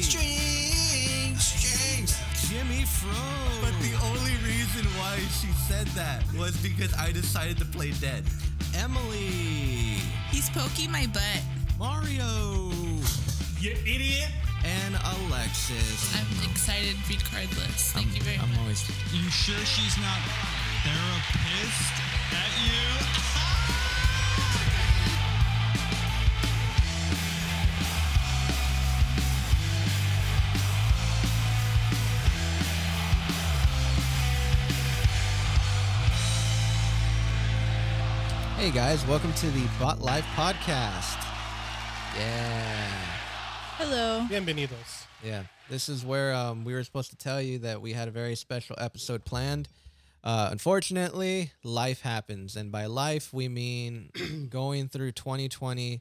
Strings. Strings, strings. Jimmy Fro. But the only reason why she said that was because I decided to play dead. Emily. He's poking my butt. Mario. You idiot! And Alexis. I'm excited regardless. Thank you very much. I'm always. You sure she's not therapist at you? Hey guys, welcome to the Bot Life Podcast. Yeah. Hello. Bienvenidos. Yeah, this is where um, we were supposed to tell you that we had a very special episode planned. Uh, unfortunately, life happens, and by life we mean going through 2020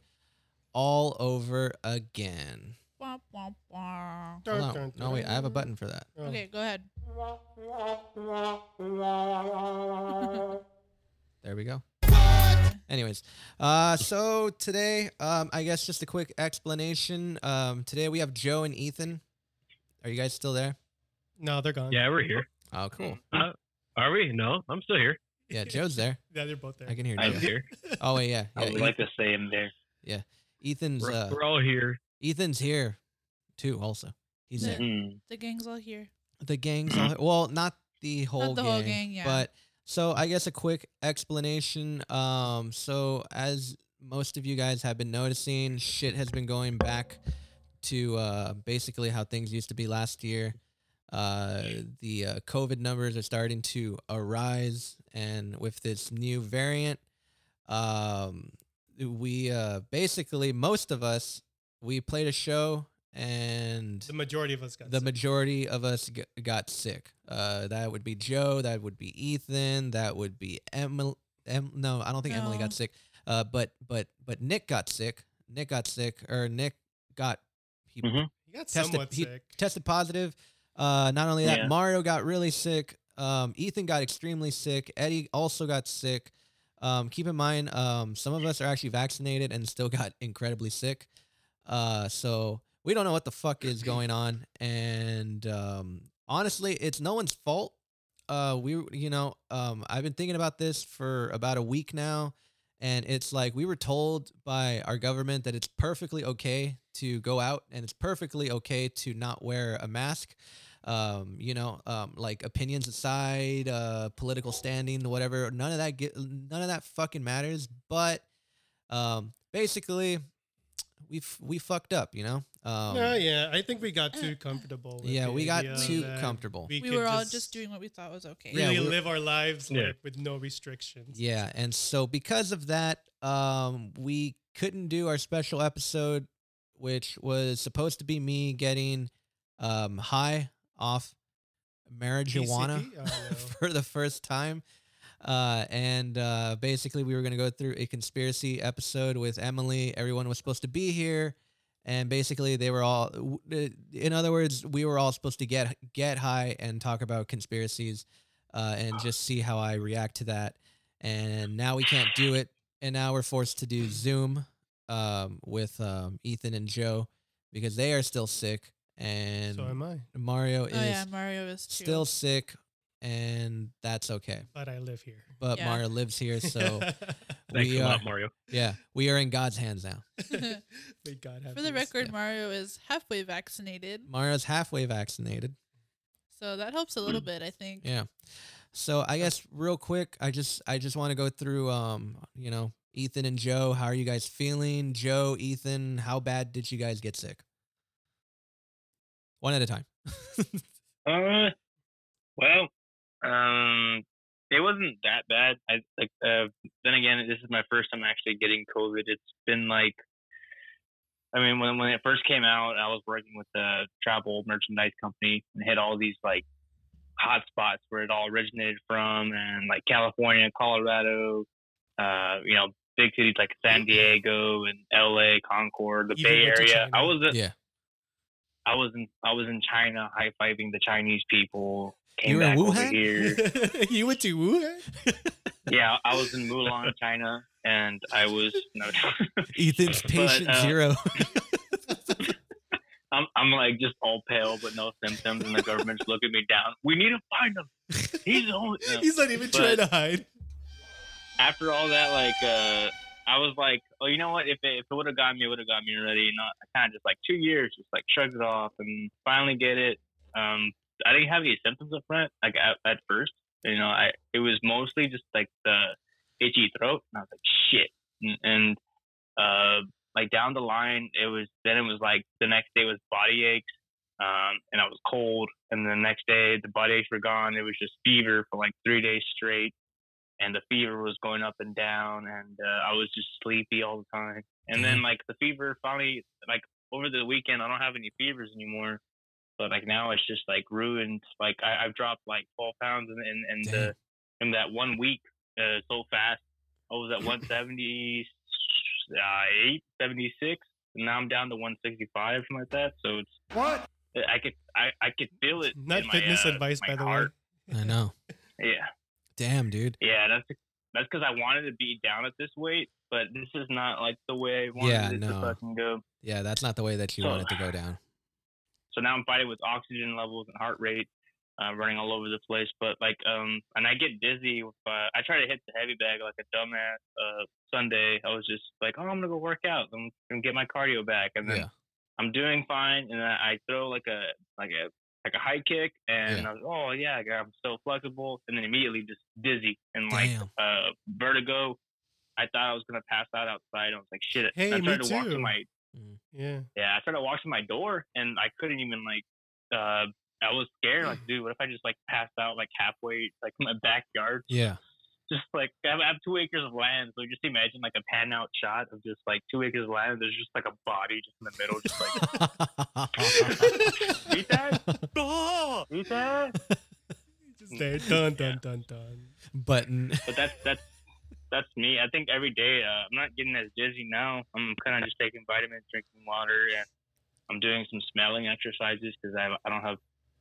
all over again. Wah, wah, wah. Hold on. No, wait, I have a button for that. Oh. Okay, go ahead. There we go. Anyways, uh, so today, um, I guess just a quick explanation. Um, today we have Joe and Ethan. Are you guys still there? No, they're gone. Yeah, we're here. Uh, Oh, Mm-hmm. cool. Are we? No, I'm still here. Yeah, Joe's there. Yeah, they're both there. I can hear I'm Joe. here. Oh, wait, yeah. yeah I would Eth- like to say in there. Ethan's. We're, Uh, we're all here. Ethan's here too. Also, he's Yeah. there. Mm. The gang's all here. The gang's all, well, not the whole the gang, whole gang, yeah. but so I guess a quick explanation. Um, so as most of you guys have been noticing, shit has been going back to uh, basically how things used to be last year. Uh, the uh, COVID numbers are starting to arise, and with this new variant, um, we uh, basically most of us we played a show and The majority of us got the sick. majority of us g- got sick. Uh, that would be Joe. That would be Ethan. That would be Emily. Em- no, I don't think Emily No. got sick. Uh, but but but Nick got sick. Nick got sick, or Nick got he Mhm. He got tested- somewhat he- sick. tested positive. Uh, not only that, Yeah. Mario got really sick. Um, Ethan got extremely sick. Eddie also got sick. Um, keep in mind, um, some of us are actually vaccinated and still got incredibly sick. Uh, so we don't know what the fuck is going on. And um, honestly, it's no one's fault. Uh, we, you know, um, I've been thinking about this for about a week now. And it's like we were told by our government that it's perfectly okay to go out and it's perfectly okay to not wear a mask. Um, you know, um, like opinions aside, uh, political standing, whatever. None of that get, none of that fucking matters. But um, basically, we f- we fucked up. You know. Um, no, yeah, I think we got too comfortable. With Uh, yeah, the we got idea too that comfortable. We could were all just doing what we thought was okay. Yeah, really we were- live our lives Yeah. like with no restrictions. Yeah, and so because of that, um, we couldn't do our special episode, which was supposed to be me getting um, high off marijuana PCP? Oh, no. for the first time. Uh, and uh, basically, we were going to go through a conspiracy episode with Emily. Everyone was supposed to be here. And basically, they were all, w- uh, in other words, we were all supposed to get get high and talk about conspiracies, Ah. uh, and just see how I react to that. And now we can't do it, and now we're forced to do Zoom um, with um, Ethan and Joe because they are still sick, and So am I, Mario Oh is yeah, Mario is too. still sick, and that's okay. but I live here. But Yeah. Mario lives here, so Thanks we uh, a are, lot, Mario. yeah, we are in God's hands now. May God have For the mercy. record, yeah. Mario is halfway vaccinated, Mario's halfway vaccinated. so that helps a little bit, I think. Yeah. So I guess real quick, I just I just want to go through um, you know, Ethan and Joe, how are you guys feeling? Joe, Ethan, how bad did you guys get sick? One at a time. Uh, well, um, it wasn't that bad. I like. Uh, then again, this is my first time actually getting COVID. It's been like, I mean, when when it first came out, I was working with a travel merchandise company and had all these like hot spots where it all originated from, and like California, Colorado, uh, you know, big cities like San Diego and L.A., Concord, the Even Bay went to Area. I China. was uh, Yeah. I was in I was in China high fiving the Chinese people. Came You were in back over Wuhan? here. you went to Wuhan. yeah, I was in Mulan, China, and I was no, Ethan's patient uh, zero. I'm, I'm like just all pale, but no symptoms, and the government's looking me down. We need to find him. He's the only. you know. He's not even But- trying to hide. After all that, like, uh, I was like, oh, you know what? If it, if it would have got me, it would have got me already. You know, I kind of just like two years, just like shrugged it off, and finally get it. Um, I didn't have any symptoms up front, like at, at first. You know, I it was mostly just like the itchy throat, and I was like, shit. And, and uh, like down the line, it was then it was like the next day was body aches, um, and I was cold, and the next day the body aches were gone. It was just fever for like three days straight, and the fever was going up and down, and uh, I was just sleepy all the time. And then like the fever finally, like over the weekend, I don't have any fevers anymore. But like now, it's just like ruined. Like I, I've dropped like twelve pounds in in, in, the, in that one week uh, so fast. I was at 170, uh, 8, 76, and now I'm down to 165, something like that. So it's Uh, What? I could I, I could feel it. Not in my, fitness uh, advice, my by the heart. I know. Yeah, Damn, dude. yeah. That's that's because I wanted to be down at this weight, but this is not like the way I wanted Yeah, it no. to fucking go. Yeah, that's not the way that you So- want it to go down. So now I'm fighting with oxygen levels and heart rate, uh, running all over the place. But like, um, and I get dizzy. If, uh, I try to hit the heavy bag like a dumbass. Uh, Sunday I was just like, oh, I'm gonna go work out and, and get my cardio back, and then Yeah. I'm doing fine. And then I throw like a like a like a high kick, and Yeah. I was oh yeah, I got- I'm so flexible, and then immediately just dizzy and like Damn. uh, vertigo. I thought I was gonna pass out outside. I was like, shit. Hey, I me tried to walk too. to my Yeah. yeah, I started walking to my door and I couldn't even like uh I was scared, like, dude, what if I just like passed out like halfway like in my backyard? Yeah. Just like I have, I have two acres of land, so just imagine like a pan out shot of just like two acres of land, there's just like a body just in the middle, just like eat that? Eat that? Just there. Dun dun dun dun. Button. But that's that's that's me. I think every day uh, I'm not getting as dizzy now. I'm kind of just taking vitamins, drinking water, and I'm doing some smelling exercises because I, I don't have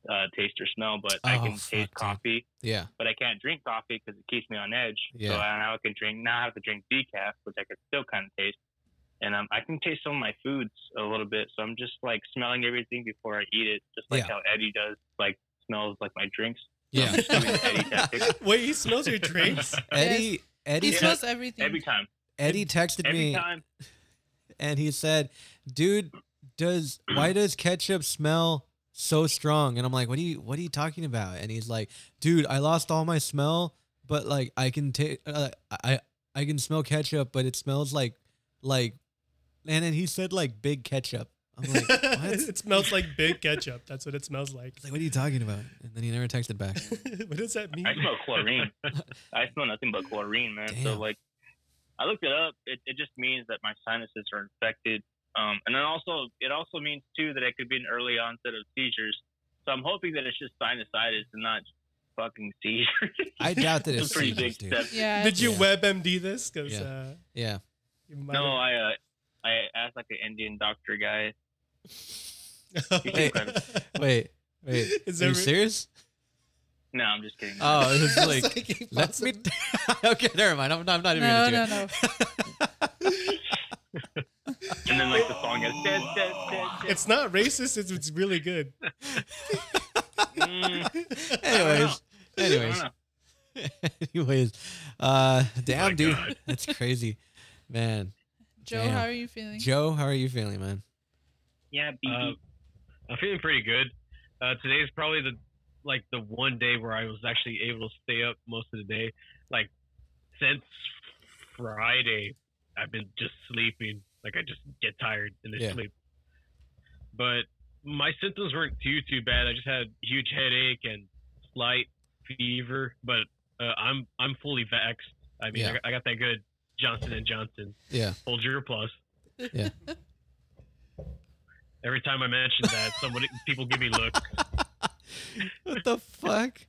uh, taste or smell, but I Oh, can fuck, taste dude. coffee. Yeah. but I can't drink coffee because it keeps me on edge. Yeah. So I now I can drink now I have to drink decaf, which I can still kind of taste, and um, I can taste some of my foods a little bit. So I'm just like smelling everything before I eat it, just like Yeah. how Eddie does, like smells like my drinks. Yeah. Wait, he smells your drinks? Eddie Eddie He Yeah. text- smells everything. Every time, Eddie texted every me time. and he said, "Dude, does why does ketchup smell so strong?" And I'm like, "What are you What are you talking about?" And he's like, "Dude, I lost all my smell, but like I can take uh, I I can smell ketchup, but it smells like like." And then he said like big ketchup. I'm like, "What?" It's it smells like big ketchup. That's what it smells like. like, "What are you talking about?" And then he never texted back. what does that mean? I smell chlorine. I smell nothing but chlorine, man. Damn. So like, I looked it up. It, it just means that my sinuses are infected. Um, and then also it also means too that it could be an early onset of seizures. So I'm hoping that it's just sinusitis and not fucking seizures. I doubt that It's it's a pretty seizures, big dude. step. Yeah. Did you Yeah. WebMD this? Because Yeah. uh, Yeah, you might have- No, I uh, I asked like an Indian doctor guy. Hey. wait, wait. Is are there- you serious? No, I'm just kidding. Oh, it was It's like like Let's me. okay, never mind. I'm, I'm not even No, gonna do no, it. no. and then like the song goes. Dead, dead, dead, dead. It's not racist. It's, it's really good. Mm, Anyways, I don't anyways, know. anyways. Uh, damn, my dude, God. that's crazy, man. Joe, Damn. how are you feeling? Joe, how are you feeling, man? Yeah, Uh, BB. I'm feeling pretty good. Uh, today's probably the like the one day where I was actually able to stay up most of the day. Like since Friday, I've been just sleeping. Like I just get tired and then Yeah. sleep. But my symptoms weren't too too bad. I just had huge headache and slight fever. But uh, I'm I'm fully vaxxed. I mean, Yeah. I, got, I got that good Johnson and Johnson. Yeah. Hold your applause. Yeah. Every time I mention that, somebody people give me looks. What the fuck?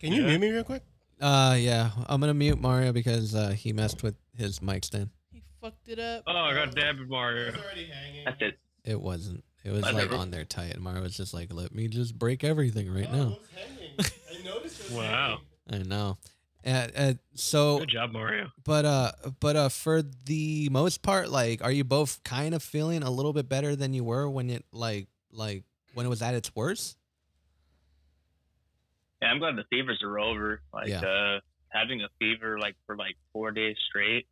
Can you Yeah. mute me real quick? Uh, yeah, I'm gonna mute Mario because uh, he messed with his mic stand. He fucked it up. Oh, God damn it, Mario. already hanging. That's it. It wasn't. It was I like never- on there tight, and Mario was just Oh, like, "Let me just break everything right now." I noticed Oh. was Wow. I know. Uh, uh, so, Good job, Mario. but uh, but uh, for the most part, like, are you both kind of feeling a little bit better than you were when it like like when it was at its worst? Yeah, I'm glad the fevers are over. Like Yeah. uh, having a fever like for like four days straight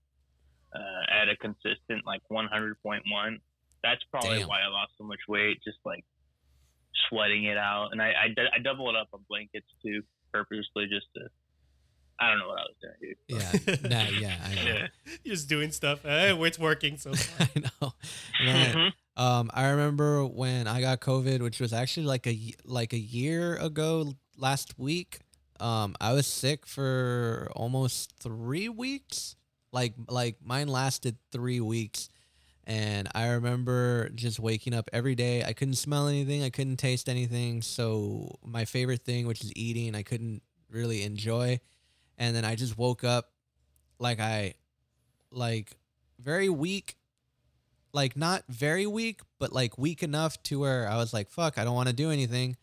uh, at a consistent like 100.1. That's probably Damn. why I lost so much weight. Just like sweating it out, and I I, du- I doubled up on blankets too, purposely just to. I don't know what I was doing, Yeah, dude. nah, yeah, I know. Yeah. You're just doing stuff. Hey, it's working. So I know. Man, Mm-hmm. Um, I remember when I got COVID, which was actually like a y- like a year ago last week. Um, I was sick for almost three weeks. Like like mine lasted three weeks, and I remember just waking up every day. I couldn't smell anything. I couldn't taste anything. So my favorite thing, which is eating, I couldn't really enjoy. And then I just woke up like I like very weak like not very weak, but like weak enough to where I was like, fuck, I don't want to do anything.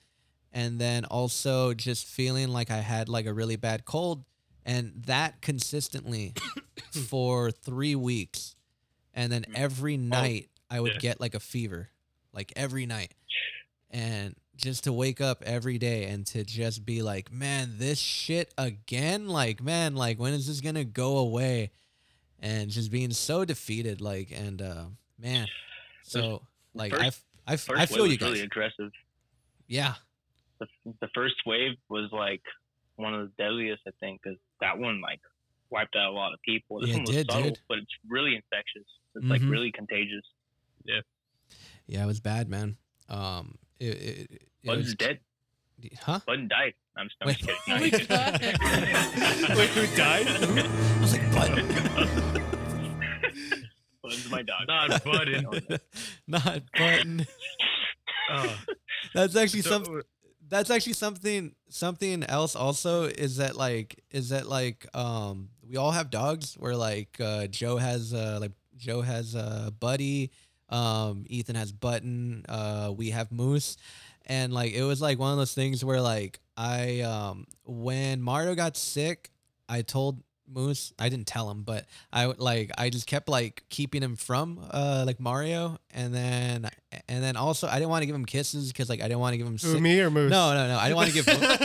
And then also just feeling like I had like a really bad cold and that consistently for three weeks. And then Mm. Oh, every night I would yeah. get like a fever, like every night. And just to wake up every day and to just be like, man, this shit again? Like, man, like when is this going to go away? And just being so defeated, like, and uh, man, so like I, f- I, f- First I feel wave you was guys. really aggressive. Yeah, the, the first wave was like one of the deadliest, I think, because that one like wiped out a lot of people. This Yeah, it one was did, subtle, dude. but it's really infectious. It's like Mhm. really contagious. yeah, it was bad, man. Um, it, it, it Bud was, dead. huh? Bud died. I'm just, I'm just Wait. kidding. Oh my No, he god. didn't. Wait, who died? I was like, Bud. Bud's my dog. Not Budden. not button. That's actually some. Oh, So, That's actually something. Something else also is that like is that like um we all have dogs where like uh, Joe has uh like Joe has uh Buddy, um Ethan has Button, uh we have Moose, and like it was like one of those things where like I um when Mario got sick, I told Moose I didn't tell him, but I would, like I just kept like keeping him from uh like Mario, and then and then also I didn't want to give him kisses because like I didn't want to give him Who, sick. me or Moose? No, no, no. I didn't want to give. Mo- Look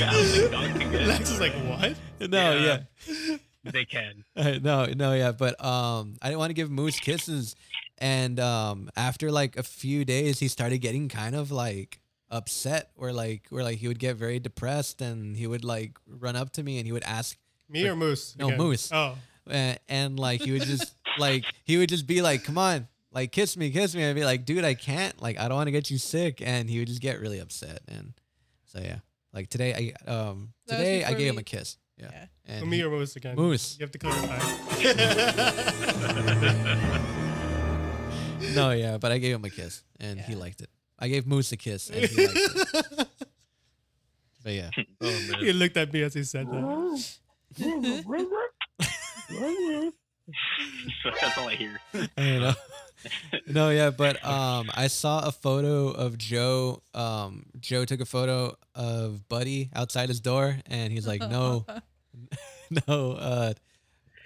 at how many dogs can get. Max is like, what? no, yeah. they can. Uh, no, no, yeah, but um, I didn't want to give Moose kisses, and um, after like a few days, he started getting kind of like upset, where like where like he would get very depressed, and he would like run up to me and he would ask, Me or Moose? No, Moose. Oh, and, and like he would just like he would just be like, "Come on, like kiss me, kiss me," I'd be like, "Dude, I can't, like I don't want to get you sick," and he would just get really upset, and so yeah, like today I um That was today I before gave him we- a kiss, yeah, Yeah. and Oh, me he- or Moose again? Moose. You have to clarify. No, yeah, but I gave him a kiss and he Yeah. liked it. I gave Moose a kiss and he liked it. But yeah. Oh man. he looked at me as he said that. That's all I hear. I don't know. no, yeah, but um I saw a photo of Joe. Um Joe took a photo of Buddy outside his door and he's like, No, no, uh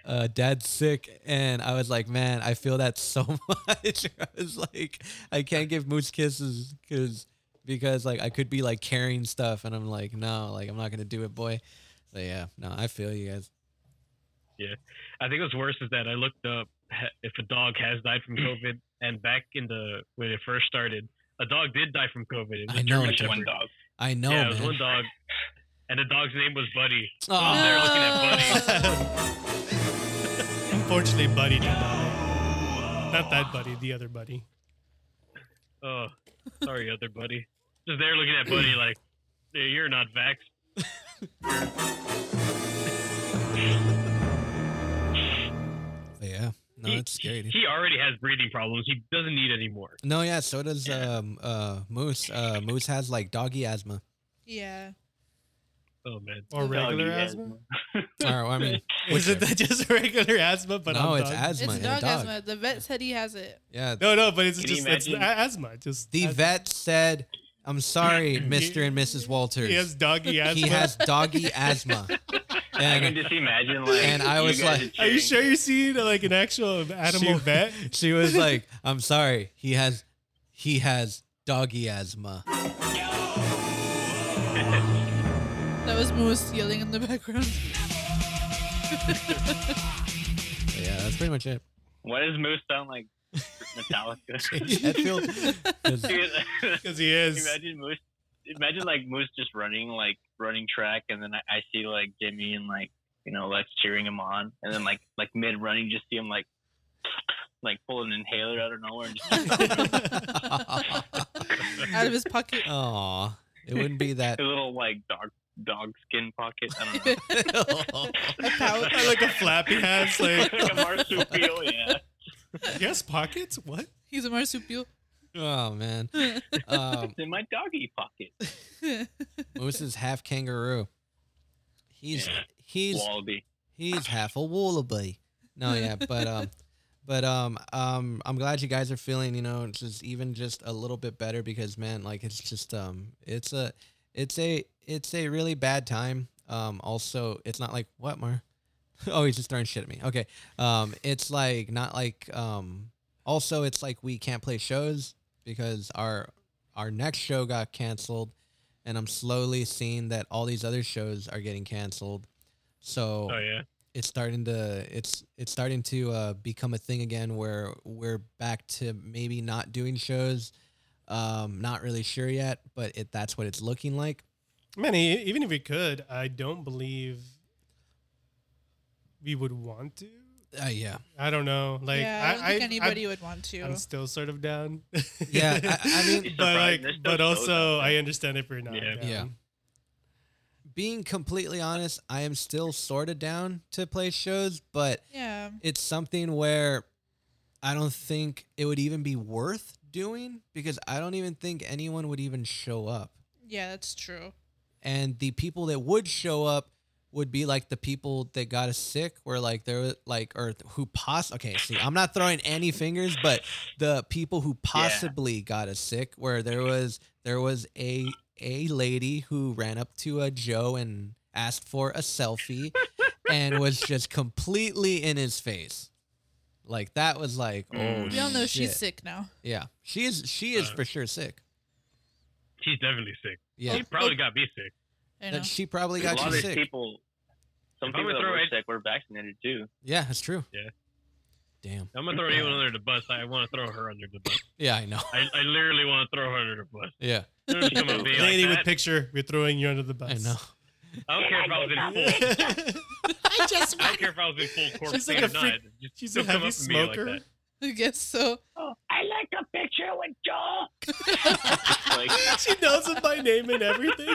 uh, dad's sick, and I was like, man, I feel that so much. I was like, I can't give Moose kisses because because like I could be like carrying stuff, and I'm like, no, like I'm not gonna do it, boy. So yeah, no, I feel you guys. I think what's worse is that I looked up ha- if a dog has died from COVID, and back in the when it first started, a dog did die from COVID. It was I a know, German it's One Shepherd. dog. I know, yeah, it was man. Oh, one dog, and the dog's name was Buddy. Aw. No. They're looking at Unfortunately, Buddy did die. Not that Buddy, the other Buddy. Oh, sorry, other Buddy. Just there looking at Buddy like, "Yeah, you're not vaxxed. But yeah, no, it's scary. Dude. He already has breathing problems. He doesn't need any more. No, yeah, so does um uh Moose. Uh Moose has like doggy asthma. yeah. Oh man. Or Doggy regular Doggy asthma? Or I mean, Is it that just regular asthma? But no, on it's dog? asthma. it's in a dog, dog. asthma. The vet said he has it. Yeah, No, no, but it's Can you just it's a- imagine? asthma. Just the asthma. vet said I'm sorry, Mr. and Mrs. Walters. He has doggy asthma. He has doggy asthma. I can And just imagine like. And I you was guys like- Are you cheering. sure you're seeing like an actual animal She- vet? she was like, I'm sorry, he has he has doggy asthma. That was Moose yelling in the background. But yeah, that's pretty much it. Why does Moose sound like Metallica? Hetfield is- Because he is. imagine Moose. Imagine like Moose just running like running track, and then I, I see like Jimmy and like you know Lex cheering him on, and then like like mid running, just see him like like pull an inhaler out of nowhere. And just, Out of his pocket. Aw, it wouldn't be that. a little like dog dog skin pocket. I don't know. pouch. like a flappy has. Like, like a marsupial, yeah. yes, pockets? What? He's a marsupial. oh man, um, It's in my doggy pocket. Moose is half kangaroo. He's he's Wallaby. He's half a wallaby. No, yeah, but um, but um, um, I'm glad you guys are feeling, you know, just even just a little bit better because man, like it's just um, it's a, it's a, it's a really bad time. Um, also, it's not like what Mar. oh, he's just throwing shit at me. Okay. Um, it's like not like um. Also, it's like we can't play shows because our our next show got canceled, and I'm slowly seeing that all these other shows are getting canceled. So Oh yeah. it's starting to it's it's starting to uh, become a thing again where we're back to maybe not doing shows um not really sure yet but it that's what it's looking like Man, e- even if we could, I don't believe we would want to. uh, yeah I don't know. Like, yeah, I don't I, think I- anybody would want to. I'm, I'm still sort of down. Yeah, I- I mean- You're but like, surprised they're still but closed also, out I there. understand if you're not. Yeah. down. Yeah. being completely honest i am still sort of down to play shows but yeah. it's something where i don't think it would even be worth doing because i don't even think anyone would even show up Yeah, that's true. and the people that would show up would be like the people that got us sick where like there were like or who poss okay see i'm not throwing any fingers but the people who possibly got us sick where there was there was a a lady who ran up to a joe and asked for a selfie and was just completely in his face like that was like oh Mm. We all know shit. she's sick now. yeah she is she Uh, is for sure sick She's definitely sick. yeah She probably got me sick. I know. that she probably A got lot you of these sick people. Some If I people would that throw were it- sick were vaccinated too. Yeah, that's true. Yeah. Damn. I'm gonna throw anyone under the bus. I want to throw her under the bus. Yeah, I know. I, I literally want to throw her under the bus. Yeah, There's someone being Lady like with that. picture, we're throwing you under the bus. I know. I don't care if I was in full. I just I don't care if I was in full corp. She's like state a or not. freak- Just she's a don't come heavy up to me like smoker. that. I guess so. I like a picture with Joel. like, she knows him by name and everything.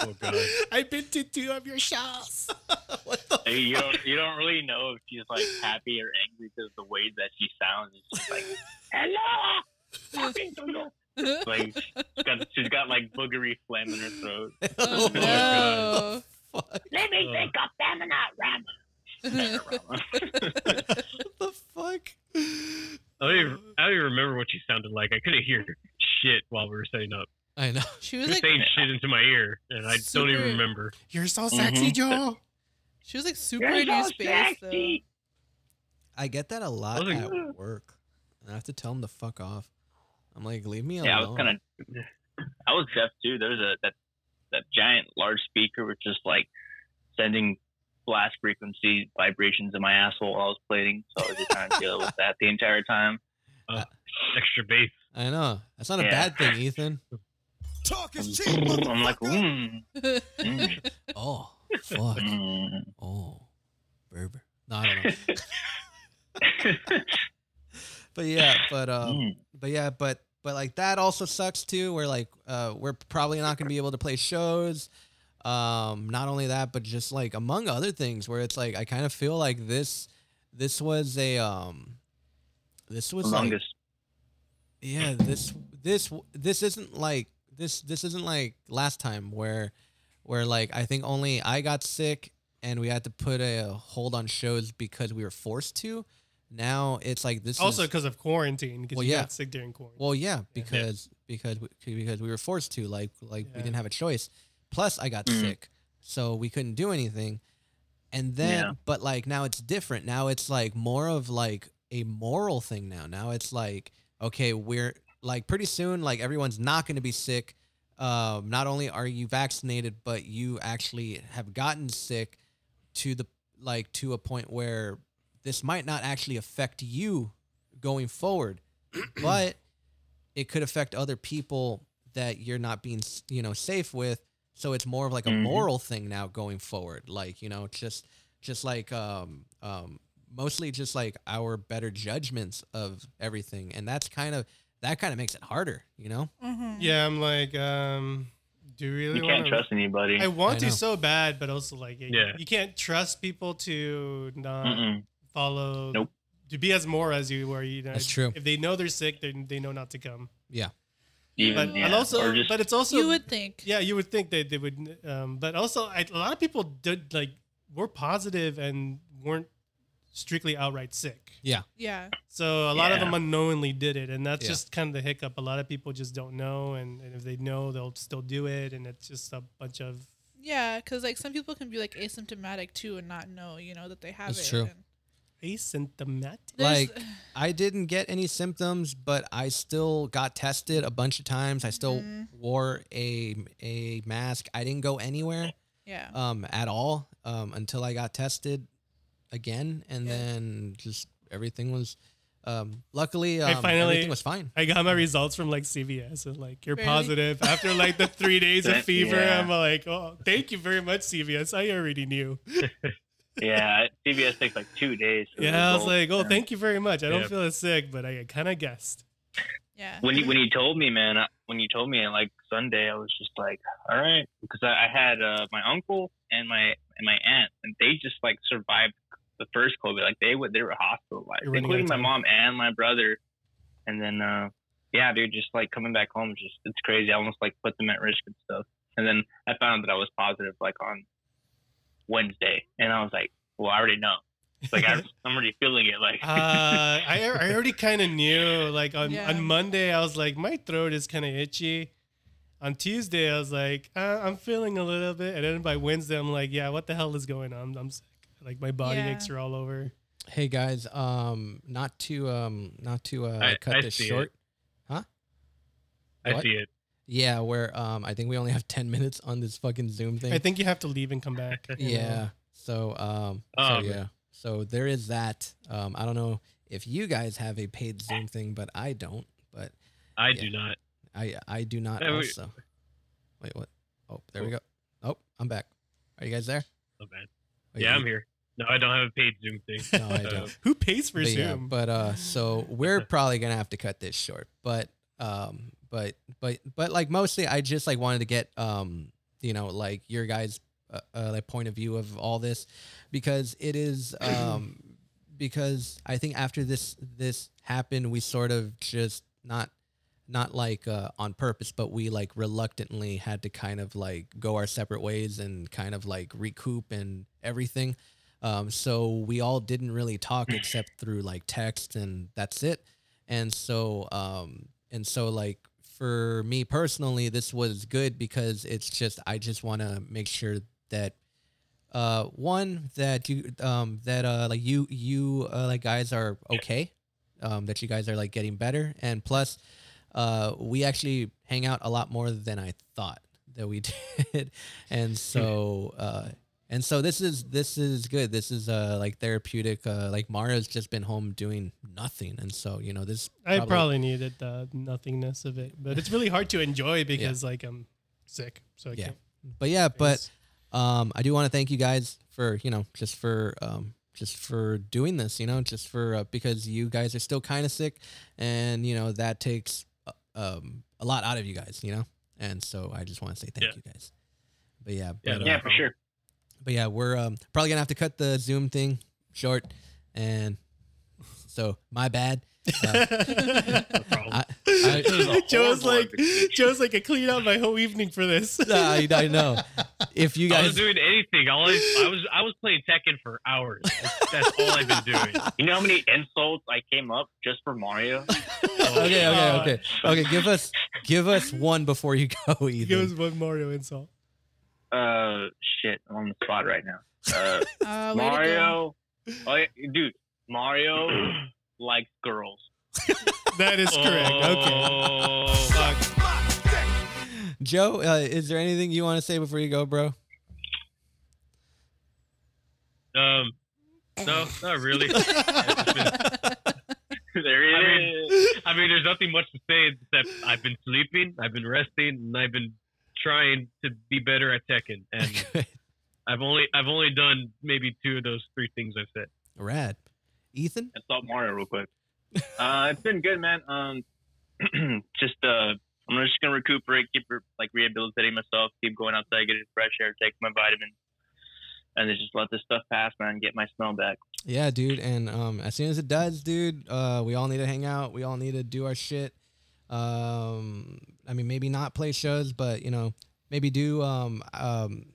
Oh god. I've been to two of your shows. like, you don't you don't really know if she's like happy or angry because the way that she sounds is just like hello. talking to you." Oh, like she's got, she's got like boogery phlegm in her throat. Oh, no. Fuck, Let me Ugh. think of feminine rama. Feminine what the fuck? I don't, even, I don't even remember what she sounded like. I couldn't hear shit while we were setting up. I know. she She was was like saying shit into my ear, and I don't Super- even remember. You're so sexy, Mhm. Joe. she was like super in your space though. I get that a lot Wasn't- at work. And I have to tell them to fuck off. I'm like, leave Oh, me alone. Yeah, I was kind of. I was deaf too. There was a that that giant large speaker was just like sending blast frequency vibrations in my asshole while I was playing. So I was just trying to deal with that the entire time. Extra bass. I know. That's not a Yeah. bad thing, Ethan. Talk I'm, I'm like, mm, mm, Oh, fuck. mm. Oh, Berber. No, I don't know. But yeah, but um, Mm. but yeah, but but like that also sucks too. We're like, uh, we're probably not gonna be able to play shows. Um, not only that, but just like among other things, where it's like I kind of feel like this, this was a um, this was like Longest. yeah this this this isn't like this this isn't like last time where where like i think only i got sick and we had to put a hold on shows because we were forced to Now it's like this. Also is, because of quarantine, because Well, you yeah. got sick during quarantine. well, yeah, because because we, because we were forced to, like like we Yeah. didn't have a choice. Plus, I got Mhm. sick, so we couldn't do anything. And then, Yeah. but like now it's different. Now it's like more of like a moral thing. Now, now it's like okay, we're like pretty soon, like everyone's not going to be sick. Um, not only are you vaccinated, but you actually have gotten sick to the like to a point where this might not actually affect you going forward, but it could affect other people that you're not being s- you know safe with. So it's more of like a Mhm. moral thing now going forward. Like you know, just just like um um mostly just like our better judgments of everything, and that's kind of that kind of makes it harder, you know. Mhm. yeah, I'm like, um, do you really You can't wanna- trust anybody. I want I to know. so bad, but also like, you- Yeah. you can't trust people to not Mm-mm. follow. Nope. To be as more as you, where you know, That's true. If they know they're sick, they they know not to come. Even But Mm-hmm. yeah, and also, or just but it's also you would think. yeah, you would think that they would. Um, but also, I, a lot of people did like were positive and weren't strictly outright sick. Yeah. So a lot of Yeah. them unknowingly did it, and that's Yeah. just kind of the hiccup. A lot of people just don't know, and, and if they know, they'll still do it, and it's just a bunch of Yeah, because like some people can be like asymptomatic too and not know, you know, that they have That's it. true. and asymptomatic. there's- Like, I didn't get any symptoms, but I still got tested a bunch of times. I still Mhm. wore a a mask. I didn't go anywhere yeah, um at all um until I got tested again, and Yeah. then just everything was um luckily I um, finally- everything was fine. I got my results from like CVS, and like you're Really? positive after like the three days of That- fever. yeah. I'm like, oh, thank you very much, CVS. I already knew. yeah, CBS takes like two days. for the Yeah, I was results. like, oh, Yeah. thank you very much. I don't Yeah. feel as sick, but I kind of guessed. yeah. when you when you told me, man, I, when you told me like Sunday, I was just like, all right, because I, I had uh, my uncle and my and my aunt, and they just like survived the first COVID. Like they would, they were hospitalized, You're running out of including my time. mom and my brother. And then, uh, yeah, dude, just like coming back home, is just it's crazy. I almost like put them at risk and stuff. And then I found that I was positive like on Wednesday, and I was like, well, I already know. It's Like I, I'm already feeling it. Like Uh, I, al- I already kind of knew. Like on, Yeah. on Monday, I was like, my throat is kind of itchy. On Tuesday, I was like, uh, I'm feeling a little bit. And then by Wednesday, I'm like, yeah, what the hell is going on? I'm sick. Like my body Yeah. aches are all over. Hey guys, um not to um not to uh I- cut I this see it. short. I What? see it. Yeah, where um I think we only have 10 minutes on this fucking Zoom thing. I think you have to leave and come back. you know? Yeah. So um Um, so yeah. So there is that. Um I don't know if you guys have a paid Zoom thing, but I don't. But I Yeah. do not. I I do not Yeah, we- also. Wait, what? Oh, there we go. Oh, I'm back. Are you guys there? Oh, man. Wait, yeah, you- I'm here. No, I don't have a paid Zoom thing. No, I don't. Who pays for but yeah, Zoom? but uh so we're probably gonna have to cut this short. But um but but but like mostly I just like wanted to get um you know like your guys uh, uh like point of view of all this because it is um because I think after this this happened we sort of just not not like uh, on purpose but we like reluctantly had to kind of like go our separate ways and kind of like recoup and everything um, so we all didn't really talk except through like text and that's it and so um and so like for me personally this was good because it's just i just want to make sure that uh one that you um that uh like you you uh, like guys are okay um that you guys are like getting better and plus uh we actually hang out a lot more than i thought that we did and so uh and so this is this is good. This is uh like therapeutic. Uh, like Mara's just been home doing nothing, and so you know this. I probably needed the nothingness of it, but it's really hard to enjoy because like I'm sick, so I Yeah. can't. but yeah, but face- um, I do want to thank you guys for you know just for um just for doing this. You know, just for uh, because you guys are still kind of sick, and you know that takes uh, um a lot out of you guys. You know, and so I just want to say thank Yeah. you guys. But yeah, Yeah, but, uh, yeah, for sure. but yeah, we're um, probably gonna have to cut the Zoom thing short, and so my bad. uh, No problem. I, I, This is a Joe's horrible like, invitation. Joe's like, I cleaned out my whole evening for this. I, I know. If you I guys, was doing anything. All I, I was I was playing Tekken for hours. That's, that's all I've been doing. You know how many insults I came up just for Mario? okay, okay, God. okay, okay. Give us, give us one before you go, Give us Ethan. one Mario insult. Uh, shit, I'm on the spot right now. Uh, Uh, way to go. Mario, oh, yeah, dude, Mario likes girls. That is correct. Okay. Oh, Fuck. Joe, uh, is there anything you want to say before you go, bro? um, no, not really. There I it mean- is. I mean, there's nothing much to say except I've been sleeping, I've been resting, and I've been trying to be better at Tekken. And I've only I've only done maybe two of those three things I've said. Rad. Ethan? Insult Mario real quick. Uh, it's been good, man. Um, just uh, I'm just gonna recuperate, keep re- like rehabilitating myself, keep going outside, getting fresh air, take my vitamins, and then just let this stuff pass, man. Get my smell back. Yeah, dude. And um, as soon as it does, dude, uh, we all need to hang out. We all need to do our shit. Um, I mean, maybe not play shows, but you know, maybe do um, um,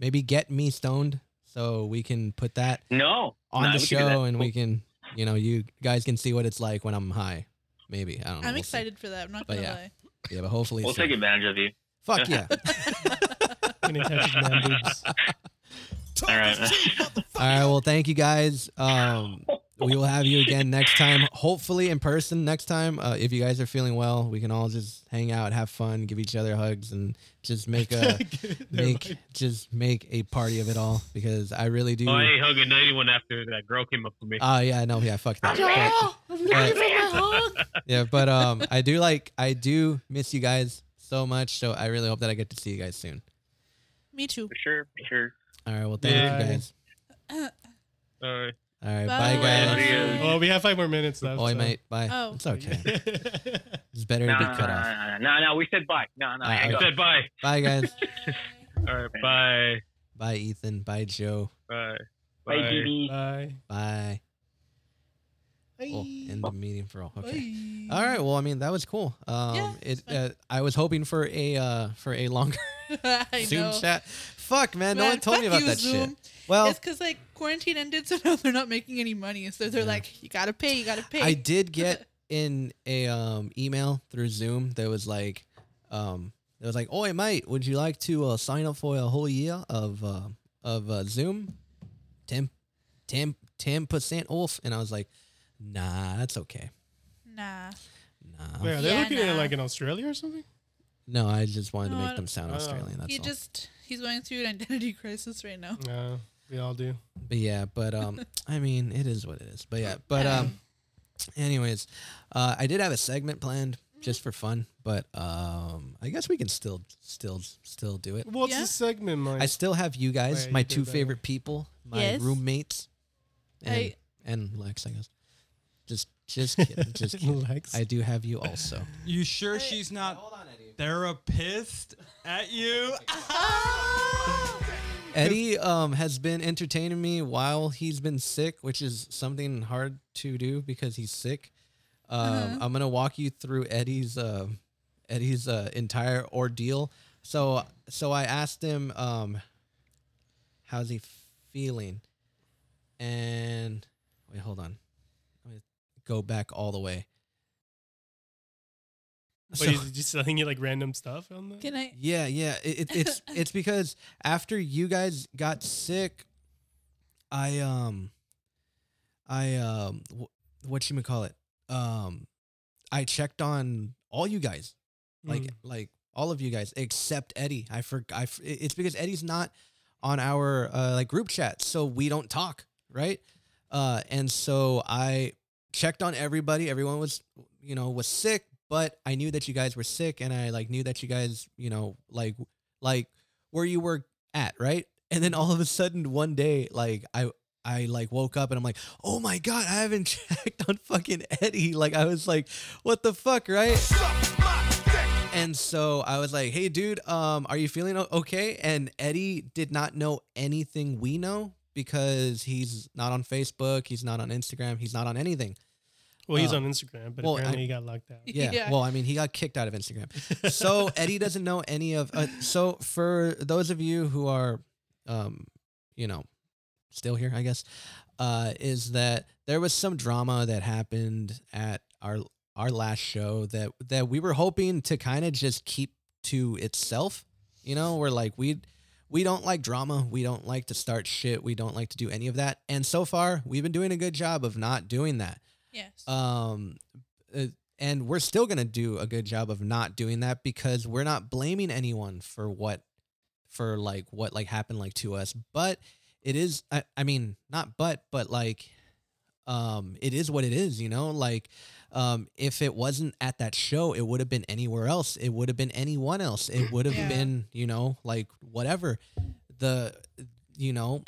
maybe get me stoned so we can put that No, on Nah, the we can do that. show and we can, you know, you guys can see what it's like when I'm high. Maybe I don't know. I'm Um, We'll see. excited for that. I'm not But gonna yeah. lie. Yeah, but hopefully We'll soon. take advantage of you. Fuck yeah. Gonna touch his man boobs. All right, man. All right. Well, thank you guys. Um, we will have you again next time, hopefully in person next time. Uh, if you guys are feeling well, we can all just hang out, have fun, give each other hugs, and just make a Never make mind. just make a party of it all. Because I really do. Oh, I Oh ain't hugging anyone after that girl came up to me. yeah, no, yeah, fuck that. But- yeah, but um, I do like I do miss you guys so much. So I really hope that I get to see you guys soon. Me too. For sure, for sure. All right. Well, thank Bye. you guys. All right. All right. Bye, Bye. guys. Oh, we have five more minutes left. Oi, so- mate. Bye. Oh. It's okay. Yeah. It's better to No, be no, no, cut off. no, no, no, we said bye. No, no, Uh, hang I- I up. said bye. Bye, guys. All right. Bye. Bye, Ethan. Bye, Joe. Bye. Bye, GB. Bye. Bye. We'll end Oh, the meeting for all. Okay. All right. Well, I mean, that was cool. Um, Yeah, it. fun. Uh, I was hoping for a uh for a longer I Zoom know. chat. Fuck, man. no Man, one told me fuck about you, that Zoom. shit. Oh. Well, It's because like quarantine ended, so now they're not making any money. So they're Yeah. like, you gotta pay, you gotta pay. I did get in a um email through Zoom that was like, um, it was like, oh, I might. Would you like to uh, sign up for a whole year of uh, of uh, Zoom? 10 percent off, and I was like, nah, that's okay. nah. Nah. Wait, are they Yeah, looking at it nah. like in Australia or something? No, I just wanted No, to I make them don't- sound Oh. Australian. That's he all. just he's going through an identity crisis right now. No, we all do. But yeah, but um, I mean, it is what it is. But yeah, but um, anyways, uh, I did have a segment planned just for fun, but um, I guess we can still, still, still do it. What's Yeah. the segment, Mike? I still have you guys, Wait, my you did two that. favorite people, my Yes. roommates, and I- and Lex, I guess. Just, just, kidding, just kidding. Lex. I do have you also. You sure she's not on, Eddie. therapist at you? Eddie um, has been entertaining me while he's been sick, which is something hard to do because he's sick. Um, Uh-huh. I'm gonna walk you through Eddie's uh, Eddie's uh, entire ordeal. So so I asked him, um, how's he feeling? And wait, hold on. Let me go back all the way. But So- he's just telling you like random stuff on Mm. that. Can I? yeah, yeah. It, it, it's it's because after you guys got sick, I um, I um, wh- what you call it? Um, I checked on all you guys, like Mm. like all of you guys except Eddie. I for I f- it- it's because Eddie's not on our uh, like group chat, so we don't talk, right? Uh, and so I checked on everybody. Everyone was you know was sick but i knew that you guys were sick and i like knew that you guys you know like like where you were at right and then all of a sudden one day like i i like woke up and i'm like oh my god i haven't checked on fucking eddie like i was like what the fuck right and so i was like hey dude um are you feeling o- okay and eddie did not know anything we know because he's not on facebook he's not on instagram he's not on anything Well, he's Uh, on Instagram, but well, apparently I- he got locked out. Yeah. Yeah. Well, I mean, he got kicked out of Instagram. So Eddie doesn't know any of. Uh, so for those of you who are, um, you know, still here, I guess, uh, is that there was some drama that happened at our our last show that that we were hoping to kind of just keep to itself. You know, we're like we we don't like drama. We don't like to start shit. We don't like to do any of that. And so far, we've been doing a good job of not doing that. Yes. Um, uh, and we're still gonna do a good job of not doing that because we're not blaming anyone for what, for like what like happened like to us. But it is, I, I mean, not but, but like, um, it is what it is, you know. Like, um, if it wasn't at that show, it would have been anywhere else. It would have been anyone else. It would have Yeah. been, you know, like whatever. The, you know,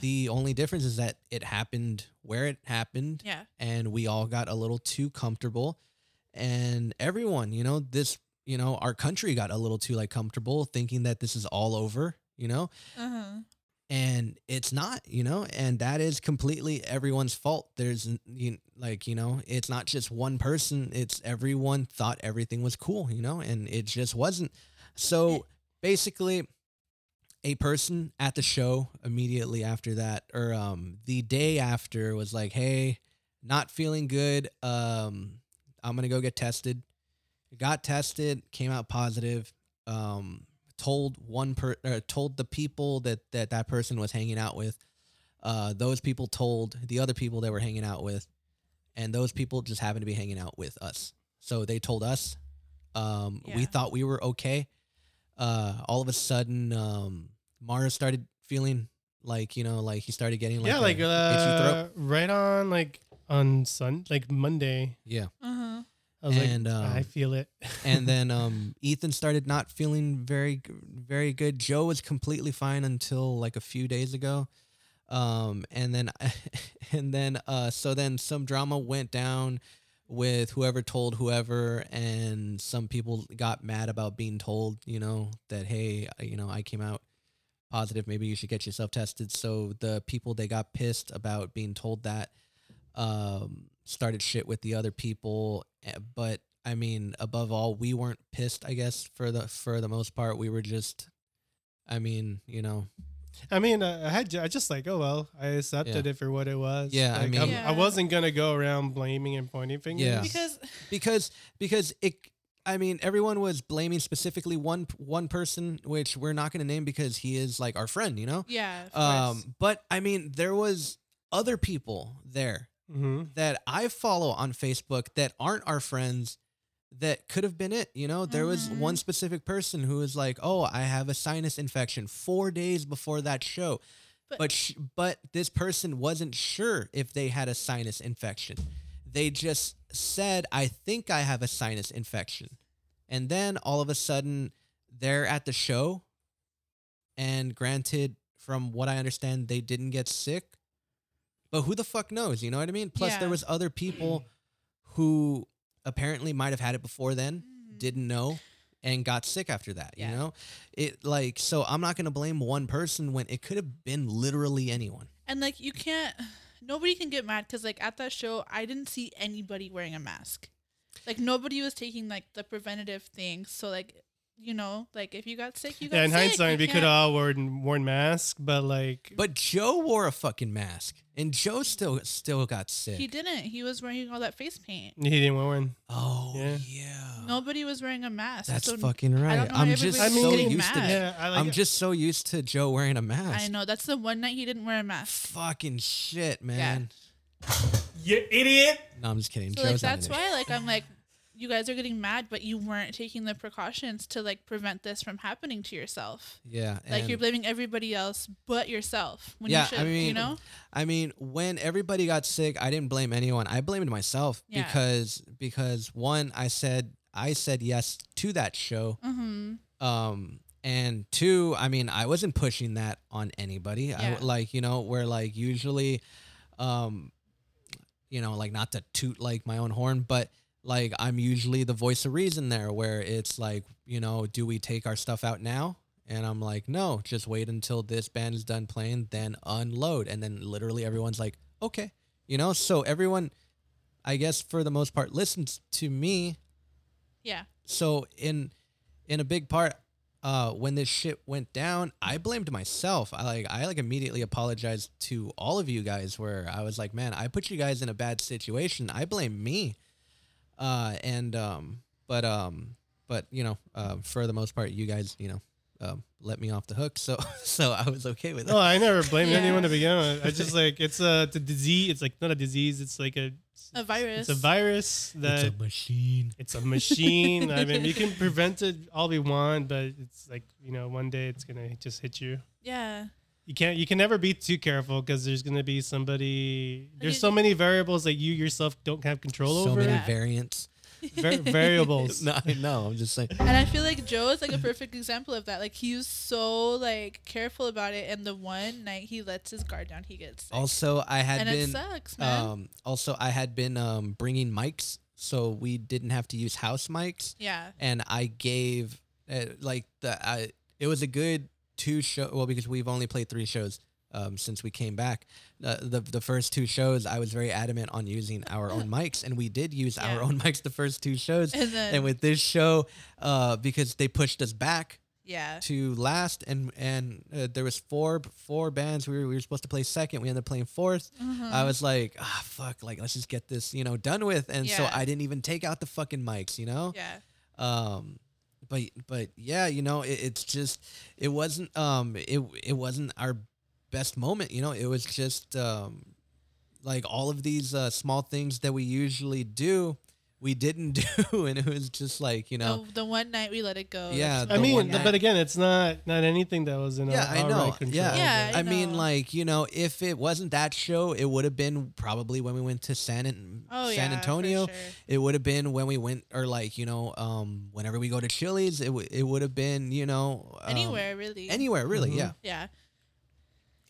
the only difference is that it happened where it happened yeah. and we all got a little too comfortable and everyone you know this you know our country got a little too like comfortable thinking that this is all over you know Uh-huh. and it's not you know and that is completely everyone's fault there's n- you, like you know it's not just one person it's everyone thought everything was cool you know and it just wasn't so basically a person at the show immediately after that or um the day after was like hey not feeling good um i'm gonna go get tested got tested came out positive um told one per or told the people that that that person was hanging out with uh those people told the other people they were hanging out with and those people just happened to be hanging out with us so they told us um we Yeah. thought we were okay uh all of a sudden um mara started feeling like you know like he started getting like yeah, a like itchy throat uh, right on like on Sun like Monday. yeah Uh-huh. I was And, like, I um, feel it. and then um, Ethan started not feeling very g- very good. Joe was completely fine until like a few days ago, um, and then and then uh, so then some drama went down with whoever told whoever, and some people got mad about being told, you know, that hey, you know, I came out positive. Maybe you should get yourself tested. So the people they got pissed about being told that um, started shit with the other people. eh, But I mean, above all, we weren't pissed. I guess for the for the most part, we were just. I mean, you know, I mean, uh, I I had ju- I just like, oh well, I accepted Yeah. it for what it was. Yeah, I Like, mean- I'm- Yeah. I wasn't gonna go around blaming and pointing fingers. Yeah. Because because because it. I mean, everyone was blaming specifically one one person, which we're not going to name because he is like our friend, you know. yeah. of course. Um, but I mean, there was other people there hmm that I follow on Facebook that aren't our friends that could have been it. You know, there was Mhm. one specific person who was like, "Oh, I have a sinus infection 4 days before that show." But But- but, sh- but this person wasn't sure if they had a sinus infection. They just said, "I think I have a sinus infection." And then all of a sudden they're at the show and granted from what I understand they didn't get sick. But who the fuck knows, you know what I mean? Plus there Yeah. was other people who apparently might have had it before then, Mhm. didn't know, and got sick after that. Yeah. You know, it like so. I'm not gonna blame one person when it could have been literally anyone. And like you can't nobody can get mad cuz like at that show I didn't see anybody wearing a mask. Like nobody was taking like the preventative things. So like you know, like if you got sick, you got Yeah, in sick. hindsight, You we could can't- have all worn, worn masks, but like, But Joe wore a fucking mask, and Joe still still got sick. He didn't. He was wearing all that face paint. he didn't wear one. oh yeah, Yeah. Nobody was wearing a mask. that's so fucking right. know why I'm just everybody's so getting used to mad. that. Yeah, I like. I'm just so used to Joe wearing a mask. I know. That's the one night he didn't wear a mask. Fucking shit, man. you idiot. No, I'm just kidding. So Joe's like not that's an idiot. why like I'm like you guys are getting mad but you weren't taking the precautions to like prevent this from happening to yourself. Yeah, Like and- you're blaming everybody else but yourself when Yeah, I you should, you mean, know? I mean, when everybody got sick, I didn't blame anyone. I blamed myself Yeah. because because one, I said I said yes to that show. Mhm. Um and two, I mean, I wasn't pushing that on anybody. Yeah. I like, you know, where like usually um you know, like not to toot like my own horn, but like I'm usually the voice of reason there where it's like, you know, do we take our stuff out now? And I'm like, no, just wait until this band is done playing, then unload. And then literally everyone's like, okay. You know, so everyone I guess for the most part listens to me. Yeah. So in in a big part, uh, when this shit went down, I blamed myself. I like I like immediately apologized to all of you guys where I was like, man, I put you guys in a bad situation. I blame me. Uh, and um, but um, but you know, uh, for the most part, you guys, you know, um, let me off the hook. So so I was okay with it. No, I never blamed Yeah. anyone to begin with. I just like it's a, it's a disease. It's like not a disease. It's like a A virus. it's a virus that it's a, machine. machine. I mean, we can prevent it all we want, but it's like you know, one day it's gonna just hit you. Yeah. You can't. You can never be too careful because there's gonna be somebody. There's you- so many variables that you yourself don't have control so over. many Yeah. variants. Var- variables. No, I know. I'm just saying. And I feel like Joe is like a perfect example of that. Like he was so like careful about it, and the one night he lets his guard down, he gets sick. Also, I had and it been. sucks, man. Um, also, I had been um, bringing mics, so we didn't have to use house mics. yeah, And I gave uh, like the I, it was a good two show. Well, because we've only played three shows um, since we came back. The, the the first two shows, I was very adamant on using our own mics, and we did use Yeah. our own mics the first two shows. and then And with this show, uh, because they pushed us back, yeah, to last and and uh, there was four four bands we were, we were supposed to play second we ended up playing 4th i Mm-hmm. was like ah fuck like let's just get this you know done with and so Yeah. i didn't even take out the fucking mics you know yeah, um but but yeah you know it, it's just it wasn't um it it wasn't our best moment you know it was just um like all of these uh, small things that we usually do we didn't do and it was just like you know The, the one night we let it go. Yeah, that's I the mean, one th- night. but again, it's not not anything that was in Yeah, our, I our know. control. Yeah. Yeah, I mean, know. like you know, if it wasn't that show, it would have been probably when we went to San An- oh yeah, San for Antonio. sure. It would have been when we went, or like you know, um, whenever we go to Chili's, it w- it would have been you know um, anywhere really. anywhere really, Mhm. yeah. Yeah.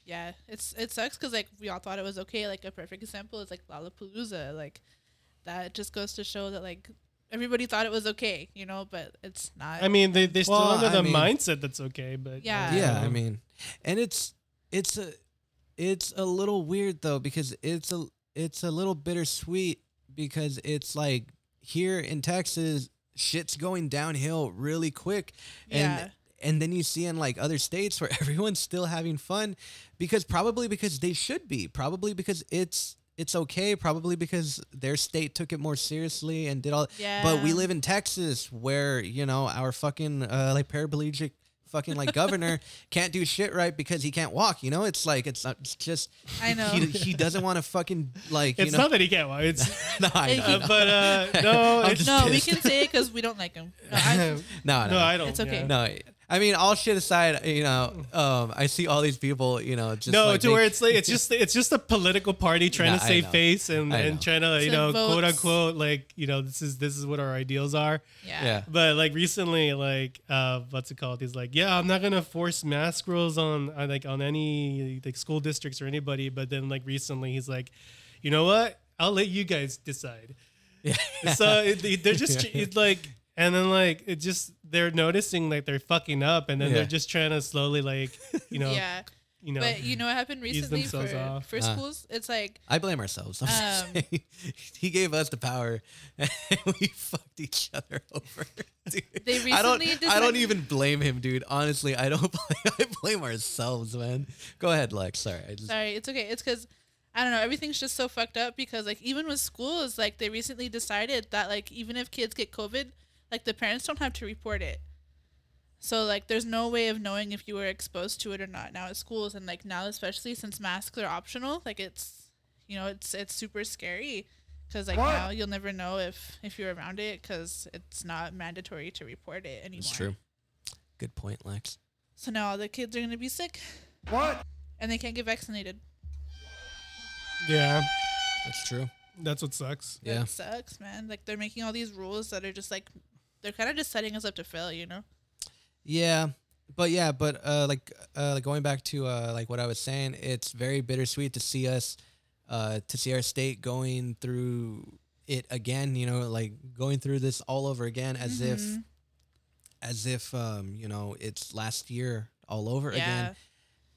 Yeah, it's it sucks because like we all thought it was okay. Like a perfect example is like Lollapalooza. Like that just goes to show that like everybody thought it was okay, you know, but it's not. I mean, they they still Well, under I the mean- mindset that's okay, but Yeah. yeah i Um, mean and it's it's a it's a little weird though because it's a it's a little bittersweet because it's like here in texas shit's going downhill really quick and Yeah. and then you see in like other states where everyone's still having fun because probably because they should be probably because it's it's okay probably because their state took it more seriously and did all yeah, but we live in Texas where, you know, our fucking uh, like paraplegic fucking like governor can't do shit right because he can't walk, you know? It's like it's not it's just I know. he, he doesn't want to fucking like, you It's know. not that he can't walk. It's no, I Hey, know. uh, but uh, no, I'm it's, just no, we pissed. can say it because we don't like him. No, I, no, no. no, I don't. It's okay. yeah. no. I mean, all shit aside, you know, um, I see all these people, you know, just no, like, to they- where it's like it's just it's just a political party trying No, to I save know. face and, I and know. trying to you Send know quote votes. unquote like you know this is this is what our ideals are. yeah. yeah. But like recently, like uh, what's it called? He's like, yeah, I'm not gonna force mask rules on on, like on any like school districts or anybody. But then like recently, he's like, you know what? I'll let you guys decide. so it, it- they're just it's like, and then like it just they're noticing like they're fucking up, and then they're Yeah. just trying to slowly like you know yeah. you know But you know what happened ease recently for, themselves off. for Uh. schools? It's like I blame ourselves. I'm just Um, saying. he gave us the power, and we fucked each other over. Dude, They I don't. recently I don't decided- even blame him, dude. Honestly, I don't. Blame, I blame ourselves, man. Go ahead, Lex. Sorry, I just. Sorry, it's okay. It's because I don't know. Everything's just so fucked up because like even with schools, like they recently decided that like even if kids get COVID, like the parents don't have to report it. So like there's no way of knowing if you were exposed to it or not now at schools and like now especially since masks are optional, like it's you know it's it's super scary because like now you'll never know if if you're around it because it's not mandatory to report it anymore. It's true. Good point, Lex. So now all the kids are gonna be sick. What? And they can't get vaccinated. yeah That's true. that's what sucks. Yeah. It sucks, man. Like they're making all these rules that are just like they're kind of just setting us up to fail, you know? Yeah, but yeah, but uh, like uh, like going back to uh, like what I was saying, it's very bittersweet to see us, uh, to see our state going through it again. You know, like going through this all over again, as if, Mhm. as if um, you know, it's last year all over Yeah. again,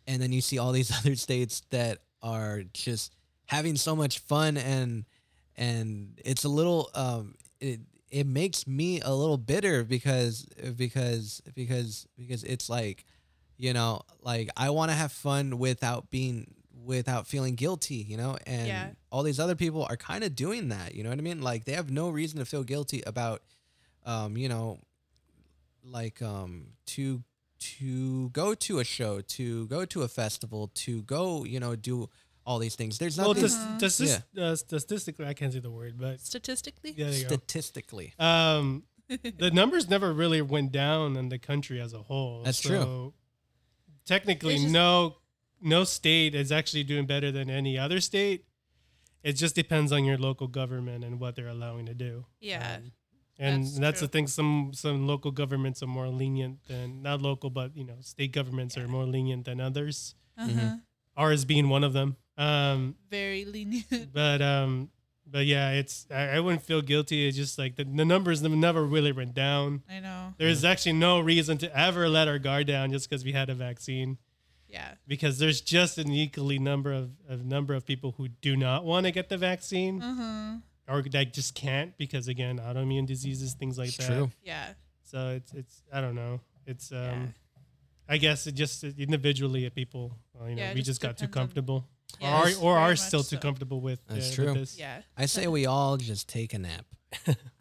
and then you see all these other states that are just having so much fun and and it's a little um it it makes me a little bitter because because because because it's like you know like I want to have fun without being without feeling guilty you know and Yeah. all these other people are kind of doing that you know what I mean like they have no reason to feel guilty about um you know like um to to go to a show to go to a festival to go you know do all these things there's Well, nothing does, does this Yeah. uh, statistically, I can't say the word, but Statistically, yeah, there you go. statistically Um, the numbers never really went down in the country as a whole. That's true. Technically, It's just- no, no state is actually doing better than any other state. It just depends on your local government and what they're allowing to do. Yeah. Um, and that's that's, the true. thing. Some some local governments are more lenient than not local, but you know, state governments are more lenient than others. uh-huh. Mm-hmm. Ours being one of them. Um, very lenient. but um but yeah it's i, I wouldn't feel guilty it's just like the, the numbers nev- never really went down I know. there's actually no reason to ever let our guard down just because we had a vaccine Yeah, because there's just an equally number of, of number of people who do not want to get the vaccine uh-huh. or that just can't because again autoimmune diseases things like It's that true. yeah, so it's it's i don't know it's um Yeah. i guess it just individually at people uh, you know Yeah, it we just just got too depends on- comfortable yeah, Yes, or, are- or very are much still too so. comfortable with uh, That's with true. this. yeah. I say we all just take a nap.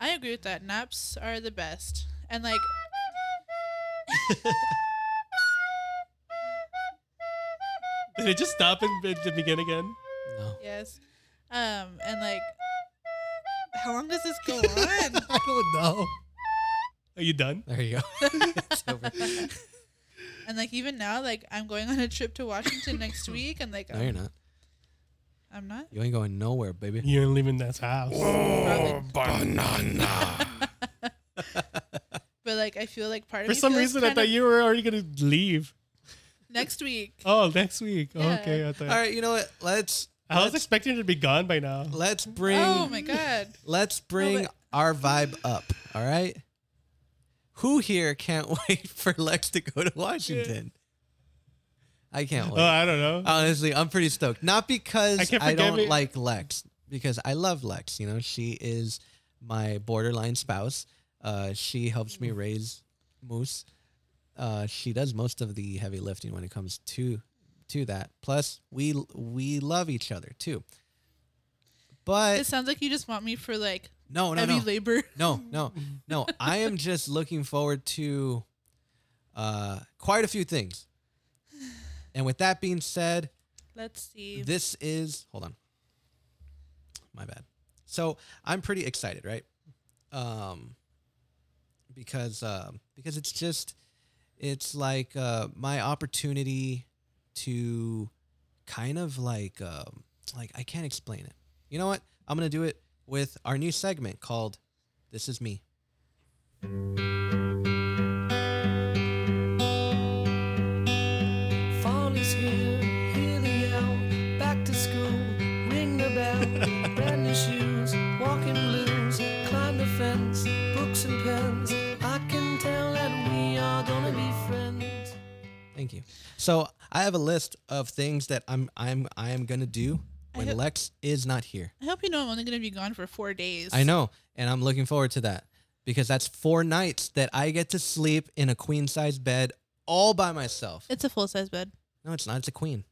I agree with that. Naps are the best, and like, Did it just stop and be- to begin again? No. yes, um, and like, how long does this go on? I don't know. Are you done? There you go. it's over. and like, even now, like, I'm going on a trip to Washington next week, and like, No, you're not. I'm not. You ain't going nowhere, baby. You ain't leaving this house. Probably. Banana. But like, I feel like part of For me some feels reason, I kind thought of- you were already gonna leave. next week. Oh, next week. Oh, Yeah. okay, I thought. All right, you know what? Let's I was expecting you to be gone by now. let's bring Oh my god! let's bring but- our vibe up. All right. Who here can't wait for Lex to go to Washington? I can't Oh, wait. I don't know. Honestly, I'm pretty stoked. Not I because can't I, forgive don't it. like Lex, because I love Lex. You know, she is my borderline spouse. Uh, she helps me raise Moose. Uh, she does most of the heavy lifting when it comes to to that. Plus, we we love each other too. It But Oh, sounds like you just want me for like no, no, heavy no. labor. No, no, no. I am just looking forward to uh, quite a few things. And with that being said, Let's see. this is hold on. My bad. So I'm pretty excited, right? Um, because um because it's just it's like uh, my opportunity to kind of like um, like I can't explain it. You know what? I'm gonna do it with our new segment called "This Is Me." Fall is here, hear the yell. Back to school, ring the bell. Brand new shoes, walking blues. Climb the fence, books and pens. I can tell that we are gonna be friends. Thank you. So I have a list of things that I'm I'm I am gonna do I when hope- Lex is not here. I hope you know I'm only gonna be gone for four days. I know, and I'm looking forward to that because that's four nights that I get to sleep in a queen size bed all by myself. It's a full size bed. No, it's not. It's a queen.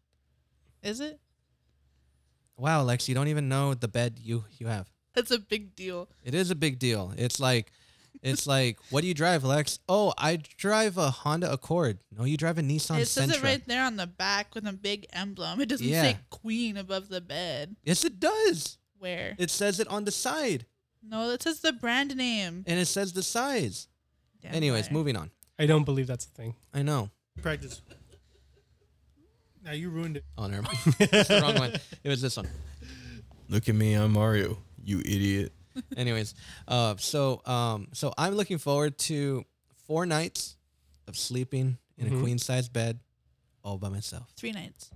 Is it? Wow, Lex, you don't even know the bed you you have. That's a big deal. It is a big deal. It's like, it's like, what do you drive, Lex? Oh, I drive a Honda Accord. No, you drive a Nissan it says Sentra. it right there on the back with a big emblem. It doesn't Yeah. say queen above the bed. Yes, it does. Where? It says it on the side, no, it says the brand name. and it says the size. Damn Anyways, liar. moving on. I don't believe that's a thing. I know. Practice. Now you ruined it. Oh, never mind. It's the wrong one. It was this one. Look at me, I'm Mario. You idiot. Anyways, uh, so um, so I'm looking forward to four nights of sleeping in a Mhm. queen size bed, all by myself. Three nights.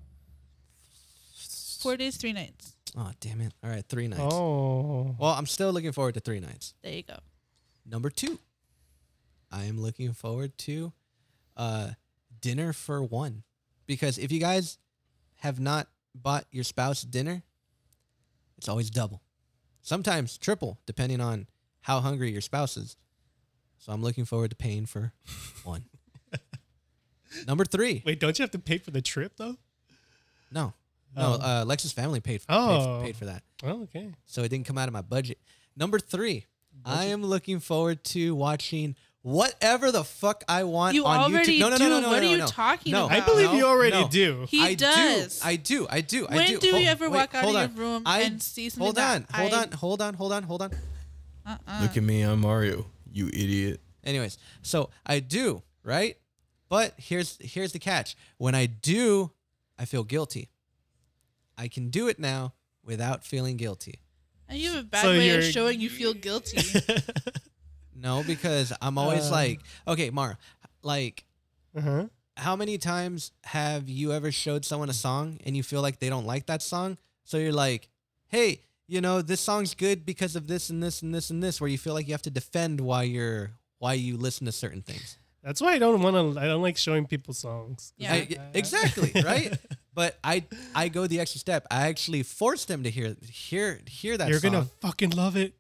Four days, three nights. Oh damn it! All right, three nights. Oh. Well, I'm still looking forward to three nights. There you go. Number two, I am looking forward to uh, dinner for one because if you guys have not bought your spouse dinner, it's always double. sometimes triple, depending on how hungry your spouse is. So I'm looking forward to paying for one. Number three. Wait, don't you have to pay for the trip though? No, no. Oh. Uh, Lex's family paid for, Oh. paid, paid for that, Oh, okay. so it didn't come out of my budget. Number three. I am looking forward to watching whatever the fuck I want You on already YouTube. No, no, do. no, no, no, What are no, you no. talking No. about? I believe Oh, No, you already no. do. He I does. Do. I do. I do. I When do. do Hold- you ever wait, walk out hold of on. your room I- and see something? Hold that on. Hold I- on. Hold on. Hold on. Hold on. Uh-uh. Look at me, I'm Mario. You idiot. Anyways, so I do, right? But here's here's the catch. When I do, I feel guilty. I can do it now without feeling guilty. And you have a bad So way of you're- showing you feel guilty. No, because I'm always Uh. like, okay, Mara, like Uh-huh. how many times have you ever showed someone a song and you feel like they don't like that song? So you're like, hey, you know, this song's good because of this and this and this and this, where you feel like you have to defend why you're why you listen to certain things. That's why I don't want to. I don't like showing people songs. Yeah. I- exactly, right? But I I go the extra step. I actually force them to hear hear hear that You're song, gonna fucking love it.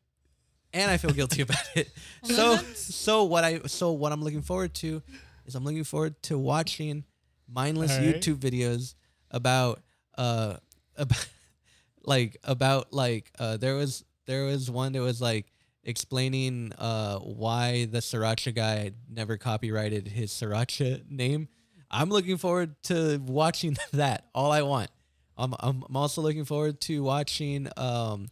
and I feel guilty about it. Well, So then that's- so what I so what I'm looking forward to is I'm looking forward to watching mindless All right. YouTube videos about uh about like about like uh there was there was one that was like explaining uh why the sriracha guy never copyrighted his sriracha name. I'm looking forward to watching that. All I want. I'm I'm I'm also looking forward to watching um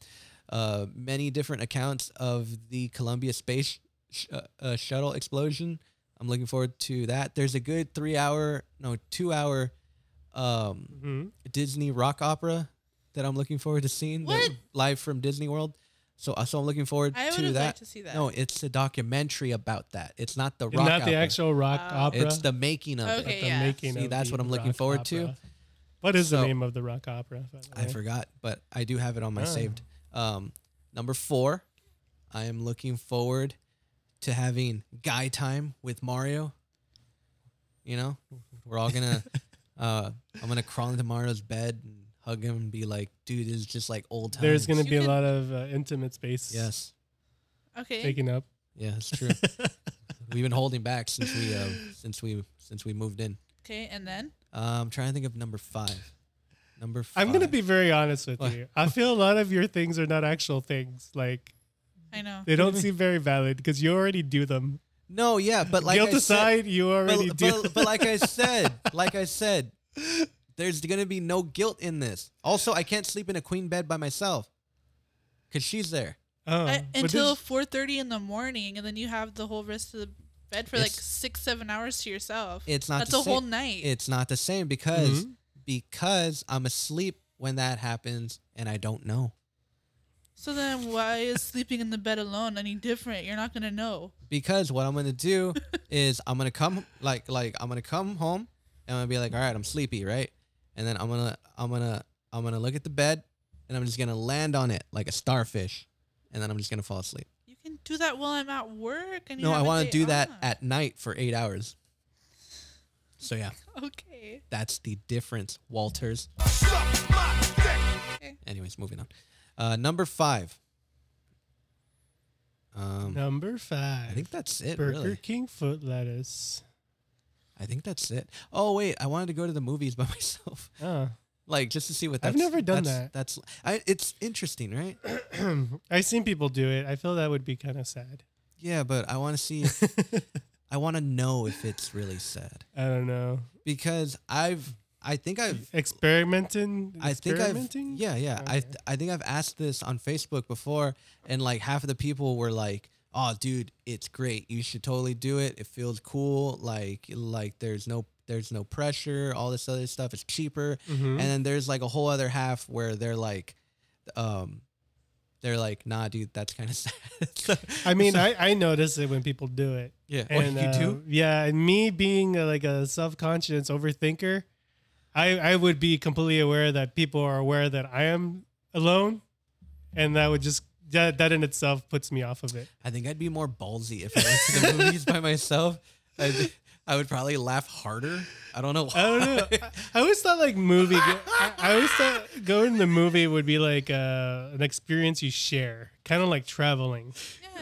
uh many different accounts of the Columbia space sh- uh, uh, shuttle explosion. I'm looking forward to that. There's a good 3 hour, no, 2 hour um hmm Disney rock opera that I'm looking forward to seeing that- What? live from Disney World. So, uh, so I'm looking forward I would to have that. liked to see that. No, it's a documentary about that. It's not the rock. Not the opera. actual rock Wow. opera. It's the making of Okay, it. the yeah. making See, of that's the what I'm looking rock forward to. opera. What is So- the name of the rock opera? by the I way? forgot, but I do have it on my Oh. saved. Um, number four, I am looking forward to having guy time with Mario. You know, we're all gonna. uh, I'm gonna crawl into Mario's bed and hug him and be like, "Dude, this is just like old times." There's gonna You be a can- lot of uh, intimate space. Yes. Okay. Taken up. Yeah, it's true. We've been holding back since we uh, since we since we moved in. Okay. And then Uh, I'm trying to think of number five. Number five. I'm gonna be very honest with What? you. I feel a lot of your things are not actual things. Like I know. they don't seem very valid because you already do them. No, yeah, but like Guilt I said, aside, you already but, do. but, but like I said, like I said, there's gonna be no guilt in this. Also, I can't sleep in a queen bed by myself, cause she's there. Oh, I- but Uh, until this- 4:30 in the morning, and then you have the whole rest of the bed for like It's- six, seven hours to yourself. It's not That's the a whole same. night. It's not the same because because I'm asleep when that happens and I don't know so then, why is sleeping in the bed alone any different? You're not gonna know. because what I'm gonna do is I'm gonna come like like I'm gonna come home and I'm gonna be like, all right, I'm sleepy, right? And then I'm gonna I'm gonna I'm gonna look at the bed and I'm just gonna land on it like a starfish, and then I'm just gonna fall asleep. You can do that while I'm at work. And you No, have I a want day to do that off. at night for eight hours. So yeah, Okay. that's the difference, Walters. Anyways, moving on. Uh, number five. Um, number five. I think that's it. Burger Really, King foot lettuce. I think that's it. Oh wait, I wanted to go to the movies by myself, Oh. like just to see what. I've That's, never done that's- That's I, it's interesting, right? I've seen people do it. I feel that would be kind of sad. Yeah, but I want to see. I want to know if it's really sad I don't know. because I've. I think I've Experimenting. I think I've experimenting? yeah yeah I Okay. I think I've asked this on Facebook before and like half of the people were like oh dude it's great you should totally do it it feels cool like like there's no there's no pressure all this other stuff it's cheaper Mhm. and then there's like a whole other half where they're like um they're like nah dude that's kind of sad So- I mean, so- I, I notice it when people do it. yeah And, oh, you uh, do Yeah, and me being uh like a self-conscious overthinker, I I would be completely aware that people are aware that I am alone, and that would just that that in itself puts me off of it. I think I'd be more ballsy if I went to the movies by myself I I would probably laugh harder. I don't know. Why. I don't know. I, I always thought like movie. I, I always thought going to the movie would be like uh, an experience you share, kind of like traveling,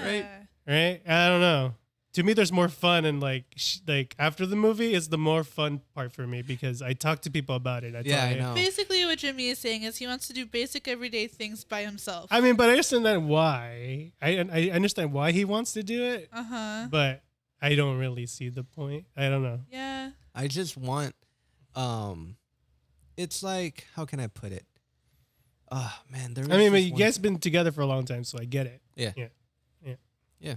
Yeah. right? I don't know. To me, there's more fun and like sh- like after the movie is the more fun part for me because I talk to people about it. I yeah, talk- I know. Basically, what Jimmy is saying is he wants to do basic everyday things by himself. I mean, but I understand why. I I understand why he wants to do it, Uh huh. but I don't really see the point. I don't know. Yeah. I just want um it's like how can I put it? Oh man, there I was mean, but this you one- guys been together for a long time, so I get it. Yeah. Yeah. Yeah. Yeah.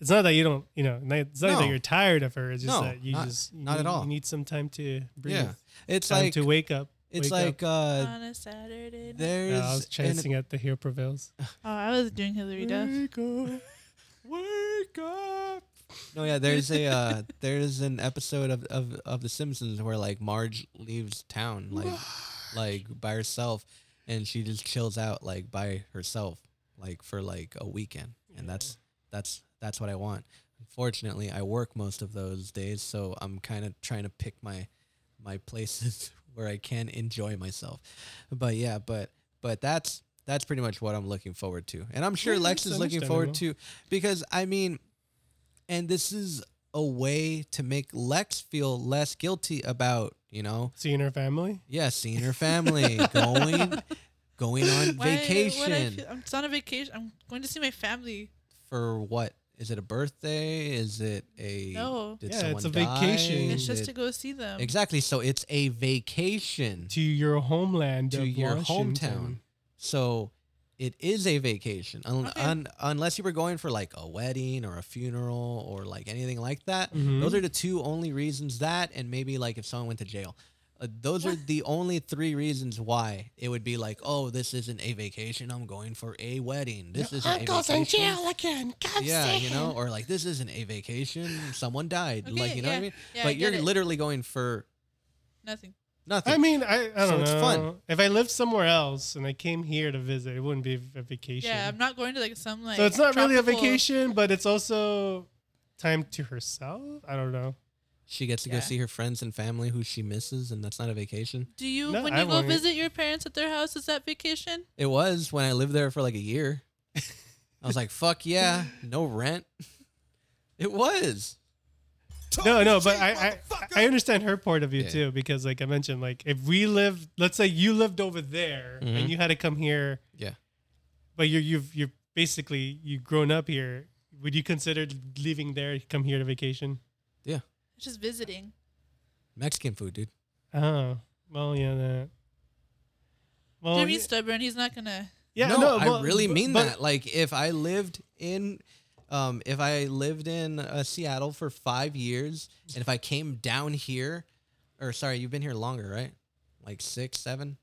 It's not that you don't, you know, not- it's not No. that you're tired of her. It's just No, that you not- just you not at need- all. You need some time to breathe. Yeah. It's time like to wake up. it's wake like up. uh On a Saturday. Night. there's Yeah, I was an- chanting at the hero prevails. Oh, I was doing Hillary Duff. Wake up, wake up. No, yeah, there's a uh, there's an episode of, of of The Simpsons where like Marge leaves town like like by herself, and she just chills out like by herself like for like a weekend, and that's that's that's what I want. Unfortunately, I work most of those days, so I'm kind of trying to pick my my places where I can enjoy myself. But yeah, but but that's that's pretty much what I'm looking forward to, and I'm sure Yeah, Lex that's is looking forward to understandable. because I mean and this is a way to make Lex feel less guilty about, you know, Seeing her family. yeah, seeing her family, going going on Why- what I vacation feel- I'm it's not a vacation. I'm going to see my family. for what? Is it a birthday? Is it a No. did Yeah, it's someone a die? vacation. It's just Did- to go see them. Exactly. So it's a vacation. To your homeland, To of your Washington. hometown. So it is a vacation, un- Okay. un- unless you were going for like a wedding or a funeral or like anything like that. Mm-hmm. Mhm. Those are the two only reasons that, and maybe like if someone went to jail. Uh, those are the only three reasons why it would be like, oh, this isn't a vacation. I'm going for a wedding. This isn't a vacation. again. yeah, you know, or like this isn't a vacation. Someone died. like Okay, you know what I yeah. mean? Yeah, I but get you're it. literally going for Nothing. nothing. I mean, I, I don't So know. it's fun. If I lived somewhere else and I came here to visit, it wouldn't be a vacation. Yeah, I'm not going to like some like. so it's not really a tropical- vacation, but it's also time to herself. I don't know. she gets to go Yeah. see her friends and family who she misses, and that's not a vacation. Do you No, when I you go won't. visit your parents at their house? Is that vacation? It was when I lived there for like a year. I was like, fuck yeah, no rent. It was. No, no, but I, I I understand her point of view Yeah. too because like I mentioned, like if we lived, let's say you lived over there Mhm. and you had to come here, Yeah. but you're you've you're basically you've grown up here. Would you consider leaving there, come here to vacation? It's just visiting. Mexican food, dude. Oh, well, yeah, that. Well, Jimmy's yeah, stubborn. He's not gonna. yeah, no, I well, really mean but- that. Like, if I lived in, um, if I lived in uh, Seattle for five years, and if I came down here, or sorry, you've been here longer, right? Like six, seven?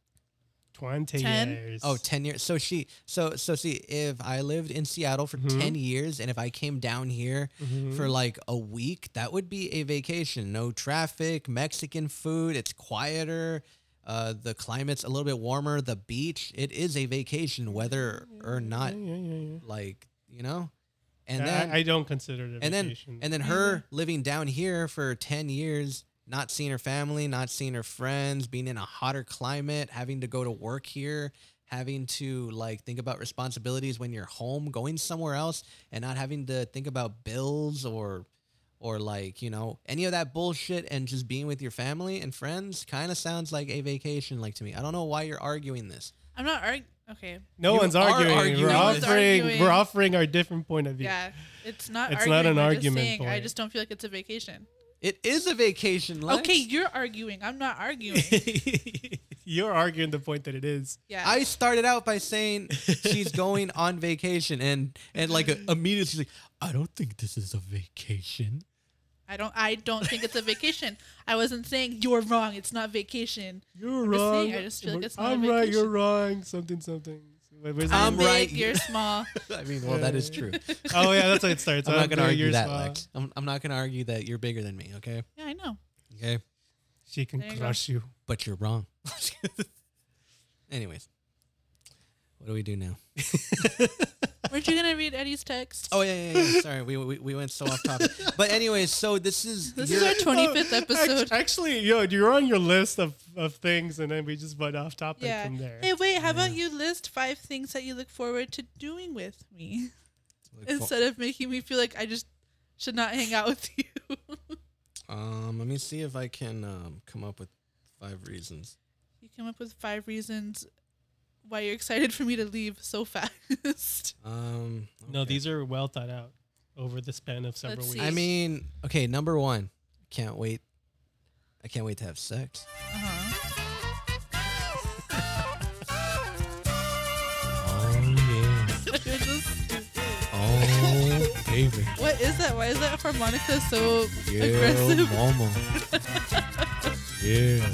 Twenty Ten? years. Oh, 10 years. So she, so, so see, if I lived in Seattle for Mhm. 10 years, and if I came down here Mhm. for like a week, that would be a vacation. No traffic, Mexican food, it's quieter. Uh, the climate's a little bit warmer. The beach, it is a vacation, whether or not Yeah, yeah, yeah, yeah. like you know and And then Mm-hmm. I, I don't consider it a and then vacation. and then her living down here for 10 years not seeing her family not seeing her friends being in a hotter climate having to go to work here having to like think about responsibilities when you're home going somewhere else and not having to think about bills or or like you know any of that bullshit and just being with your family and friends kind of sounds like a vacation like to me i don't know why you're arguing this I'm not arguing. Okay. no you one's are arguing. arguing. We're No offering. one's arguing. We're offering our different point of view. Yeah, it's not. It's arguing, not an we're just argument saying, I point. just don't feel like it's a vacation. it is a vacation Lex. Okay, you're arguing. I'm not arguing. You're arguing the point that it is. Yeah. I started out by saying she's going on vacation, and and like uh, immediately she's like, I don't think this is a vacation. I don't. I don't think it's a vacation. I wasn't saying you're wrong. It's not vacation. You're just wrong. saying, I just feel like it's not a I'm right. You're vacation. wrong. Something. Something. Wait, where's I'm I'm the- big. right. You're small. I mean, well, that is true. oh yeah, that's how it starts. I'm not gonna big, argue you're that, small. Lex. I'm, I'm not gonna argue that you're bigger than me. Okay. Yeah, I know. Okay. She can There you go. crush you. But you're wrong. Anyways, what do we do now? Weren't you gonna read Eddie's text? Oh yeah, yeah, yeah. Sorry, we, we we went so off topic. But anyways, so this is This your- is our 25th Oh, act- episode. Actually, yo, you're on your list of, of things, and then we just went off topic Yeah. from there. Hey, wait. How about you list five things that you look forward to doing with me instead of making me feel like I just should not hang out with you? Um, let me see if I can um come up with five reasons. you came up with five reasons why you're excited for me to leave so fast. Um, No, okay. these are well thought out over the span of several Let's see. weeks. I mean, okay, number one, can't wait. I can't wait to have sex. uh-huh. Oh You're just stupid. yeah. Oh baby. What is that? Why is that harmonica so Yeah, aggressive? mama. yeah.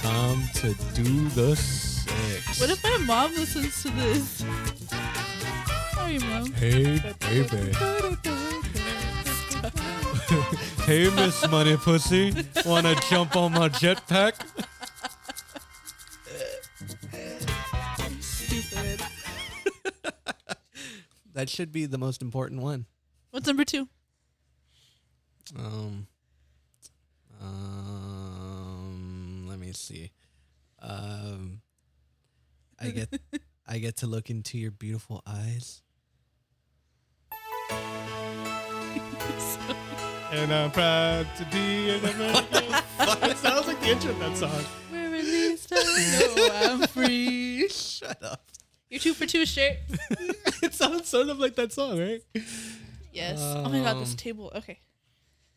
Time to do the sex. What if my mom listens to this? Sorry, mom. hey, baby. hey, Miss Money Pussy. Wanna jump on my jetpack? Stupid. That should be the most important one. What's number two? Um, um, let me see. Um, I get, I get to look into your beautiful eyes. and I'm proud to be an American. it sounds like the intro of that song. We're released. I know I'm free. Shut up. You're two for two shirt. It sounds sort of like that song, right? Yes. oh my god, this Um, table. Okay.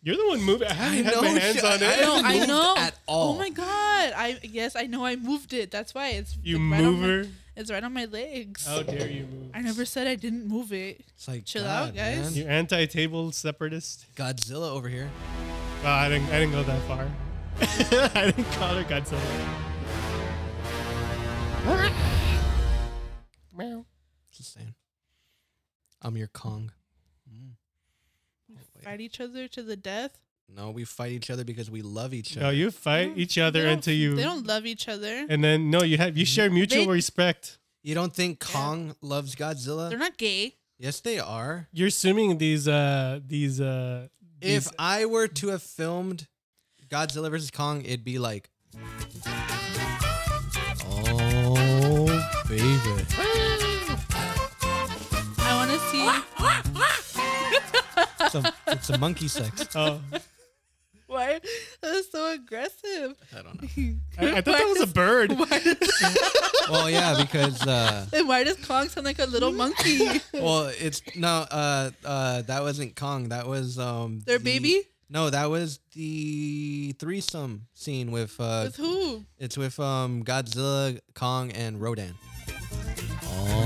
You're the one moving. I haven't had my know, hands shit, on I it. know. haven't I moved know. at all. Oh my god. I yes, I know. I moved it. That's why it's You like, right on my- mover. it's right on my legs. Oh, How dare you move? I never said I didn't move it. It's like Chill out, God, guys. man. You anti-table separatist. Godzilla over here. Well, I didn't. I didn't go that far. I didn't call her Godzilla. Just saying. I'm your Kong. Fight each other to the death. No, we fight each other because we love each No, other. you fight each They other don't- until you. They don't love each other. And then no, you have you share mutual They- respect. You don't think Kong loves They're Godzilla? not gay. Yes, they are. You're assuming these uh these uh If these- I were to have filmed Godzilla versus Kong, it'd be like, oh baby, I want to see. it's a, it's a monkey sex. oh Why? That's so aggressive. I don't know. I, I thought that was a bird. Why does, Well, yeah, because uh, and why does Kong sound like a little monkey? well, it's no, uh, uh, that wasn't Kong. That was um, Their the- baby? No, that was the threesome scene with uh, With who? it's with um Godzilla, Kong, and Rodan.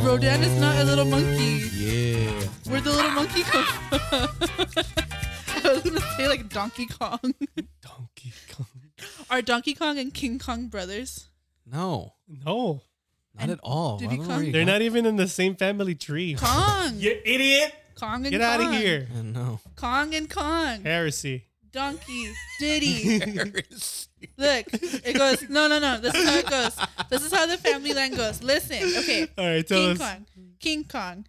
Rodan is not a little monkey. Oh, Yeah. Where'd the little monkey come from? I was gonna say like Donkey Kong. Donkey Kong. Are Donkey Kong and King Kong brothers? No, No, not at all. did I he don't know come? where you they're got- not even in the same family tree. Kong. You idiot! Kong and Get Kong. out of here. Uh, No. Kong and Kong. Heresy. Donkey. Diddy. Look, it goes. No, no, no. This is how it goes. This is how the family line goes. Listen. Okay. All right, tell King us. Kong. King Kong.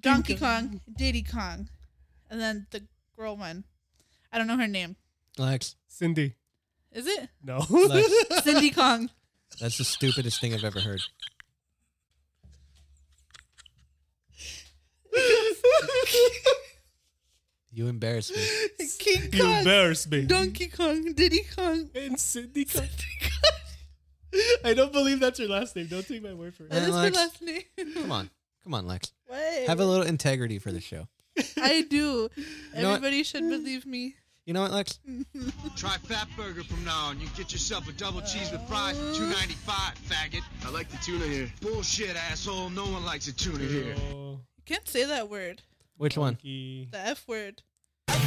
Donkey Kong. Diddy Kong. And then the girl one. I don't know her name. Lex, Cindy. Is it? No. Lex, Cindy Kong. that's the stupidest thing I've ever heard. You embarrass me. King you Kong. embarrass me. Donkey Kong. Diddy Kong. And Cindy Kong. I don't believe that's your last name. Don't take my word for it. That is her Alex. last name. Come on. Come on, Lex. What? Have a little integrity for the show. I do. know what? Everybody should believe me. You know what, Lex? Try Fat Burger from now on. You can get yourself a double cheese with fries Oh. for two ninety five, faggot. I like the tuna here. Bullshit, asshole. No one likes a tuna here. Oh, You can't say that word. Which one? Donkey The F word. That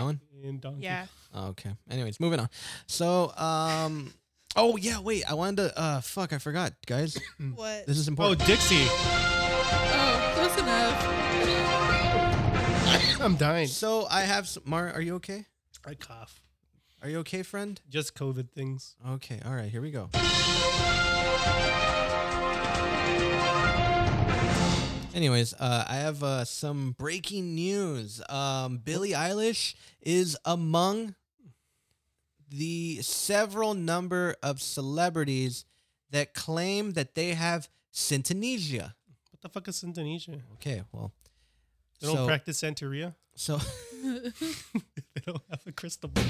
one? Oh, and Donkey. Yeah. Okay. Anyways, moving on. So, um, oh yeah, wait. I wanted to. Uh, fuck, I forgot, guys. What? Mm. This is Oh, important. Dixie. Oh, close enough. I'm dying. so I have. Some, Mar, are you okay? I cough. Are you okay, friend? Just COVID things. Okay. All right. Here we go. Anyways, uh, I have uh, some breaking news. Um, Billie Eilish is among the several number of celebrities that claim that they have syntonesia. What the fuck is Indonesia? Okay, well, They don't so practice Santeria. so they don't have a crystal ball.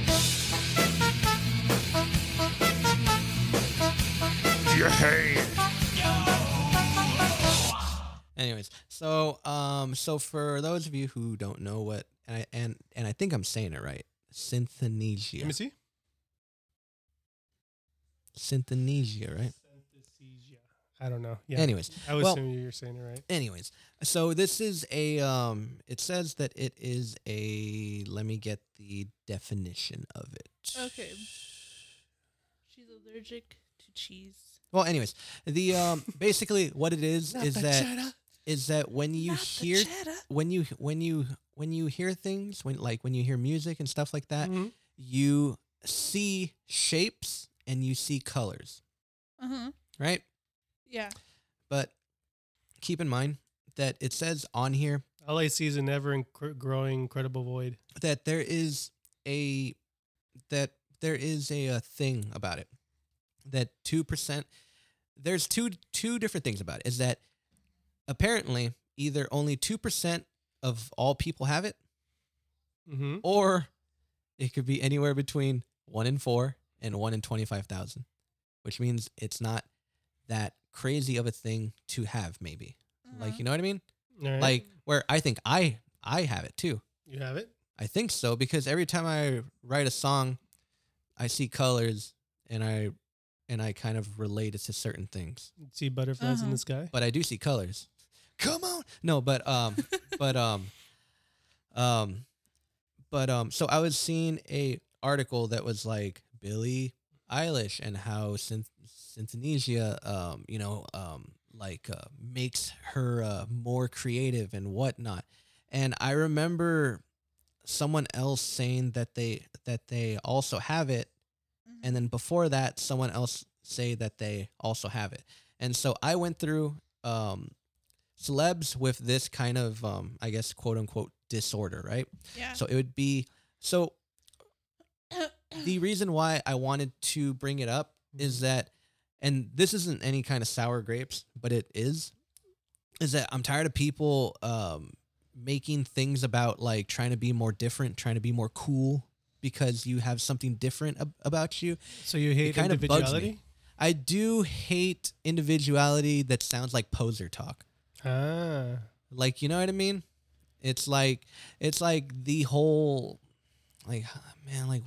Anyways, so um, so for those of you who don't know what, and I, and, and I think I'm saying it right, Let me synthenesia, see. synthenesia, right? I don't know. Yeah. Anyways, I would well- assume you're saying it right. Anyways, so this is a um, it says that it is a. Let me get the definition of it. Okay. She's allergic to cheese. Well, anyways, the um, basically what it is is that is that when you Not the hear cheddar. when you when you when you hear things when like when you hear music and stuff like Uh, Mm-hmm. that, Mm-hmm. you see shapes and you see colors, Uh huh. right? Yeah. But keep in mind that it says on here All I see is an ever inc- growing incredible void. that there is a that there is a, uh thing about it that 2% there's two two different things about it is that apparently either only 2% of all people have it Mm-hmm. or it could be anywhere between 1 in 4 and 1 in 25,000 which means it's not that crazy of a thing to have maybe Mm-hmm. like you know what i mean All right. like where i think i i have it too you have it. I think so because every time I write a song, I see colors and I and I kind of relate it to certain things. See butterflies in Uh-huh. the sky. But I do see colors. Come on. No, but um but um um but um so I was seeing a article that was like Billie Eilish and how synth- Synthenesia um you know um like uh, makes her uh, more creative and whatnot. And I remember someone else saying that they that they also have it and then before that someone else say that they also have it and so i went through um celebs with this kind of um i guess quote unquote disorder right Yeah. so it would be so the reason why i wanted to bring it up is that and this isn't any kind of sour grapes but it is is that i'm tired of people um making things about like trying to be more different trying to be more cool because you have something different ab- about you So you hate kind of bugs me. individuality. i do hate individuality that sounds like poser talk Ah. like you know what I mean? It's like it's like the whole like man like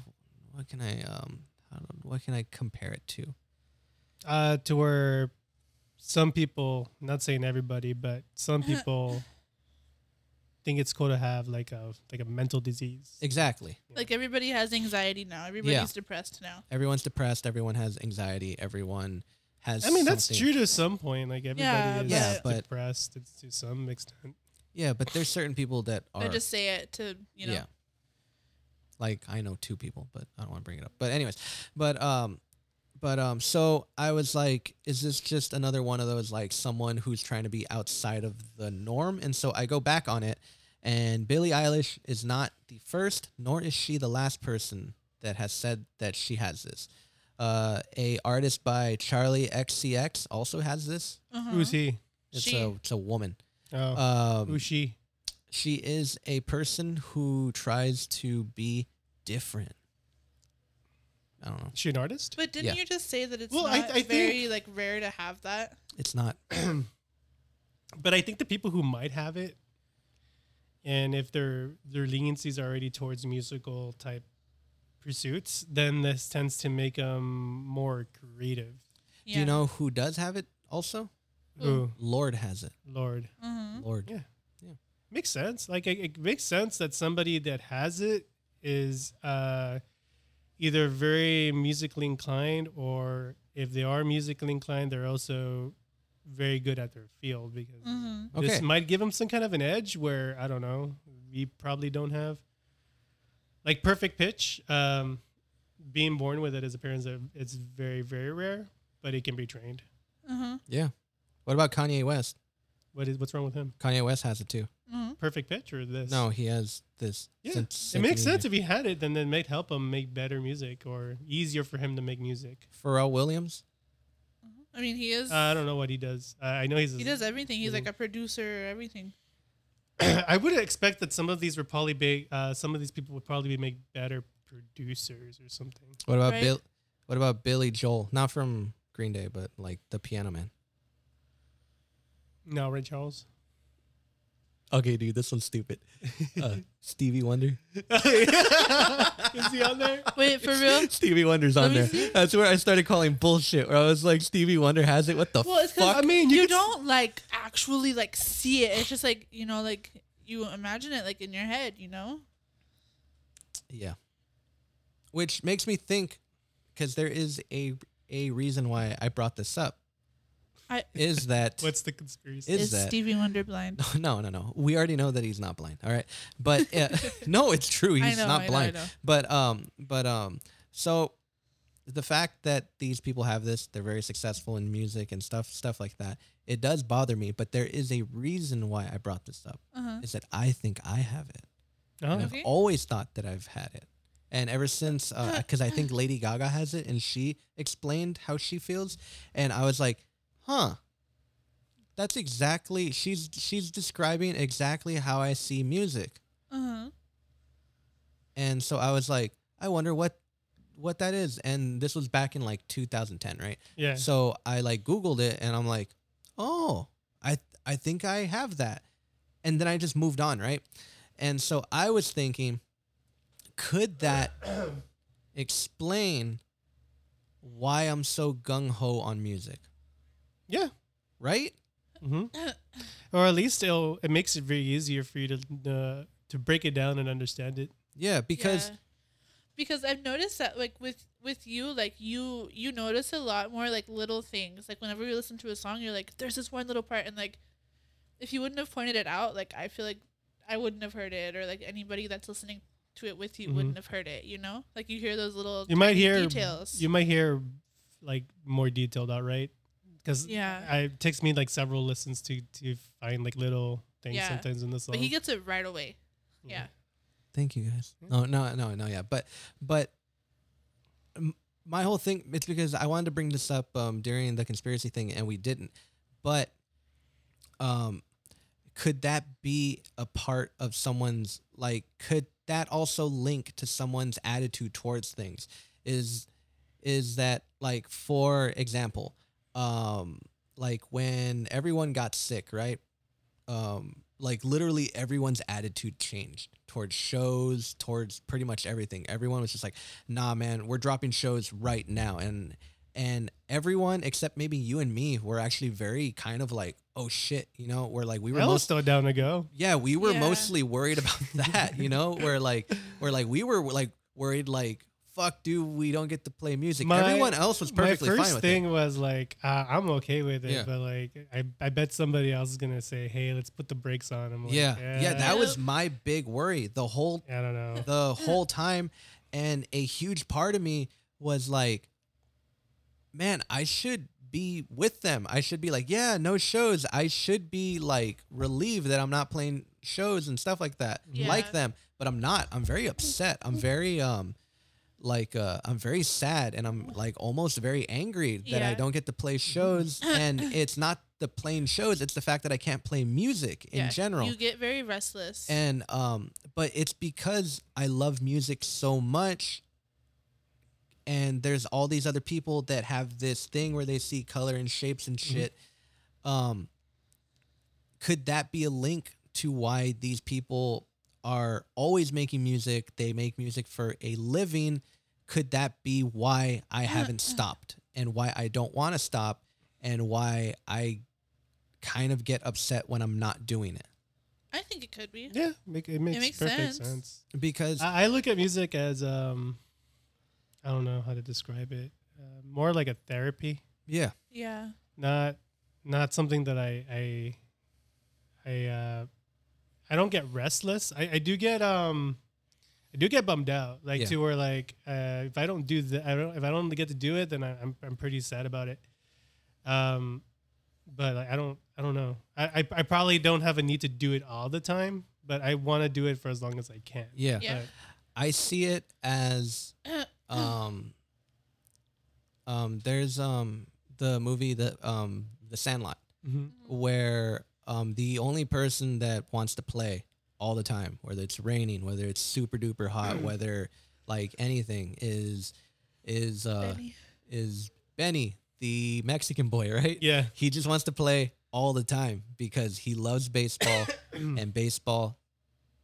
what can I um I don't, what can I compare it to? Uh, to where some people, not saying everybody, but some people think it's cool to have like a like a mental disease. Exactly. like everybody has anxiety now. Everybody's depressed now. Everyone's depressed. Everyone has anxiety. Everyone has. I mean, that's something. true to some point. Like everybody Yeah, is Yeah, but- depressed it's to some extent. Yeah, but there's certain people that are. I just say it to you know. Yeah. Like I know two people, but I don't want to bring it up. But anyways, but um, but um, so I was like, is this just another one of those like someone who's trying to be outside of the norm? And so I go back on it, and Billie Eilish is not the first, nor is she the last person that has said that she has this. Uh, a artist by Charlie XCX also has this. Uh-huh. Who's he? It's She. a it's a woman. Oh, Um, who's she? she is a person who tries to be different. I don't know. Is she an artist? But didn't Yeah. you just say that it's Well, not I- I think- very like rare to have that? It's not. But I think the people who might have it, and if their their leniencies are already towards musical type pursuits, then this tends to make them more creative. Yeah. Do you know who does have it also? Oh Lord has it. Lord, Mhm. Lord. Yeah. makes sense. Like it, it makes sense that somebody that has it is uh, either very musically inclined, or if they are musically inclined, they're also very good at their field because Mhm. This Okay. might give him some kind of an edge where I don't know. We probably don't have like perfect pitch. Um, being born with it is appearance of it's very very rare, but it can be trained. Mhm. Yeah. What about Kanye West? What is what's wrong with him? Kanye West has it too. Mhm. Perfect pitch or this? No, he has this. Yeah, since- it makes since sense if he had it, then it might help him make better music or easier for him to make music. Pharrell Williams. I mean, he is. Uh, I don't know what he does. I I know he's. he does everything. He's like a producer. Everything. I would expect that some of these were probably be, uh, some of these people would probably be make better producers or something. What about Right. Bill? What about Billy Joel? Not from Green Day, but like the Piano Man. No, Ray Charles. Okay, dude, this one's stupid. Uh, Stevie Wonder. Is he on there? Wait, for real? Stevie Wonder's Let on me there. see. That's where I started calling bullshit. Where I was like, Stevie Wonder has it. What the Well, it's fuck? because I mean, you you could s- don't like actually like see it. It's just like you know, like you imagine it like in your head. You know. Yeah. Which makes me think, because there is a a reason why I brought this up. I- is that What's the conspiracy? Is Is, that- Stevie Wonder blind? No, no, no. We already know that he's not blind. All right, but uh, no, it's true. I He's know, not I know, I blind. know. But um, but um, so the fact that these people have this, they're very successful in music and stuff, stuff like that. It does bother me, but there is a reason why I brought this up. Uh-huh. Is that I think I have it. And Oh, I've Okay. always thought that I've had it. And ever since, because I think Lady Gaga has it and she explained how she feels. And I was like, huh, that's exactly, she's, she's describing exactly how I see music. Uh-huh. And so I was like, I wonder what, what that is. And this was back in like 2010, right? yeah. So I like Googled it and I'm like, oh, I I think I have that. And then I just moved on, right? And so I was thinking, could that explain why I'm so gung ho on music? yeah. Right? hmm or at least it'll, it makes it very easier for you to uh, to break it down and understand it. Yeah, because Yeah. because I've noticed that like with with you like you you notice a lot more like little things like whenever you listen to a song you're like there's this one little part and like if you wouldn't have pointed it out like I feel like I wouldn't have heard it or like anybody that's listening to it with you Mm-hmm. Mhm. wouldn't have heard it you know like you hear those little You might tiny hear details You might hear like more detailed out, right? Because Yeah. I, it takes me like several listens to to find like little things Yeah. sometimes in the song. but he gets it right away yeah thank you guys. No, no, no, no, yeah. But but m- my whole thing it's because I wanted to bring this up um during the conspiracy thing and we didn't. But um could that be a part of someone's like could that also link to someone's attitude towards things is is that like for example um like when everyone got sick right um like literally everyone's attitude changed towards shows towards pretty much everything everyone was just like nah man we're dropping shows right now and and everyone except maybe you and me were actually very kind of like oh shit you know we're like we were I was most still down to go. yeah, we were Yeah. mostly worried about that, you know, where like where like we were like worried like fuck dude, we don't get to play music. My- Everyone else was perfectly My first fine with thing it. was like, uh, I'm okay with it, Yeah. but like, I, I bet somebody else is gonna say, hey, let's put the brakes on. I'm like, Yeah. Yeah, that was Yep. my big worry the whole I don't know. the whole time and a huge part of me was like man, I should be with them. I should be like, yeah, no shows. I should be like relieved that I'm not playing shows and stuff like that, like Yeah. them. But I'm not. I'm very upset. I'm very um, like uh, I'm very sad, and I'm like almost very angry that I Yeah. don't get to play shows. and it's not the playing shows; it's the fact that I can't play music in Yeah. general. you get very restless And um, but it's because I love music so much. And there's all these other people that have this thing where they see color and shapes and shit. Um, could that be a link to why these people are always making music? They make music for a living. Could that be why I haven't stopped and why I don't want to stop and why I kind of get upset when I'm not doing it? I think it could be yeah, make, it makes, makes perfect sense. sense. Because I, I look at music as um, I don't know how to describe it. Uh, more like a therapy, yeah. yeah not not something that I I I uh, I don't get restless. I, I do get um. I do get bummed out, like Yeah. to where like uh, if I don't do that, I don't if I don't get to do it, then I, I'm I'm pretty sad about it. Um, but like, I don't I don't know. I, I, I probably don't have a need to do it all the time, but I want to do it for as long as I can. Yeah. Yeah. I see it as um um there's um the movie the um The Sandlot Mhm. where um the only person that wants to play all the time, whether it's raining, whether it's super duper hot, whether like anything is is uh Benny. is Benny, the Mexican boy, right? Yeah. He just wants to play all the time because he loves baseball and baseball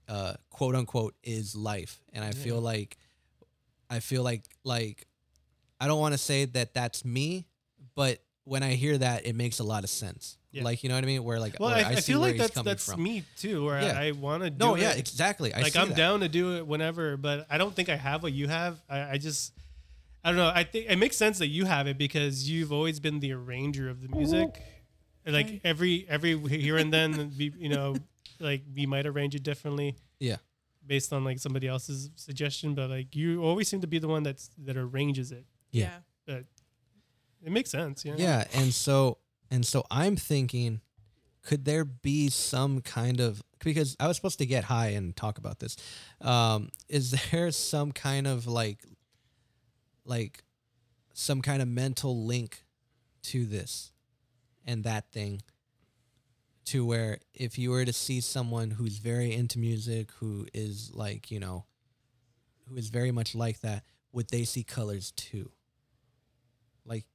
uh quote unquote is life. And I feel like I feel like like I don't want to say that that's me, but when I hear that it makes a lot of sense. Yeah. Like you know what I mean? Where like Well, where I, I, I see feel where like he's that's coming that's from. me too, where Yeah. I, want to do No, it. yeah, exactly. I like see I'm that. down to do it whenever, but I don't think I have what you have. I, I just I don't know. I think it makes sense that you have it because you've always been the arranger of the music. Like every every here and then, we, you know, like we might arrange it differently. Yeah. Based on like somebody else's suggestion, but like you always seem to be the one that's that arranges it. Yeah. yeah. It makes sense. Yeah. Yeah, and so and so I'm thinking, could there be some kind of because I was supposed to get high and talk about this. Um, is there some kind of like, like, some kind of mental link to this and that thing? To where if you were to see someone who's very into music, who is like you know, who is very much like that, would they see colors too? Like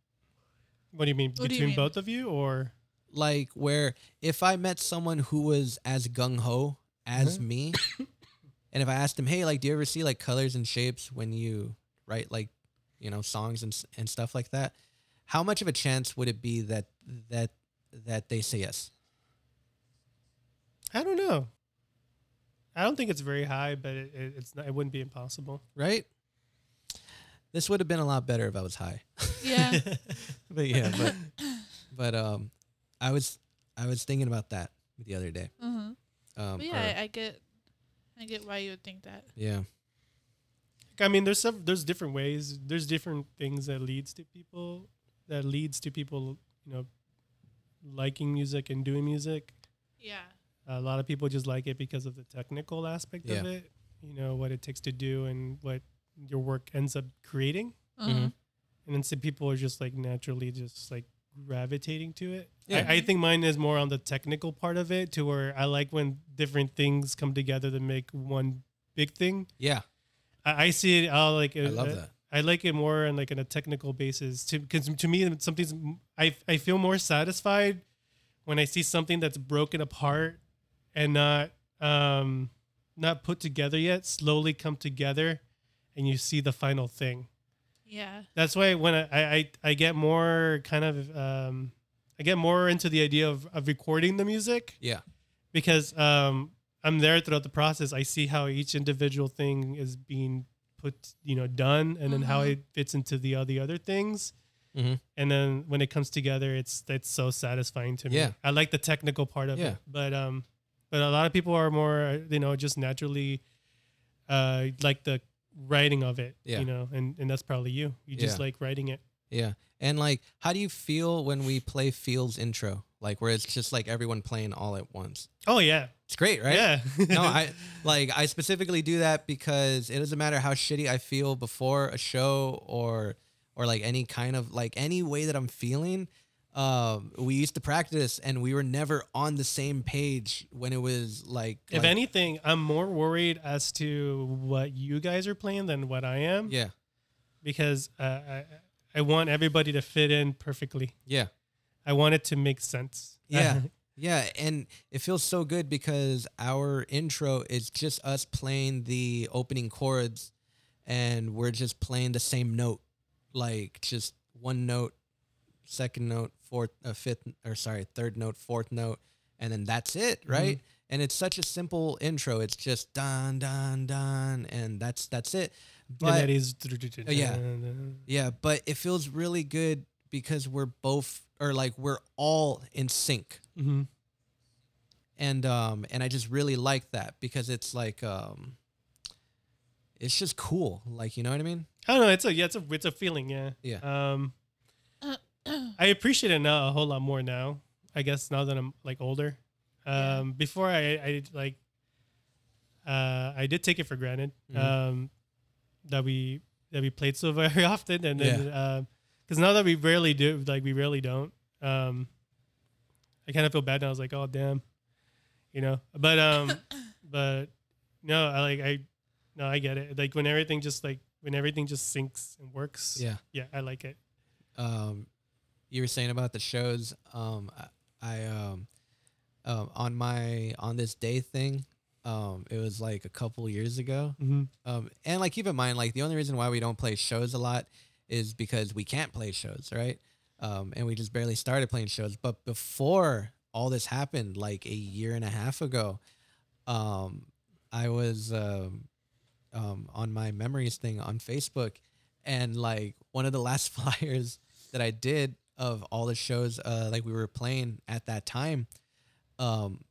What do you mean What do you between mean? both of you, or like where if I met someone who was as gung ho as me, and if I asked them, hey, like, do you ever see like colors and shapes when you write like, you know, songs and s- and stuff like that? How much of a chance would it be that that that they say yes? I don't know. I don't think it's very high, but it, it, it's not, it wouldn't be impossible. Right? This would have been a lot better if I was high. Yeah. but yeah, but but um, I was I was thinking about that the other day. Mhm. Um, But or- yeah, I, I get, I get why you would think that. yeah, I mean, there's sev- there's different ways. There's different things that leads to people that leads to people, you know, liking music and doing music. Yeah. A lot of people just like it because of the technical aspect of Yeah. it. You know what it takes to do and what your work ends up creating. Uh-huh. Mhm. And then some people are just like naturally just like gravitating to it. Yeah. I, I think mine is more on the technical part of it, to where I like when different things come together to make one big thing. yeah, I, I see it. I'll like. uh, I love that. I like it more on like on a technical basis too, because to me, something's I I feel more satisfied when I see something that's broken apart and not um not put together yet, slowly come together, and you see the final thing. Yeah. That's why when I I, I- I get more kind of um I get more into the idea of, of recording the music yeah, because um, I'm there throughout the process. I see how each individual thing is being put, you know, done, and then how Mm-hmm. Mhm. it fits into the all the other things. Mhm. And then when it comes together, it's that's so satisfying to me. Yeah. I like the technical part of Yeah. it, but um, but a lot of people are more, uh, you know, just naturally, uh, like the writing of it. Yeah. You know, and and that's probably you. You just Yeah. like writing it. Yeah. And like, how do you feel when we play Fields intro? Like where it's just like everyone playing all at once. Oh yeah. It's great, right? Yeah. no, I like I specifically do that because it doesn't matter how shitty I feel before a show or or like any kind of like any way that I'm feeling. Um, we used to practice and we were never on the same page when it was like If like- anything, I'm more worried as to what you guys are playing than what I am. Yeah. because uh, I I want everybody to fit in perfectly. Yeah. I want it to make sense. Yeah. Yeah, and it feels so good because our intro is just us playing the opening chords and we're just playing the same note. Like just one note, second note, fourth, uh, fifth, or sorry, third note, fourth note, and then that's it, Mm-hmm. right? And it's such a simple intro. It's just dun dun dun and that's that's it. and that But Oh, is yeah. yeah, but it feels really good because we're both or like we're all in sync Mhm. and um and I just really like that because it's like um it's just cool like you know what I mean I don't know. It's a yeah. It's a it's a feeling. Yeah. Yeah. Um, I appreciate it now a whole lot more now. I guess now that I'm like older. Um, Before I, I like, uh, I did take it for granted Mhm. um, that we that we played so very often, and then because now that we rarely do, like we rarely don't. Um, I kind of feel bad now. I was like, oh damn, you know. But um, but no, I like I no, I get it. Like when everything just like when everything just syncs and works. Yeah. yeah, I like it. um, you were saying about the shows. Um, I, I um, um, on my on this day thing, um, it was like a couple years ago. Mm-hmm. Um, and like keep in mind, like the only reason why we don't play shows a lot is because we can't play shows, right? Um, and we just barely started playing shows. But before all this happened, like a year and a half ago, um, I was um, um, on my memories thing on Facebook, and like one of the last flyers that I did of all the shows, uh, like we were playing at that time, um,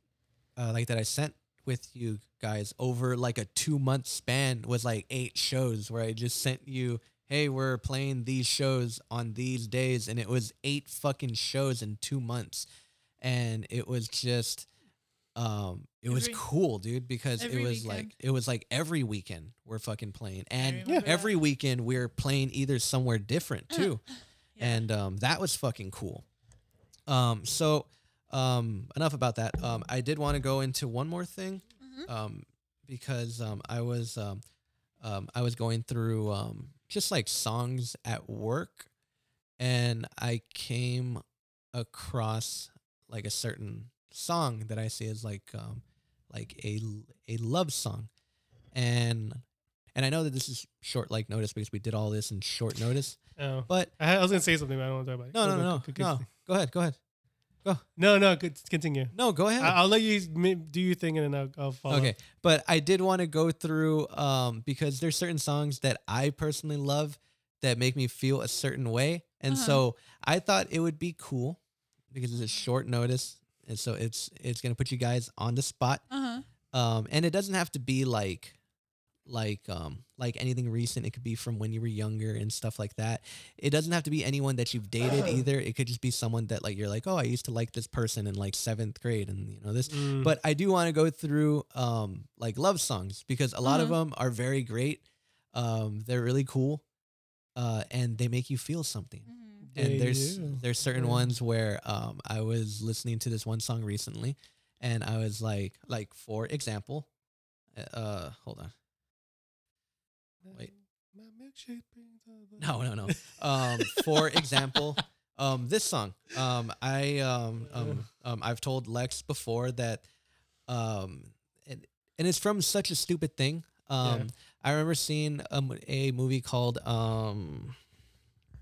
uh, like that I sent with you guys over like a two month span was like eight shows where I just sent you, hey, we're playing these shows on these days. And it was eight fucking shows in two months. And it was just, um, it was Every- cool, dude, because it every was weekend. like, it was like every weekend we're fucking playing. And remember that. every weekend we're playing either somewhere different too Uh, Yeah. and um, that was fucking cool. Um, so um, enough about that. Um, I did want to go into one more thing Mhm. um, because um, I was um, um, I was going through um, just like songs at work, and I came across like a certain song that I see as like um, like a a love song, and and I know that this is short like notice because we did all this in short notice, Oh, but I, I was gonna say something, but I don't want to talk about it. no, no, no, Go- go- no. Go ahead, go ahead. no, no. good- Continue. No, go ahead. I, I'll let you mi- do your thing, and then I'll, I'll follow. okay, but I did want to go through um, because there's certain songs that I personally love that make me feel a certain way, and Uh-huh. so I thought it would be cool because it's a short notice, and so it's it's gonna put you guys on the spot. Uh huh. Um, and it doesn't have to be like like um like anything recent it could be from when you were younger and stuff like that it doesn't have to be anyone that you've dated either it could just be someone that like you're like oh i used to like this person in like seventh grade and you know this Mm. but I do want to go through um like love songs because a lot of Mm-hmm. them are very great. Um, they're really cool, uh, and they make you feel something. Mhm. They and there's do. there's certain Yeah. ones where um I was listening to this one song recently, and I was like like for example, uh hold on wait. My milkshake brings all the- no no no um for example um this song um I um um, um I've told Lex before that um and, and it's from such a stupid thing um Yeah. I remember seeing a, mo- a movie called um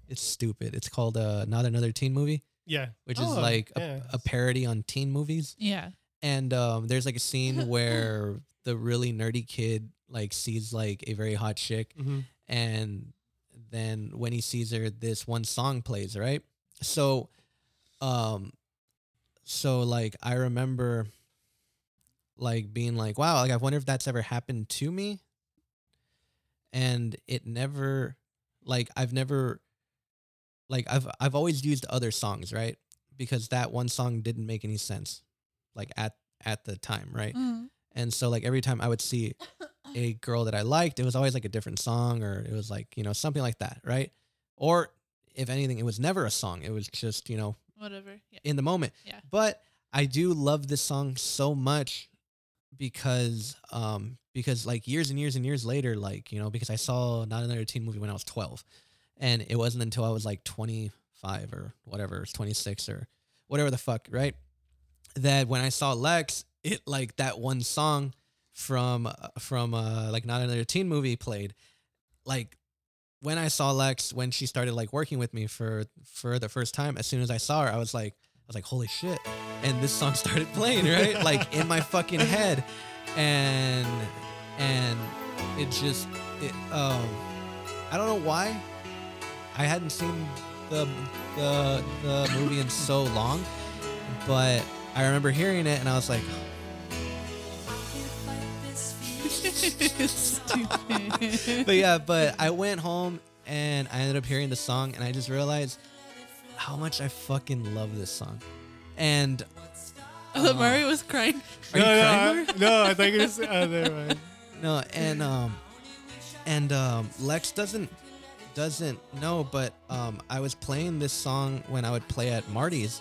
it's stupid it's called uh not another teen movie Yeah, which is Oh, like yeah. a, a parody on teen movies Yeah. and um, there's like a scene where the really nerdy kid like sees like a very hot chick Mhm. and then when he sees her this one song plays right so um so like i remember like being like wow like i wonder if that's ever happened to me and it never like i've never like i've i've always used other songs right because that one song didn't make any sense like at at the time right Mhm. and so like every time I would see a girl that I liked, it was always like a different song or it was like, you know, something like that, right? Or if anything, it was never a song. It was just, you know, Whatever. Yeah. in the moment. Yeah. But I do love this song so much because um because like years and years and years later, like, you know, because I saw not another teen movie when I was twelve. And it wasn't until I was like twenty five or whatever, twenty six or whatever the fuck, right? That when I saw Lex, it like that one song from from uh like not another teen movie played. Like when I saw Lex when she started like working with me for for the first time, as soon as I saw her, I was like I was like, holy shit. And this song started playing, right? like in my fucking head. And and it just it um I don't know why. I hadn't seen the the the movie in so long, but I remember hearing it and I was like, Stupid. but yeah, but I went home and I ended up hearing the song and I just realized how much I fucking love this song. and Oh, Murray was crying. are you crying? no, I, no, I think it's. Oh, never mind. No, and um, and um, Lex doesn't doesn't know, but um, I was playing this song when I would play at Marty's,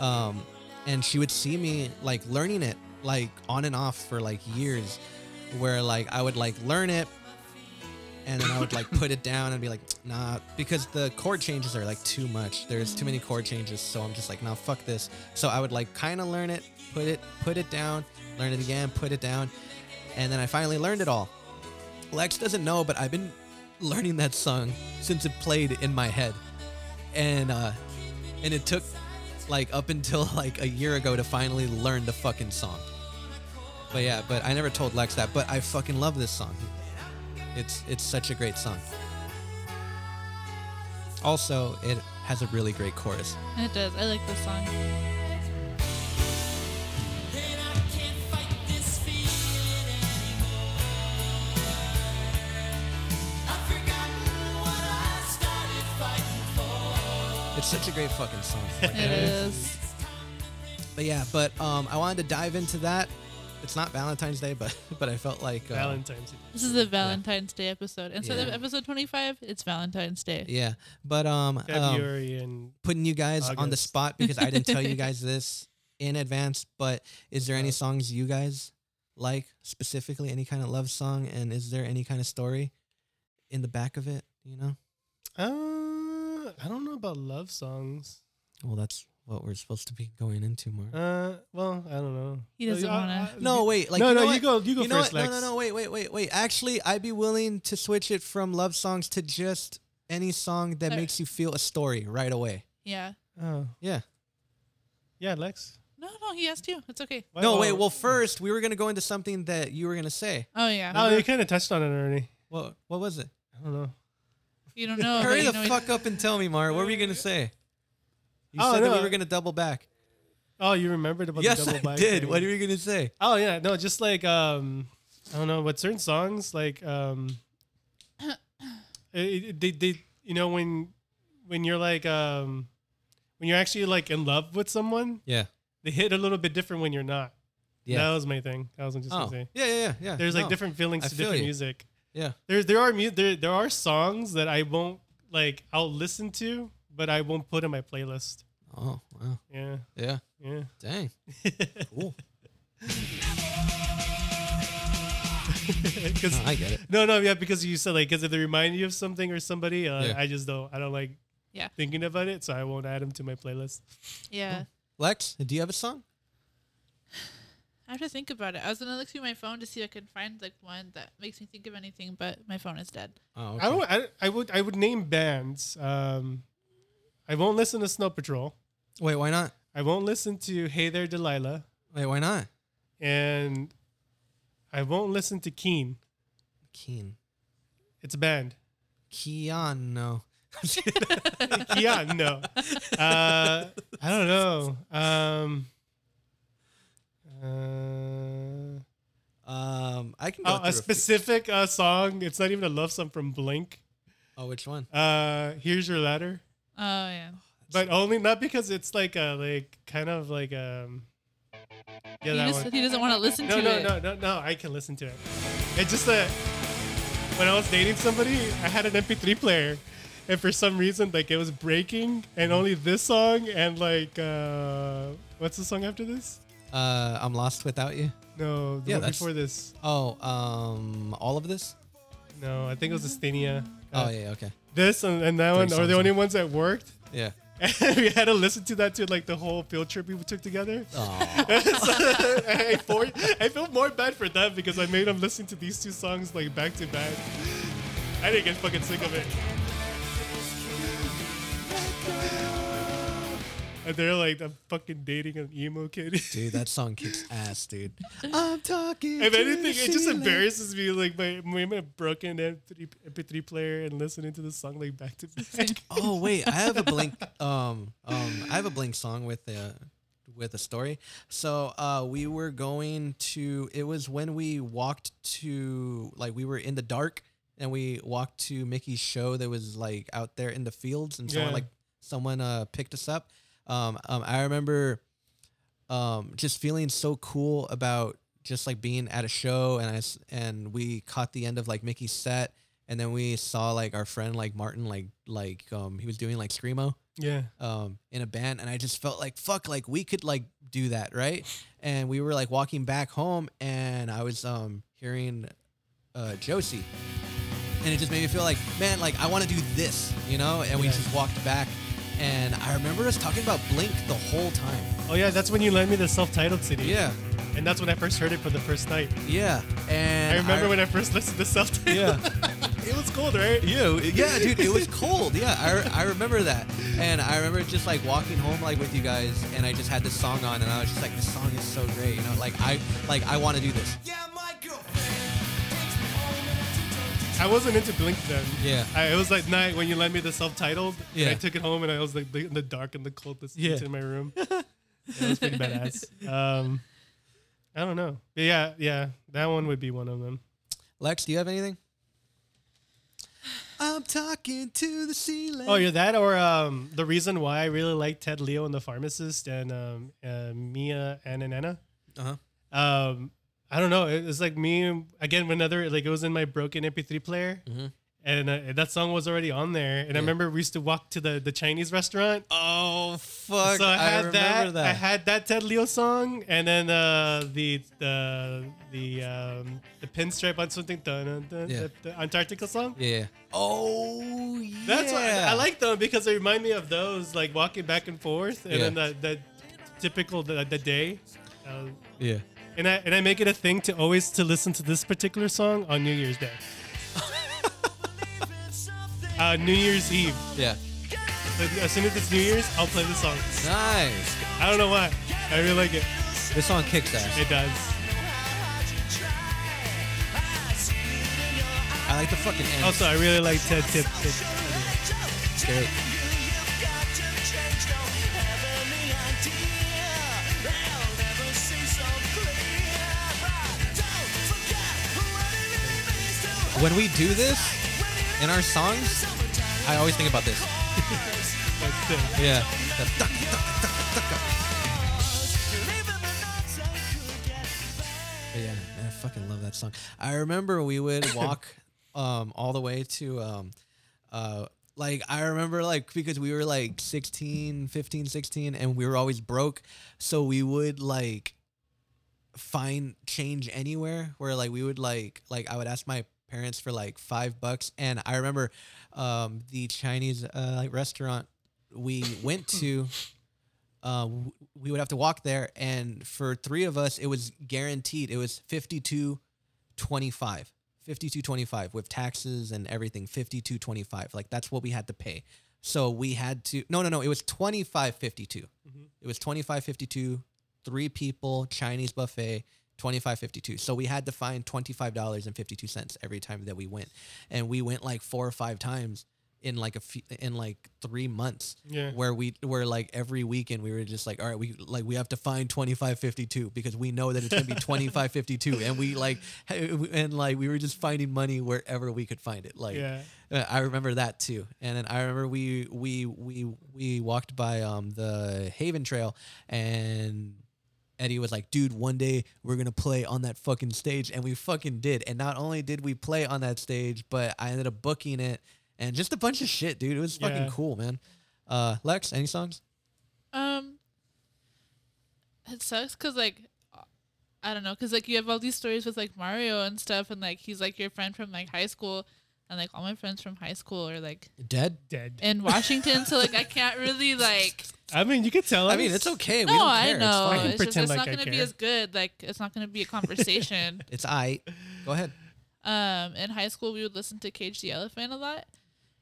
um, and she would see me like learning it like on and off for like years, where like I would like learn it, and then I would like put it down and be like, nah, because the chord changes are like too much. There's too many chord changes, so I'm just like, nah, fuck this. So I would like kind of learn it, put it, put it down, learn it again, put it down, and then I finally learned it all. Lex doesn't know, but I've been learning that song since it played in my head, and uh, and it took like up until like a year ago to finally learn the fucking song. But yeah, but I never told Lex that, but I fucking love this song. It's it's such a great song. Also, it has a really great chorus. It does. I like this song. It's such a great fucking song. Like, It is. but yeah, but um, I wanted to dive into that. It's not Valentine's Day, but but I felt like uh, Valentine's. Day. This is a Valentine's Day episode. Instead of Yeah. episode 25, it's Valentine's Day. yeah. But um, um, February and putting you guys on the August. spot because I didn't tell you guys this in advance. But is there any songs you guys like specifically? Any kind of love song, and is there any kind of story in the back of it? You know. uh, I don't know about love songs. Well, that's what we're supposed to be going into more. Uh, well, I don't know. He doesn't Uh, wanna- I- no, wait. Like no, you no, know you what? go, you go You know first, what? Lex. No, no, no. Wait, wait, wait, wait. Actually, I'd be willing to switch it from love songs to just any song that Alright. makes you feel a story right away. Yeah. Oh, Yeah. yeah, Lex. No, no, he asked you. It's okay. Why- No, why- wait. Well, first we were gonna go into something that you were gonna say. Oh, yeah. oh, you kind of touched on it already. What? What was it? I don't know. You don't know. but Hurry Oh, the you know he- fuck up and tell me, Mara. What were you gonna say? You Oh, said that no. we were gonna double back. Oh, you remembered about yes, the I double back did. thing. What are you gonna say? Oh yeah, no, just like um, I don't know, what certain songs like um, it, it- they they you know when when you're like um, when you're actually like in love with someone, Yeah. they hit a little bit different when you're not. Yeah. that was my thing. I was just Oh. gonna say. Yeah, yeah, yeah, yeah. There's like No. different feelings I to feel different you. music. Yeah. There there are mu- there there are songs that I won't like. I'll listen to, but I won't put in my playlist. Oh wow. Yeah, Yeah. yeah. Dang. Cool. Because No, I get it. No, no, yeah, because you said like, because if they remind you of something or somebody, uh, Yeah. I just don't, I don't like, Yeah. thinking about it, so I won't add them to my playlist. Yeah. Lex, do you have a song? I have to think about it. I was gonna look through my phone to see if I could find like one that makes me think of anything, but my phone is dead. Oh, I don't, I, I would, I would name bands. Um, I won't listen to Snow Patrol. Wait, why not? I won't listen to Hey There Delilah, Wait, why not? and I won't listen to Keen. Keen. It's a band. Keanu. yeah, no. Uh, I don't know. Um, uh, Um, I can go Oh, through a a few- specific uh, song. It's not even a love song from Blink. Oh, which one? Uh, Here's your letter, Oh yeah. but only not because it's like a like kind of like um. Yeah, he, that just, one. he doesn't want to listen No, to no, it. no, no, no. I can listen to it. It's just that when I was dating somebody, I had an MP3 player, and for some reason, like it was breaking, Mm-hmm. and only this song and like uh, what's the song after this? Uh, I'm lost without you. No, the Yeah, one that's- before this. Oh, um, all of this. No, I think it was Astenia. Oh yeah, okay, This and, and that one are songs the only left. ones that worked. yeah. And we had to listen to that to like the whole field trip we took together. Oh, So, I, for, I feel more bad for them because I made them listen to these two songs like back to back. I didn't get fucking sick of it. And they're like, I'm fucking dating an emo kid. dude, that song kicks ass, dude. I'm talking. if to anything, it just Sheila. embarrasses me. Like my, my my broken MP3, MP3 player and listening to the song like back to back. Oh wait, I have a blink. Um, um, I have a blink song with a with a story. So uh, we were going to. It was when we walked to like we were in the dark and we walked to Mickey's show that was like out there in the fields and someone Yeah. like someone uh picked us up. Um, um, I remember um, just feeling so cool about just like being at a show and I s- and we caught the end of like Mickey's set and then we saw like our friend like Martin like like um he was doing like screamo Yeah. um in a band and I just felt like fuck like we could like do that right and we were like walking back home and I was um hearing uh Josie and it just made me feel like man like I want to do this you know and we Yeah. just walked back and I remember us talking about Blink the whole time Oh yeah, that's when you lent me the self-titled CD. yeah And that's when I first heard it for the first night. yeah and I remember when I first listened to self-titled. it was cold, right? Yeah, yeah, dude, it was cold. Yeah, I, I remember that, and I remember just like walking home like with you guys, and I just had this song on, and I was just like, this song is so great, you know, like I like I want to do this. I wasn't into Blink then. Yeah. I, it was like night when you lent me the self-titled. and Yeah. I took it home and I was like in the dark and the cold listening Yeah. to it in my room. yeah, it was pretty badass. Um, I don't know. But yeah, yeah, that one would be one of them. Lex, do you have anything? I'm talking to the ceiling. Oh, yeah, that or um, the reason why I really like Ted Leo and the Pharmacist and um, uh, Mia Ananana. Uh-huh. Um, I don't know. It was like me again. Another like it was in my broken MP3 player, Mhm. and uh, that song was already on there. And Yeah. I remember we used to walk to the the Chinese restaurant. Oh fuck! so I had remember that, I had that Ted Leo song, and then uh, the the the um, the pinstripe on something dun, dun, dun, Yeah. the, the Antarctica song. yeah. Oh yeah. That's why I, like them because they remind me of those, like walking back and forth, and Yeah. then that that typical the, the day. Uh, Yeah. and I and I make it a thing to always to listen to this particular song on New Year's Day. uh, New Year's Eve. Yeah. Like, As soon as it's New Year's, I'll play the song. Nice. I don't know why. I really like it. This song kicks ass. It does. I like the fucking end. Also, I really like Ted Tip. Tip. It's great. When we do this in our songs, I always think about this. That's it. Yeah. But yeah, man, I fucking love that song. I remember we would walk um, all the way to, um, uh, like, I remember, like, because we were like 16, 15, 16, and we were always broke. So we would, like, find change anywhere where, like, we would, like, like, I would ask my parents for like five bucks. And I remember um, the Chinese uh, like, restaurant we went to uh, w- we would have to walk there and for three of us it was guaranteed it was 52 25 52 25 with taxes and everything 52 25 like that's what we had to pay so we had to no no no it was 25 52 it was 25 52 three people chinese buffet 25 52 so we had to find $25.52 every time that we went and we went like four or five times in like a few, in like three months Yeah. where we where like every weekend we were just like all right we like we have to find 2552 because we know that it's gonna be 2552 and we like and like we were just finding money wherever we could find it like Yeah. uh, I remember that too, and then I remember we we we we walked by um the Haven Trail, and Eddie was like, "Dude, one day we're gonna play on that fucking stage," and we fucking did. And not only did we play on that stage, but I ended up booking it, and just a bunch of shit, dude. It was fucking Yeah. cool, man. Uh, Lex, any songs? Um, it sucks because like I don't know because like you have all these stories with like Mario and stuff, and like he's like your friend from like high school, and like all my friends from high school are like Dead. Dead. in Washington, so like I can't really like. I mean, you could tell. I us. mean, it's okay. We no, don't I care. know. It's I fine. can It's, just pretend it's like not I gonna be care. as good. Like it's not gonna be a conversation. It's I. Go ahead. um, in high school, we would listen to Cage the Elephant a lot,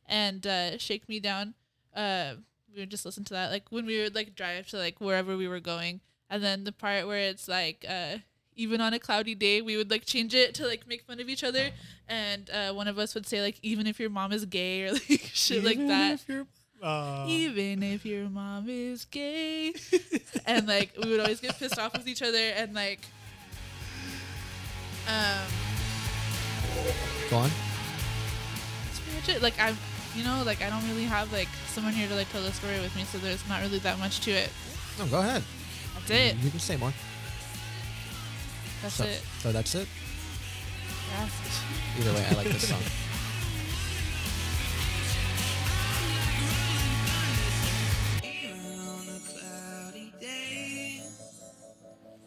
and uh, Shake Me Down. Uh, we would just listen to that, like when we would like drive to like wherever we were going, and then the part where it's like uh, even on a cloudy day, we would like change it to like make fun of each other, and uh, one of us would say like even if your mom is gay or like shit like Even that. if you're- uh, Even if your mom is gay, and like we would always get pissed off with each other, and like, um, Go on. that's pretty much it. Like I'm, you know, like I don't really have like someone here to like tell the story with me, so there's not really that much to it. No, go ahead. I That's it. You can say more. That's so, it. so that's it. Yeah. Either way, I like this song.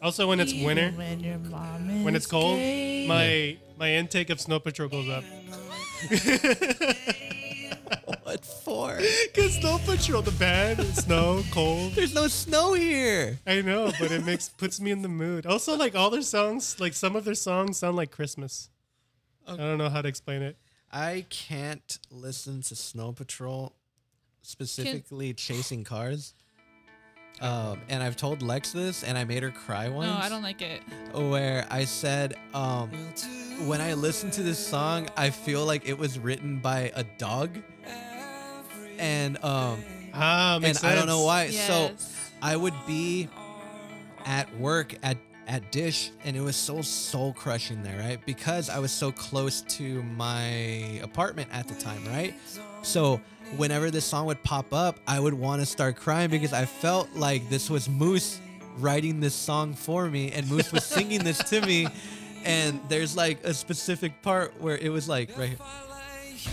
Also, when it's winter, when it's cold, my my intake of Snow Patrol goes up. what for? Cause Snow Patrol, the band, snow, cold. There's no snow here. I know, but it makes puts me in the mood. Also, like all their songs, like some of their songs sound like Christmas. I don't know how to explain it. I can't listen to Snow Patrol, specifically chasing cars. Um, and I've told Lex this, and I made her cry once. No, I don't like it. Where I said, um, when I listen to this song, I feel like it was written by a dog, and um, Ah, and makes I don't know sense. why. So Yes. I would be at work at at Dish, and it was so soul crushing there, right? Because I was so close to my apartment at the time, right? So whenever this song would pop up, I would want to start crying because I felt like this was Moose writing this song for me, and Moose was singing this to me. And there's like a specific part where it was like right here.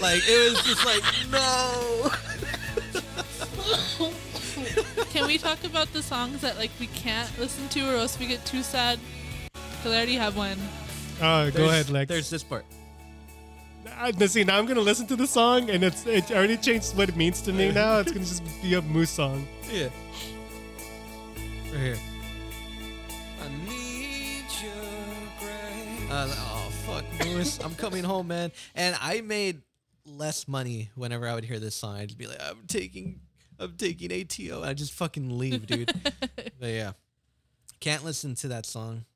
Like it was just like no. Can we talk about the songs that like we can't listen to or else we get too sad? Cause I already have one. Oh, go There's- ahead, Lex. There's this part. I, let's see, now I'm gonna listen to the song, and it's it already changed what it means to me. Now it's gonna just be a moose song. Yeah. Right here. I was like, oh fuck, Moose, I'm coming home, man. And I made less money whenever I would hear this song. I'd just be like, I'm taking, I'm taking ATO, and I just fucking leave, dude. but yeah, can't listen to that song.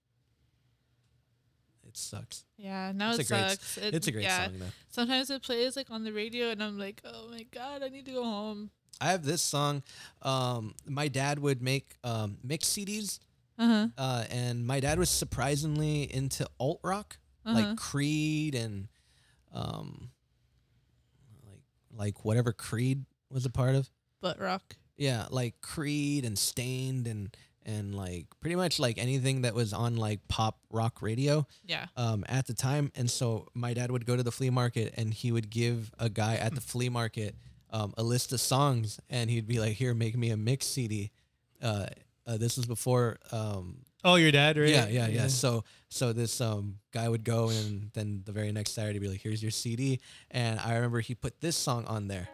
It sucks. Yeah, now It's it a great- sucks. It- it's a great yeah. song though. Sometimes it plays like on the radio, and I'm like, oh my god, I need to go home. I have this song. Um, my dad would make um, mix CDs Uh huh. uh, and my dad was surprisingly into alt rock, Uh-huh. like Creed and um, like like whatever Creed was a part of. Butt rock. Yeah, like Creed and Stained and and like pretty much like anything that was on like pop rock radio Yeah. um, at the time. And so my dad would go to the flea market and he would give a guy at the flea market um, a list of songs and he'd be like, "Here, make me a mix CD." Uh, uh, this was before um, Oh, your dad, right? yeah, yeah, yeah, So so this um guy would go and then the very next Saturday be like, "Here's your CD." And I remember he put this song on there.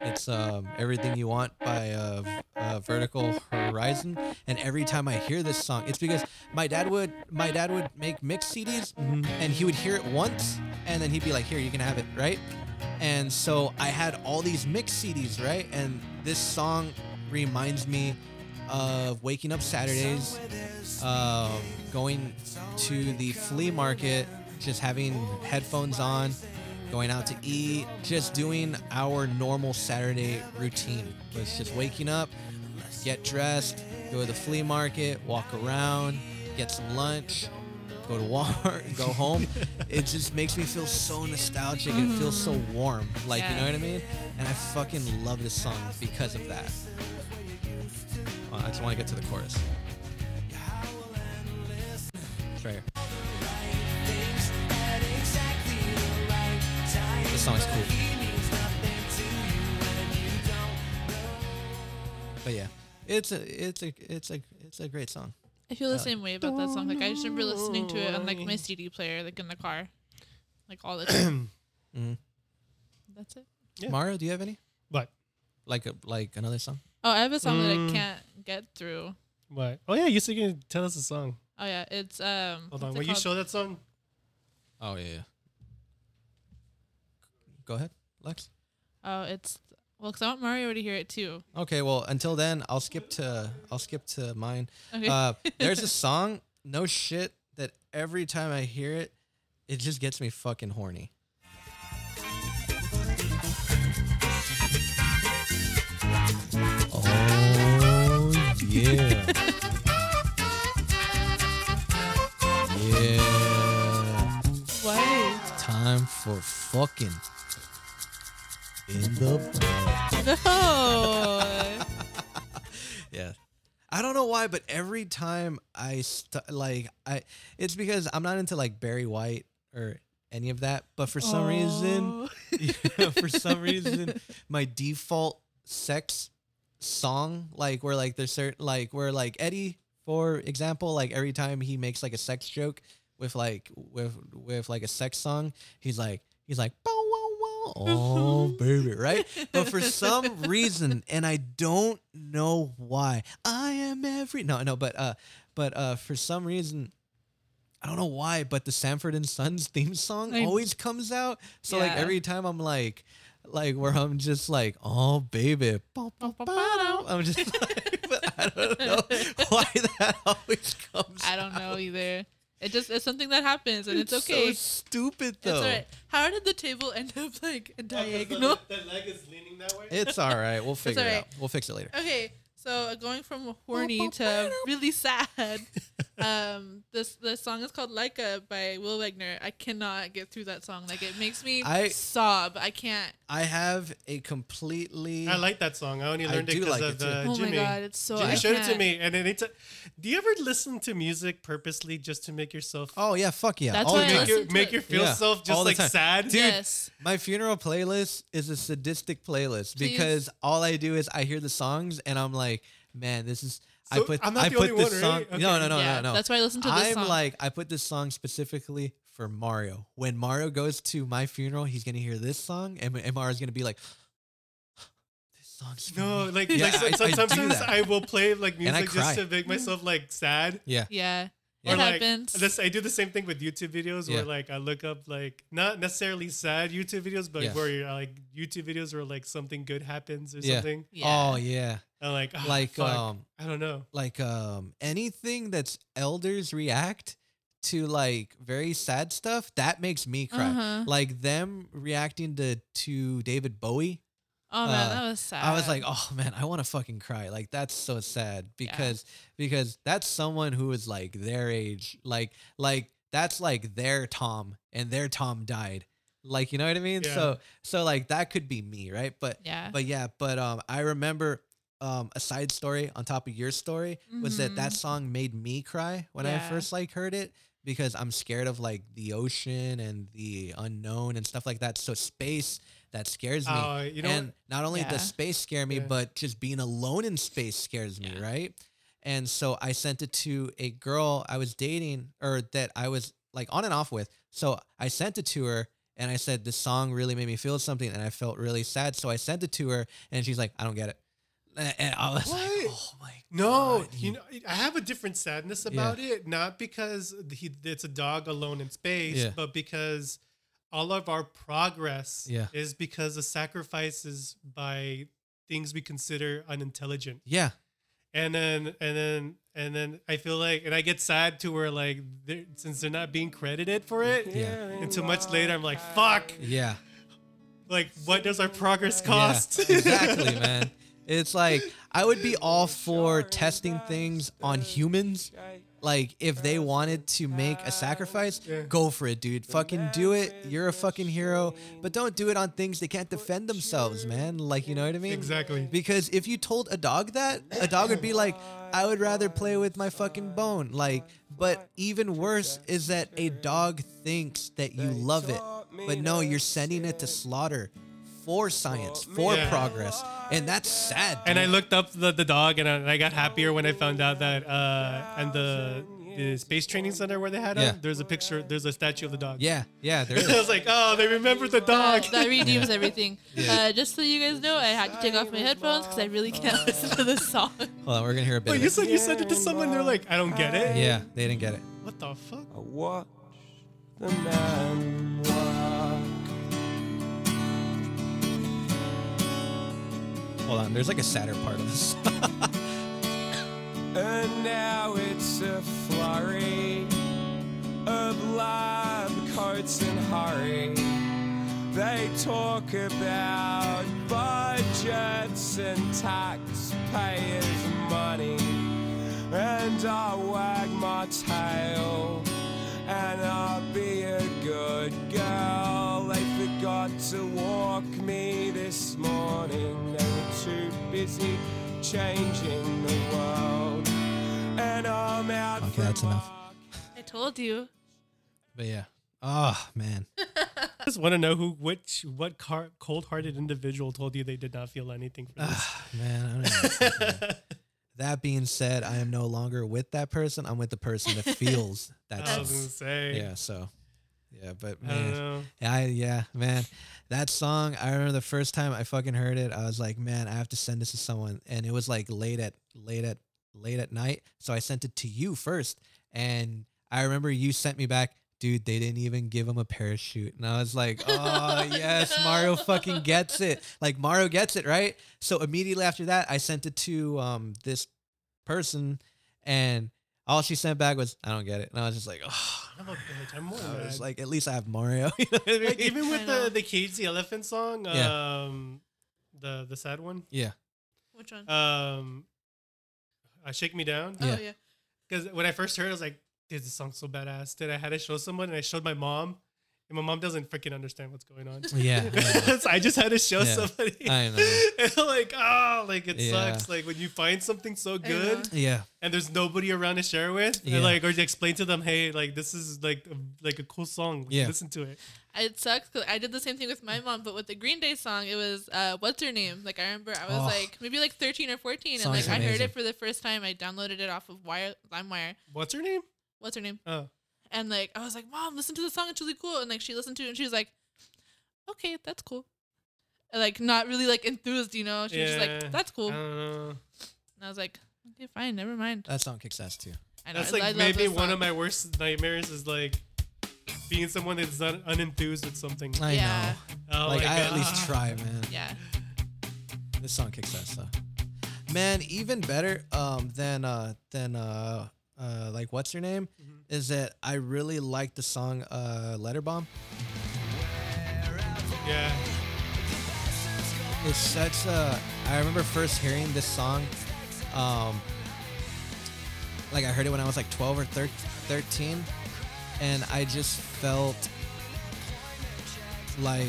It's um "Everything You Want" by uh, V- uh, Vertical Horizon. And every time I hear this song, it's because my dad would my dad would make mix CDs, Mm-hmm. and he would hear it once, and then he'd be like, "Here, you can have it," right? And so I had all these mix CDs, right? And this song reminds me of waking up Saturdays um, going to the flea market, just having headphones on, going out to eat, just doing our normal Saturday routine. Was just waking up, get dressed, go to the flea market, walk around, get some lunch, go to Walmart, go home. it just makes me feel so nostalgic and it feels so warm. Like, you know what I mean? And I fucking love this song because of that. Well, I just want to get to the chorus. It's right here. This song is cool. But yeah, it's a it's a it's a it's a great song. I feel the Uh, same way about that song. Like I just remember listening to it on like my CD player, like in the car, like all the time. Mhm. That's it. Yeah. Mario, do you have any What? like a, like another song? Oh, I have a song that Mm. I can't get through. What? Oh yeah, you said you tell us a song. Oh yeah, it's um. Hold what's on, it will you called? show that song? Oh yeah. yeah. Go ahead, Lex. Oh, it's well, 'cause I want Mario to hear it too. Okay, well until then, I'll skip to I'll skip to mine. Okay. Uh, there's a song, no shit, that every time I hear it, it just gets me fucking horny. Oh yeah. yeah. Why? Time for fucking in the No. yeah. I don't know why, but every time I st- like I, it's because I'm not into like Barry White or any of that. But for some reason, Oh. yeah, for some reason, my default sex song, like where like there's certain like where like Eddie, for example, like every time he makes like a sex joke with like with with like a sex song, he's like he's like bow wow wow oh baby right. But for some reason, and I don't know why, I am every no no but uh but uh for some reason. I don't know why, but the Sanford and Sons theme song I- always comes out. So like Yeah. every time I'm like, like where I'm just like, oh baby, Ba, ba, ba, da. I'm just like, but I don't know why that always comes. I don't know either. It just it's something that happens and it's, so okay. stupid it's though. all right. How did the table end up like diagonal? That leg is leaning that way. It's all right. We'll figure it all out. We'll fix it later. Okay, so uh, going from horny to really sad. Um, this the song is called "Leica" by Will Wagner. I cannot get through that song. Like it makes me I- sob. I can't. I have a completely. I like that song. I only I learned it do because like of it, too. uh, oh Jimmy. my god, it's so. Jimmy I showed it to can't. me, and then it's. A, do you ever listen to music purposely just to make yourself? Oh yeah, fuck yeah. That's all the why I time. make, your, listen to make it. yourself Yeah, all just like the time. sad. Yes. My funeral playlist is a sadistic playlist Please. because all I do is I hear the songs and I'm like, man, this is. I So put I'm not I the put only this one, song. right? No, Okay. no, no, yeah, no, no. That's why I listen to this I'm song. like, I put this song specifically for Mario. When Mario goes to my funeral, he's gonna hear this song, and, and Mario's gonna be like, "This song's for No, me." like, Yeah, like so- I- I do sometimes that. I, will play like And I music cry. just to make myself like sad. yeah, yeah, Yeah. it Or, like, happens. This, I do the same thing with YouTube videos Yeah. where like I look up like not necessarily sad YouTube videos, but Yeah. where you're, like YouTube videos where like something good happens or Yeah. something. yeah. oh yeah, And like "Ah, like fuck, um, I don't know. like um, anything that's elders react to like very sad stuff that makes me cry. Uh-huh. Like them reacting to to David Bowie Oh man, uh, that was sad. I was like, oh man, I want to fucking cry. Like that's so sad because because that's someone who is like their age, like like that's like their Tom and their Tom died. Like you know what I mean? Yeah. So so like that could be me, right? But yeah. but yeah, but um, I remember um a side story on top of your story was that that Mhm. song made me cry when I Yeah. first like heard it because I'm scared of like the ocean and the unknown and stuff like that. So space that scares me Uh, you know, and not only Yeah. does space scare me, Yeah. but just being alone in space scares me, Yeah. right? And so I sent it to a girl I was dating or that I was like on and off with. So I sent it to her and I said, This song really made me feel something and I felt really sad. So I sent it to her and she's like, I don't get it. A- And I was like, What? Oh my no, God, you know, I have a different sadness about it, not because he, it's a dog alone in space, Yeah. but because all of our progress Yeah. is because of sacrifices by things we consider unintelligent. Yeah. and then and then and then I feel like and I get sad to where like they're, since they're not being credited for it Yeah. until much later I'm like fuck Yeah. like what does our progress Yeah, cost exactly, man. It's like I would be all for testing things on humans. Like if they wanted to make a sacrifice, Yeah. go for it, dude. Fucking do it. You're a fucking hero, but don't do it on things they can't defend themselves, man. Like you know what I mean? Exactly. Because if you told a dog that, a dog would be like, I would rather play with my fucking bone. Like, but even worse is that a dog thinks that you love it. But no, you're sending it to slaughter for science, for Yeah. progress. And that's sad. and I dude. looked up the, the dog and I, and I got happier when I found out that uh and the, the space training center where they had him Yeah. there's a picture there's a statue of the dog Yeah, yeah, there I is. was like oh they remembered the dog Oh, That- that redeems everything. Uh, just so you guys know, I had to take off my headphones because I really can't listen to this song. Hold on, we're going to hear a bit. but of you it. said you sent it to someone they're like I don't get it Yeah, they didn't get it. what the fuck I watch the man walk. Hold on, there's like a sadder part of this. And now it's a flurry of lab coats and hurry. They talk about budgets and taxpayers' money. And I wag my tail and I'll be a good girl. They forgot to walk me this morning. They were too busy changing the world. Okay, that's enough. I told you. But yeah. Oh man. I just want to know who, which, what car, cold-hearted individual told you they did not feel anything for this. Ah, man. I don't even know what to say, man. that being said, I am no longer with that person. I'm with the person that feels that. I was song. gonna say. Yeah. So. Yeah, but I don't man, know. I, yeah, man, that song. I remember the first time I fucking heard it. I was like, man, I have to send this to someone, and it was like late at late at late at night. So I sent it to you first, and I remember you sent me back, dude. They didn't even give him a parachute, and I was like, oh yes, Mario fucking gets it. Like Mario gets it, right? So immediately after that, I sent it to um this person, and all she sent back was, I don't get it, and I was just like, oh. I'm a bitch. I'm more I was mad. like, at least I have Mario. you know what I Like, mean? even I with know. the the cage the elephant song, Yeah. um, the the sad one, Yeah. Which one? um, uh, shake me down. oh yeah. yeah. Because when I first heard, it, I was like, "Dude, this song's so badass." Did I had to show someone, and I showed my mom, and my mom doesn't freaking understand what's going on. Yeah. I know. so I just had to show Yeah, somebody. I know. And, like, oh, like it Yeah. sucks. Like when you find something so know. good, yeah. and there's nobody around to share with, Yeah. and like or you explain to them, hey, like this is like a, like a cool song. Yeah. listen to it. It sucks because I did the same thing with my mom, but with the Green Day song, it was uh, what's her name? Like I remember I was Oh. like maybe like thirteen or fourteen, and Song's like I heard amazing. it for the first time. I downloaded it off of Wire LimeWire. What's her name? What's her name? Oh, And like I was like, Mom, listen to the song. It's really cool. And like she listened to it, and she was like, Okay, that's cool. And, like not really like enthused, you know. She was just Yeah. like, That's cool. I don't know. And I was like, Okay, fine, never mind. That song kicks ass too. I know. That's I- like I love maybe this one of song. my worst nightmares is like being someone that's un- unenthused with something. I Yeah. Oh know. Like my I at least God. try, man. Yeah. This song kicks ass though. Man, even better um than uh than uh uh like what's your name? Mm-hmm. Is that I really like the song uh Letter Bomb. Yeah, It's such a I remember first hearing this song um like I heard it when I was like 12 or thir- 13 and I just felt like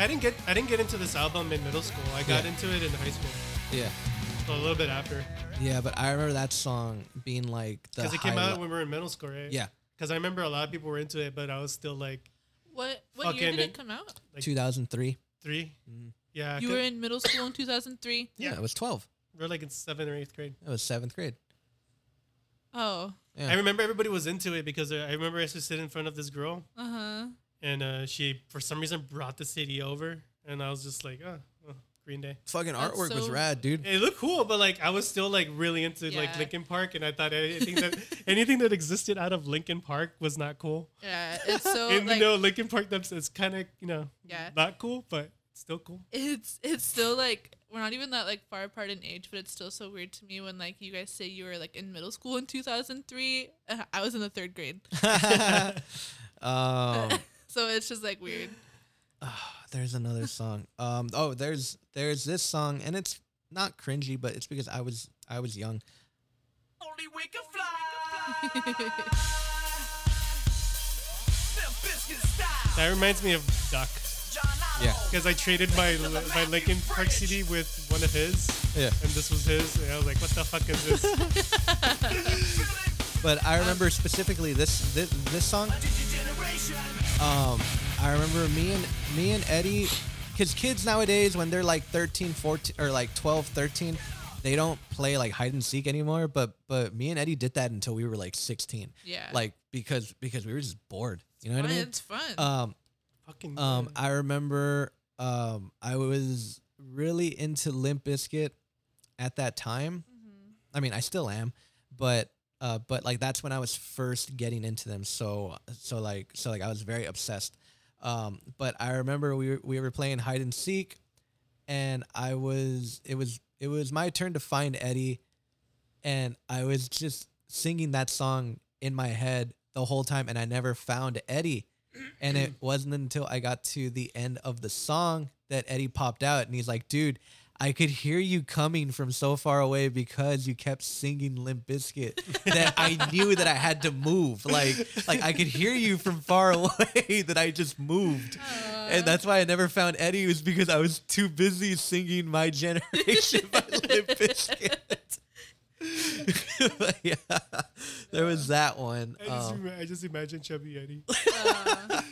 I didn't get I didn't get into this album in middle school. I got Yeah. into it in high school, yeah so a little bit after, Yeah, but I remember that song being like the because it came highlight- out when we were in middle school, right? yeah, Because I remember a lot of people were into it, but I was still like What what year Fucking- did it come out? Like- 2003. three. Mm-hmm. Yeah, You 'cause were in middle school in two thousand three. Yeah. Yeah. it was 12. we were like in seventh or eighth grade. It was seventh grade. Oh. Yeah. I remember everybody was into it because I remember I used to sit in front of this girl Uh huh. and uh, she, for some reason, brought the CD over. And I was just like, oh, oh Green Day. Fucking That's artwork was so- rad, dude. It looked cool, but like I was still like really into like Yeah. Linkin Park. And I thought anything that, anything that existed out of Linkin Park was not cool. Yeah, it's so and like you know, Linkin Park that's it's kind of, you know, Yeah. not cool, but still cool. it's it's still like we're not even that like far apart in age, but it's still so weird to me when like you guys say you were like in middle school in 2003. Uh, I was in the third grade, um, ah, so it's just like weird. there's another song. Um, oh, there's there's this song, and it's not cringy, but it's because I was I was young. That reminds me of Duck Yeah, because I traded my my Linkin Park CD with one of his, yeah. and this was his. And I was like, what the fuck is this? But I remember specifically this this, this song. Um, I remember me and me and Eddie, because kids nowadays when they're like 13, 14, or like 12, 13, they don't play like hide and seek anymore. But but me and Eddie did that until we were like sixteen. Yeah. Like because because we were just bored. You know Fun, what I mean? It's fun. Um, Fucking um, I remember um, I was really into Limp Bizkit at that time. I mean, I still am, but uh, but like that's when I was first getting into them. So so like so like I was very obsessed. Um, but I remember we were, we were playing hide and seek, and I was it was it was my turn to find Eddie, and I was just singing that song in my head the whole time, and I never found Eddie. And it wasn't until I got to the end of the song that Eddie popped out and he's like, dude, I could hear you coming from so far away because you kept singing Limp Biscuit that I knew that I had to move. Like, like I could hear you from far away that I just moved. Mm-hmm. And that's why I never found Eddie was because I was too busy singing My Generation by Limp Bizkit. But yeah. there was that one. I just, Um, ima- I just imagine Chubby Eddie. Uh,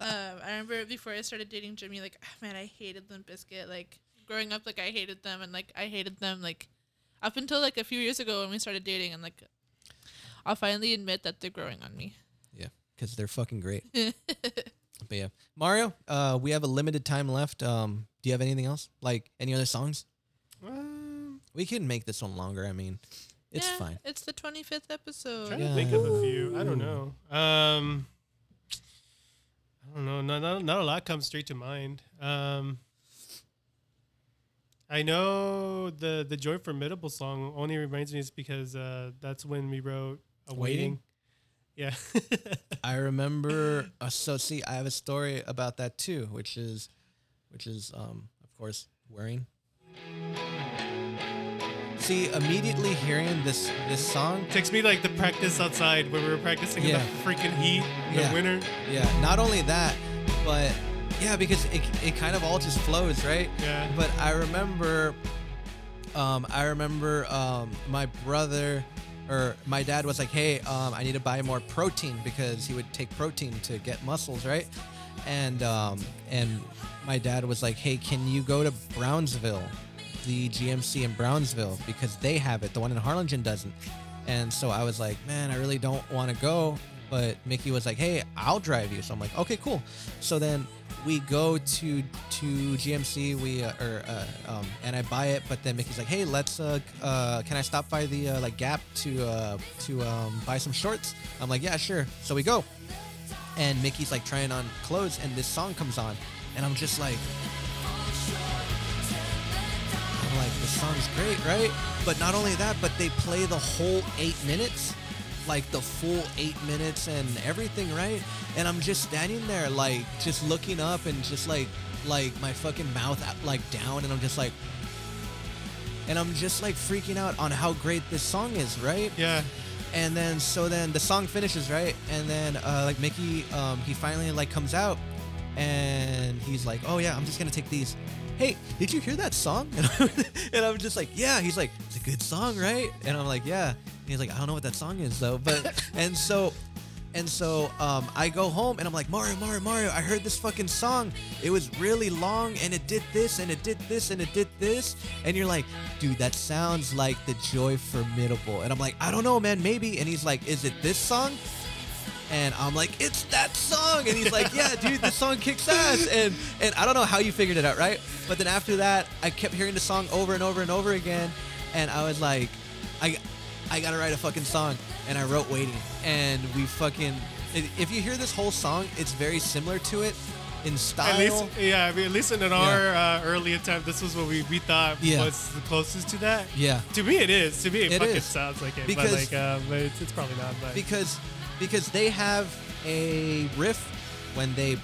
um, I remember before I started dating Jimmy, like ah, man, I hated Limp Biscuit. Like growing up, like I hated them, and like I hated them, like up until like a few years ago when we started dating, and like I'll finally admit that they're growing on me. because they're fucking great. um, But yeah, Mario, uh, we have a limited time left. Um, do you have anything else? Like any other songs? Um, We can make this one longer. I mean, it's yeah, fine. It's the twenty fifth episode. trying to think of a few. I don't know. Um, I don't know. Not, not, not a lot comes straight to mind. Um, I know the the Joy Formidable song only reminds me is because uh, that's when we wrote a Waiting? waiting. Yeah. I remember. Uh, so see, I have a story about that too, which is, which is, um, of course, wearing. See, immediately hearing this this song, Takes me like the practice outside where we were practicing in Yeah. the freaking heat in Yeah. the winter. yeah. Not only that, but yeah, because it it kind of all just flows, right? Yeah. But I remember, um, I remember um, my brother or my dad was like, "Hey, um, I need to buy more protein because he would take protein to get muscles, right?" And um, and my dad was like, "Hey, can you go to Brownsville, the GMC in Brownsville because they have it. The one in Harlingen doesn't." And so I was like, "Man, I really don't want to go." But Mickey was like, "Hey, I'll drive you." So I'm like, "Okay, cool." So then we go to to GMC. We uh, or uh, um, and I buy it, but then Mickey's like, "Hey, let's uh, uh can I stop by the uh, like Gap to uh to um buy some shorts?" I'm like, "Yeah, sure." So we go, and Mickey's like trying on clothes, and this song comes on, and I'm just like. I'm like, this song's great, right? But not only that, but they play the whole eight minutes, like the full eight minutes and everything, right? And I'm just standing there, like, just looking up and just like, like my fucking mouth out, like down, and I'm just like, and I'm just like freaking out on how great this song is, right? Yeah. and then so then the song finishes right and then uh, like mickey um, he finally like comes out and he's like oh yeah i'm just gonna take these hey did you hear that song and i'm, and I'm just like yeah he's like it's a good song right and i'm like yeah and he's like i don't know what that song is though but and so and so um, I go home and I'm like, Mario, Mario, Mario, I heard this fucking song. It was really long and it did this and it did this and it did this. And you're like, dude, that sounds like the Joy Formidable. And I'm like, I don't know, man, maybe. And he's like, is it this song? And I'm like, it's that song. And he's like, yeah, dude, this song kicks ass. And and I don't know how you figured it out, right? But then after that, I kept hearing the song over and over and over again. And I was like, I I gotta write a fucking song. And I wrote Waiting. And we fucking if if you hear this whole song, it's very similar to it in style. At least, yeah, I mean, at least in our Yeah. uh, early attempt, this was what we, we thought Yeah. was the closest to that. yeah. To me, it is. To me, it, It fucking is. sounds like it. Because- but like, uh, but it's, it's probably not. But because because they have a riff when they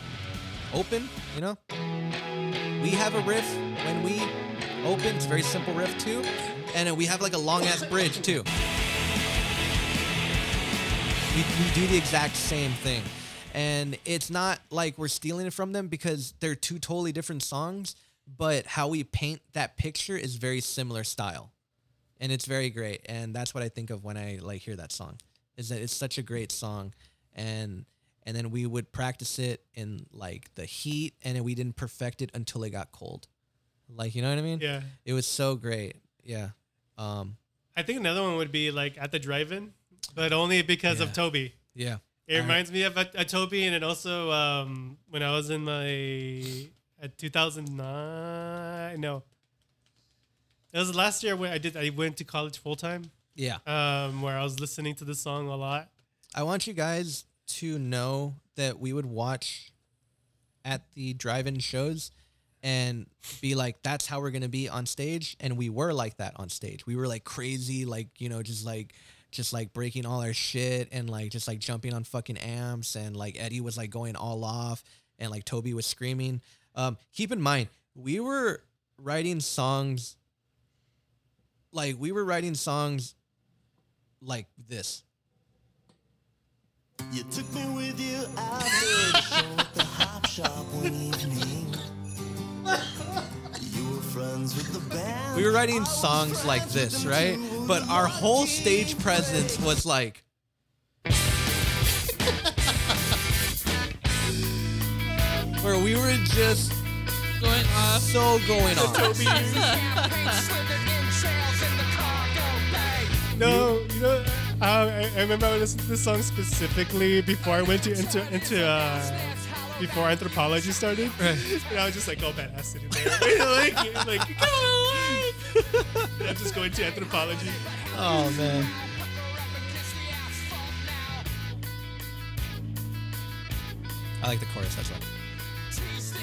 open, you know. We have a riff when we open. It's a very simple riff too, and then we have like a long ass bridge too. We, we do the exact same thing, and it's not like we're stealing it from them because they're two totally different songs. But how we paint that picture is very similar style, and it's very great. And that's what I think of when I like hear that song is that it's such a great song and and then we would practice it in like the heat and then we didn't perfect it until it got cold like you know what i mean yeah, it was so great yeah um I think another one would be like at the drive-in, but only because Yeah. Uh-huh. of Toby. yeah It Alright. reminds me of a, a Toby, and it also um, when I was in my at 2009. No, it was last year when I did. I went to college full time, yeah um, where I was listening to this song a lot. i want you guys to know that we would watch at the drive-in shows and be like that's how we're gonna be on stage and we were like that on stage we were like crazy like you know just like just like breaking all our shit and like just like jumping on fucking amps and like eddie was like going all off and like toby was screaming um keep in mind we were writing songs like we were writing songs like this You took me with you out to a show at the hop shop one evening. You were friends with the band. We were writing songs like this, right? But our whole stage presence was like, where we were just Going off. so going on. No, you know, um, I, I remember I listened to this song specifically before I went to into into uh, before anthropology started, and I was just like, "Oh man, I'm sitting there, like, like, get out of my life." And I'm just going to anthropology. Oh man. I like the chorus. That's right.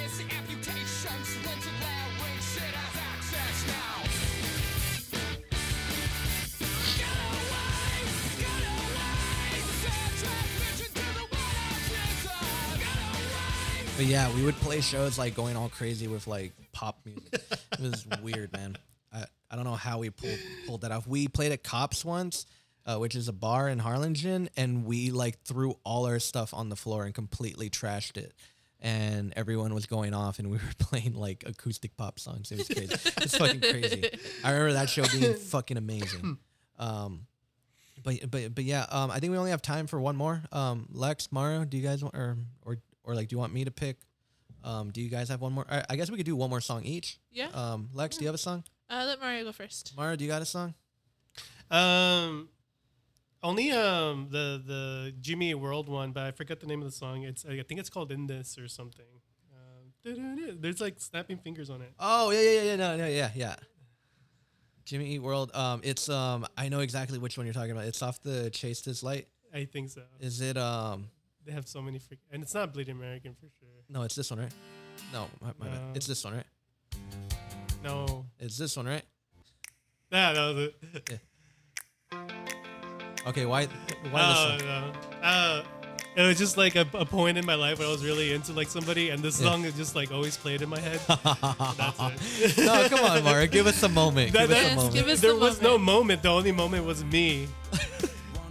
But yeah, we would play shows like going all crazy with like pop music. it was weird, man. I, I don't know how we pulled pulled that off. We played at Cops once, uh, which is a bar in Harlingen, and we like threw all our stuff on the floor and completely trashed it. And everyone was going off, and we were playing like acoustic pop songs. It was crazy. it's fucking crazy. I remember that show being fucking amazing. Um, but but but yeah, um, I think we only have time for one more. Um, Lex, Mario, do you guys want or or or like do you want me to pick? Um, do you guys have one more? I, I guess we could do one more song each. Yeah. Um, Lex, do you have a song? Uh, let Mario go first. Mario, do you got a song? Um, only um the the Jimmy Eat World one, but I forgot the name of the song. It's I think it's called "In This" or something. Um, there's like snapping fingers on it. Oh yeah yeah yeah yeah no no yeah yeah. Jimmy Eat World. Um, it's um, I know exactly which one you're talking about. It's off the Chase This Light. I think so. Is it um? They have so many freak, and it's not Bleed American for sure. No, it's this one right. No, my, my bad. No. It's this one right. No, It's this one right. nah, that was it. Okay, why why Oh, this one? no. Uh, it was just like a, a point in my life where I was really into like somebody, and this Yeah. song is just like always played in my head. That's it. no, come on, Mario, give us a moment. That- Give us a that's- moment. give us there the was no moment. The only moment was me,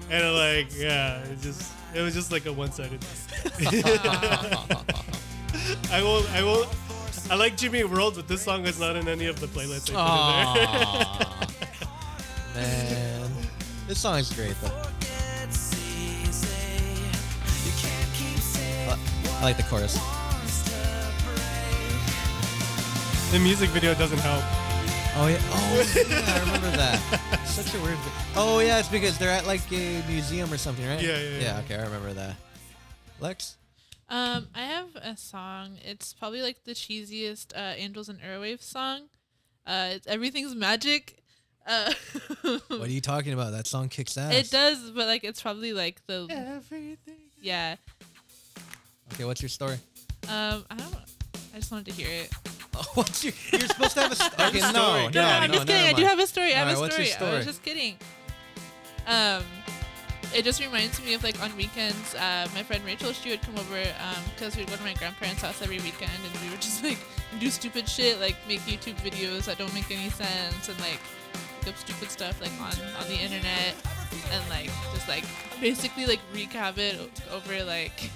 and like yeah, it just it was just like a one sided. I won't. I won't. I like Jimmy Eat World, but this song is not in any of the playlists. I put in there. Aw. man. This song is great though. Uh, I like the chorus. the music video doesn't help. Oh yeah. Oh yeah, I remember that. Such a weird. Oh yeah, it's because they're at like a museum or something, right? Yeah, yeah, Yeah. yeah. Okay, I remember that. Lex. Um, I have a song. It's probably like the cheesiest uh, Angels and Airwaves song. Uh, it's Everything's Magic. Uh, What are you talking about? That song kicks ass. it does, but like it's probably like the yeah. Okay, what's your story? Um, I don't. I just wanted to hear it. what's your? You're supposed to have a st- okay. No, no, No, I'm just kidding. I never do mind. have a story. I have Alright, a what's your story. I story? was just kidding. Um, it just reminds me of like on weekends, uh, my friend Rachel, she would come over because we'd go to my grandparents' house every weekend and we would just like do stupid shit, like make YouTube videos that don't make any sense and like look up stupid stuff like on, on the internet and like just like basically like recap it o- over like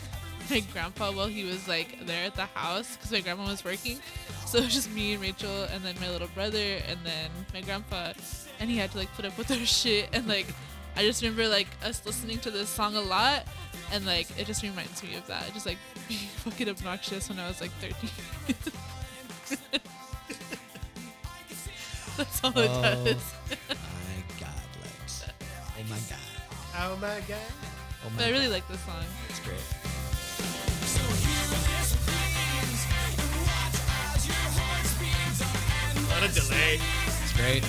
my grandpa while he was like there at the house because my grandma was working. So it was just me and Rachel, and then my little brother, and then my grandpa, and he had to like put up with our shit. And like, I just remember like us listening to this song a lot, and like it just reminds me of that, just like being fucking obnoxious when I was like 13. That's all it Oh. does. My God, Lex. Oh my God. Oh my god. Oh my But I really like this song. It's great. What a delay. It's great.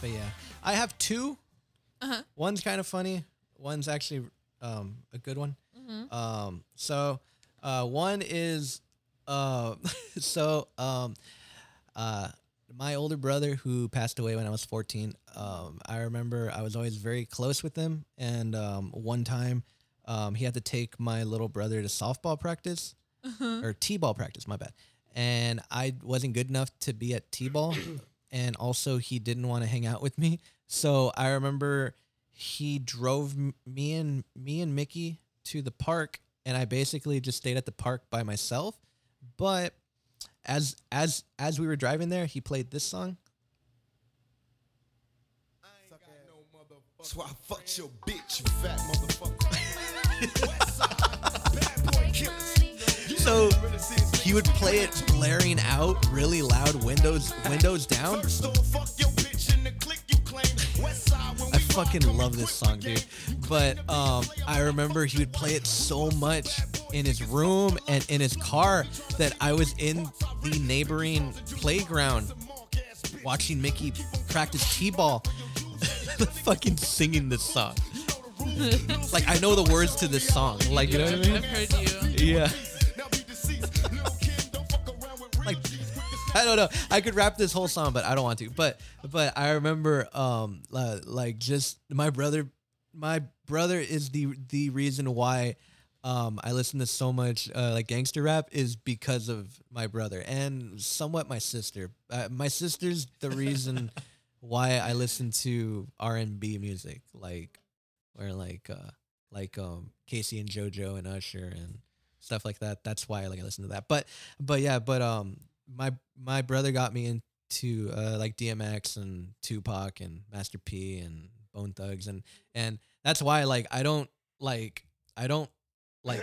but yeah, I have 2 One's kind of funny. One's actually um, a good one. Um, so uh, one is uh, so um, uh, my older brother who passed away when I was 14. Um, I remember I was always very close with him, and um, one time um, he had to take my little brother to softball practice or t-ball practice. My bad. And I wasn't good enough to be at t-ball, and also he didn't want to hang out with me. So I remember he drove m- me and me and Mickey to the park, and I basically just stayed at the park by myself. But as as as we were driving there, he played this song. So I fucked your bitch, you fat motherfucker. Westside, bad boy killers. You So, know really see his He would play it blaring out really loud, windows windows down. First off, fuck your bitch in the clique you claim. Westside, when I we fucking love this song, dude. But um, I remember he would play it so much in his room and in his car that I was in the neighboring playground watching Mickey practice t-ball, fucking singing this song. like I know the words to this song. Like you know what I mean? I've heard you. Yeah. like, I don't know. I could rap this whole song, but I don't want to. But but I remember um li- like just my brother my brother is the the reason why um I listen to so much uh, like gangster rap is because of my brother and somewhat my sister. Uh, my sister's the reason why I listen to R&B music like or like uh like um Casey and JoJo and Usher and stuff like that. That's why like I listen to that. But but yeah, but um my my brother got me into uh like DMX and Tupac and Master P and Bone Thugs and and that's why like I don't like I don't like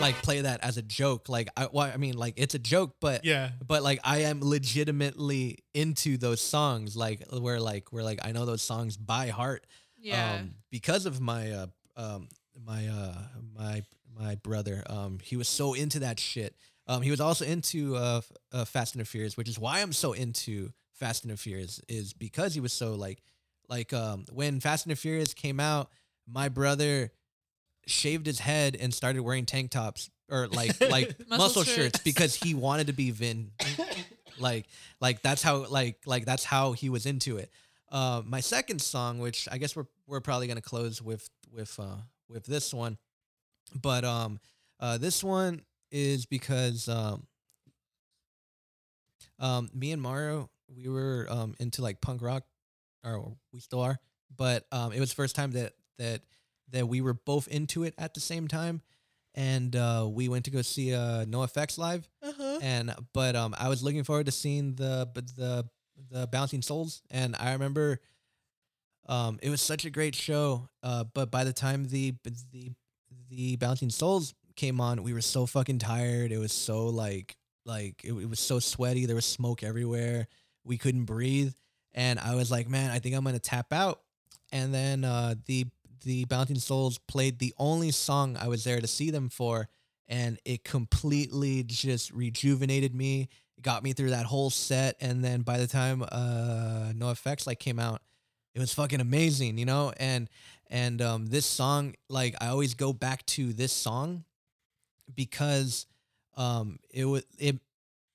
like play that as a joke. Like I well, I mean like it's a joke, but Yeah. but like I am legitimately into those songs. Like where like where like I know those songs by heart Yeah. um, because of my uh, um, my uh, my my brother. Um, he was so into that shit. Um, he was also into uh, f- uh, Fast and the Furious, which is why I'm so into Fast and the Furious is because he was so like like um, when Fast and the Furious came out, my brother shaved his head and started wearing tank tops or like like Muscle muscle shirts shirts. because he wanted to be Vin. like like that's how like like that's how he was into it. Uh, my second song, which I guess we're we're probably gonna close with with uh, with this one, but um, uh, this one is because um, um, me and Mario we were um into like punk rock, or we still are, but um, it was the first time that that that we were both into it at the same time, and uh, we went to go see uh No Effects live, Uh-huh. and but um I was looking forward to seeing the but the the Bouncing Souls and I remember um it was such a great show uh but by the time the the the Bouncing Souls came on we were so fucking tired it was so like like it, it was so sweaty there was smoke everywhere we couldn't breathe and I was like man I think I'm going to tap out and then uh the the Bouncing Souls played the only song I was there to see them for and it completely just rejuvenated me. It got me through that whole set, and then by the time uh, No Effects like came out, it was fucking amazing, you know. And and um, this song, like I always go back to this song because um, it was it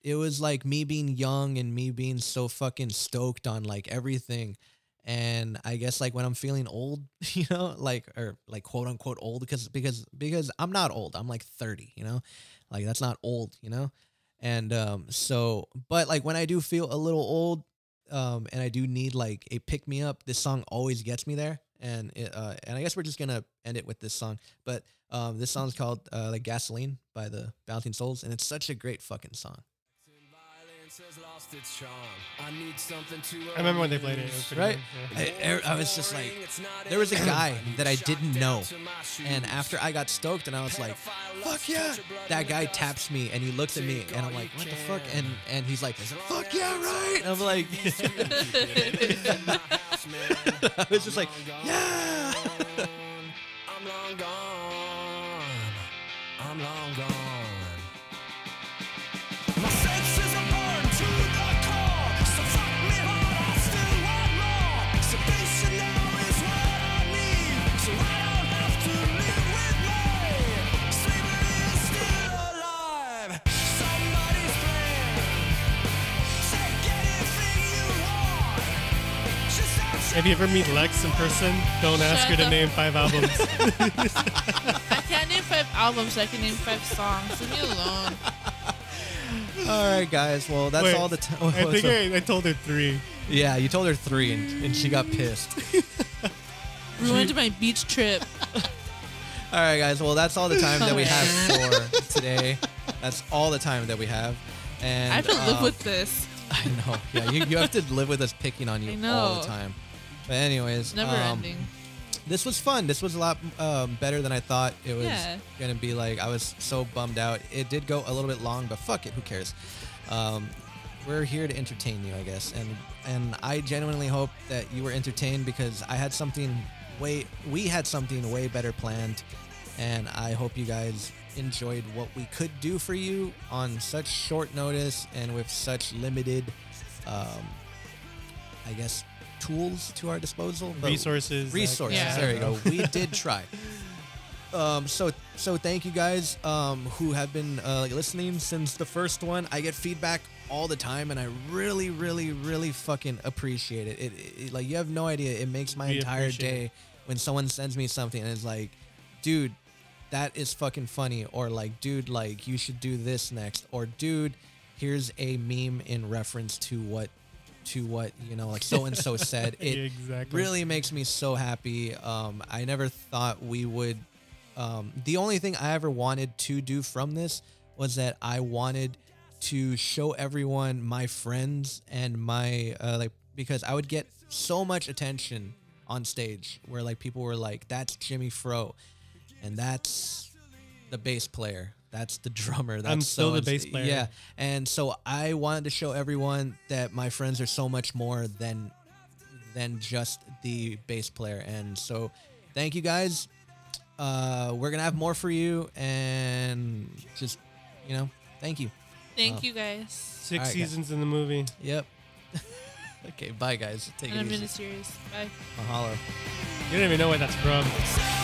it was like me being young and me being so fucking stoked on like everything. And I guess like when I'm feeling old, you know, like or like quote unquote old because because because I'm not old. I'm like 30, you know? Like that's not old, you know? And um so but like when I do feel a little old um and I do need like a pick me up, this song always gets me there. And it, uh and I guess we're just going to end it with this song. But um this song's called uh like Gasoline by the Bouncing Souls and it's such a great fucking song. I remember when they played it. it was pretty Right? good, I, I I was just like there was a guy that I didn't know. And after I got stoked and I was like, fuck yeah. That guy taps me and he looks at me and I'm like, what the fuck? And and he's like, fuck yeah, right? And I'm like, I was just like, yeah. I'm long gone. I'm long gone. My senses are burned to the core. So fuck me hard, I still want more. Sedation now is what I need. So I don't have to live with me. Slavery is still alive. Somebody's plan. Take anything you want. Just yeah. If you ever meet Lex in person, don't ask her Shut to up. name five albums. I can't name five albums. I can name five songs. Leave me alone. All right, guys. Well, that's Wait, all the time. I think I, I told her three. yeah, you told her three and, and she got pissed. Ruined my beach trip. All right, guys. Well, that's all the time that we have for today. Uh, That's all the time that we have. And I have to live um, with this. I know. Yeah, you, you have to live with us picking on I you all know. the time. But anyways, It's never um, ending. this was fun. This was a lot um, better than I thought it was Yeah. gonna be. Like I was so bummed out. It did go a little bit long, but fuck it, who cares? Um, we're here to entertain you, I guess, and and I genuinely hope that you were entertained because I had something way we had something way better planned, and I hope you guys enjoyed what we could do for you on such short notice and with such limited, um, I guess, tools to our disposal. but- resources. like, resources. Yeah. There you go. We did try. Um, so so thank you guys um, who have been uh, listening since the first one. I get feedback all the time, and I really, really, really fucking appreciate it. It, it like you have no idea. It makes my We entire appreciate day when someone sends me something and is like, "Dude, that is fucking funny," or like, "Dude, like you should do this next," or "Dude, here's a meme in reference to what." To what you know, like so and so said, yeah, it exactly. really makes me so happy. Um, I never thought we would. Um, the only thing I ever wanted to do from this was that I wanted to show everyone my friends and my uh, like because I would get so much attention on stage where like people were like, "That's Jimmy Fro," and that's the bass player. That's the drummer. That's still so the and so." bass player. Yeah, and so I wanted to show everyone that my friends are so much more than than just the bass player. And so, thank you guys. Uh, we're gonna have more for you, and just you know, thank you. Thank oh. you guys. Six Alright, guys. seasons in the movie. Yep. okay, bye guys. Take And I'm it in a easy. series. Bye. Mahalo. You don't even know where that's from. Say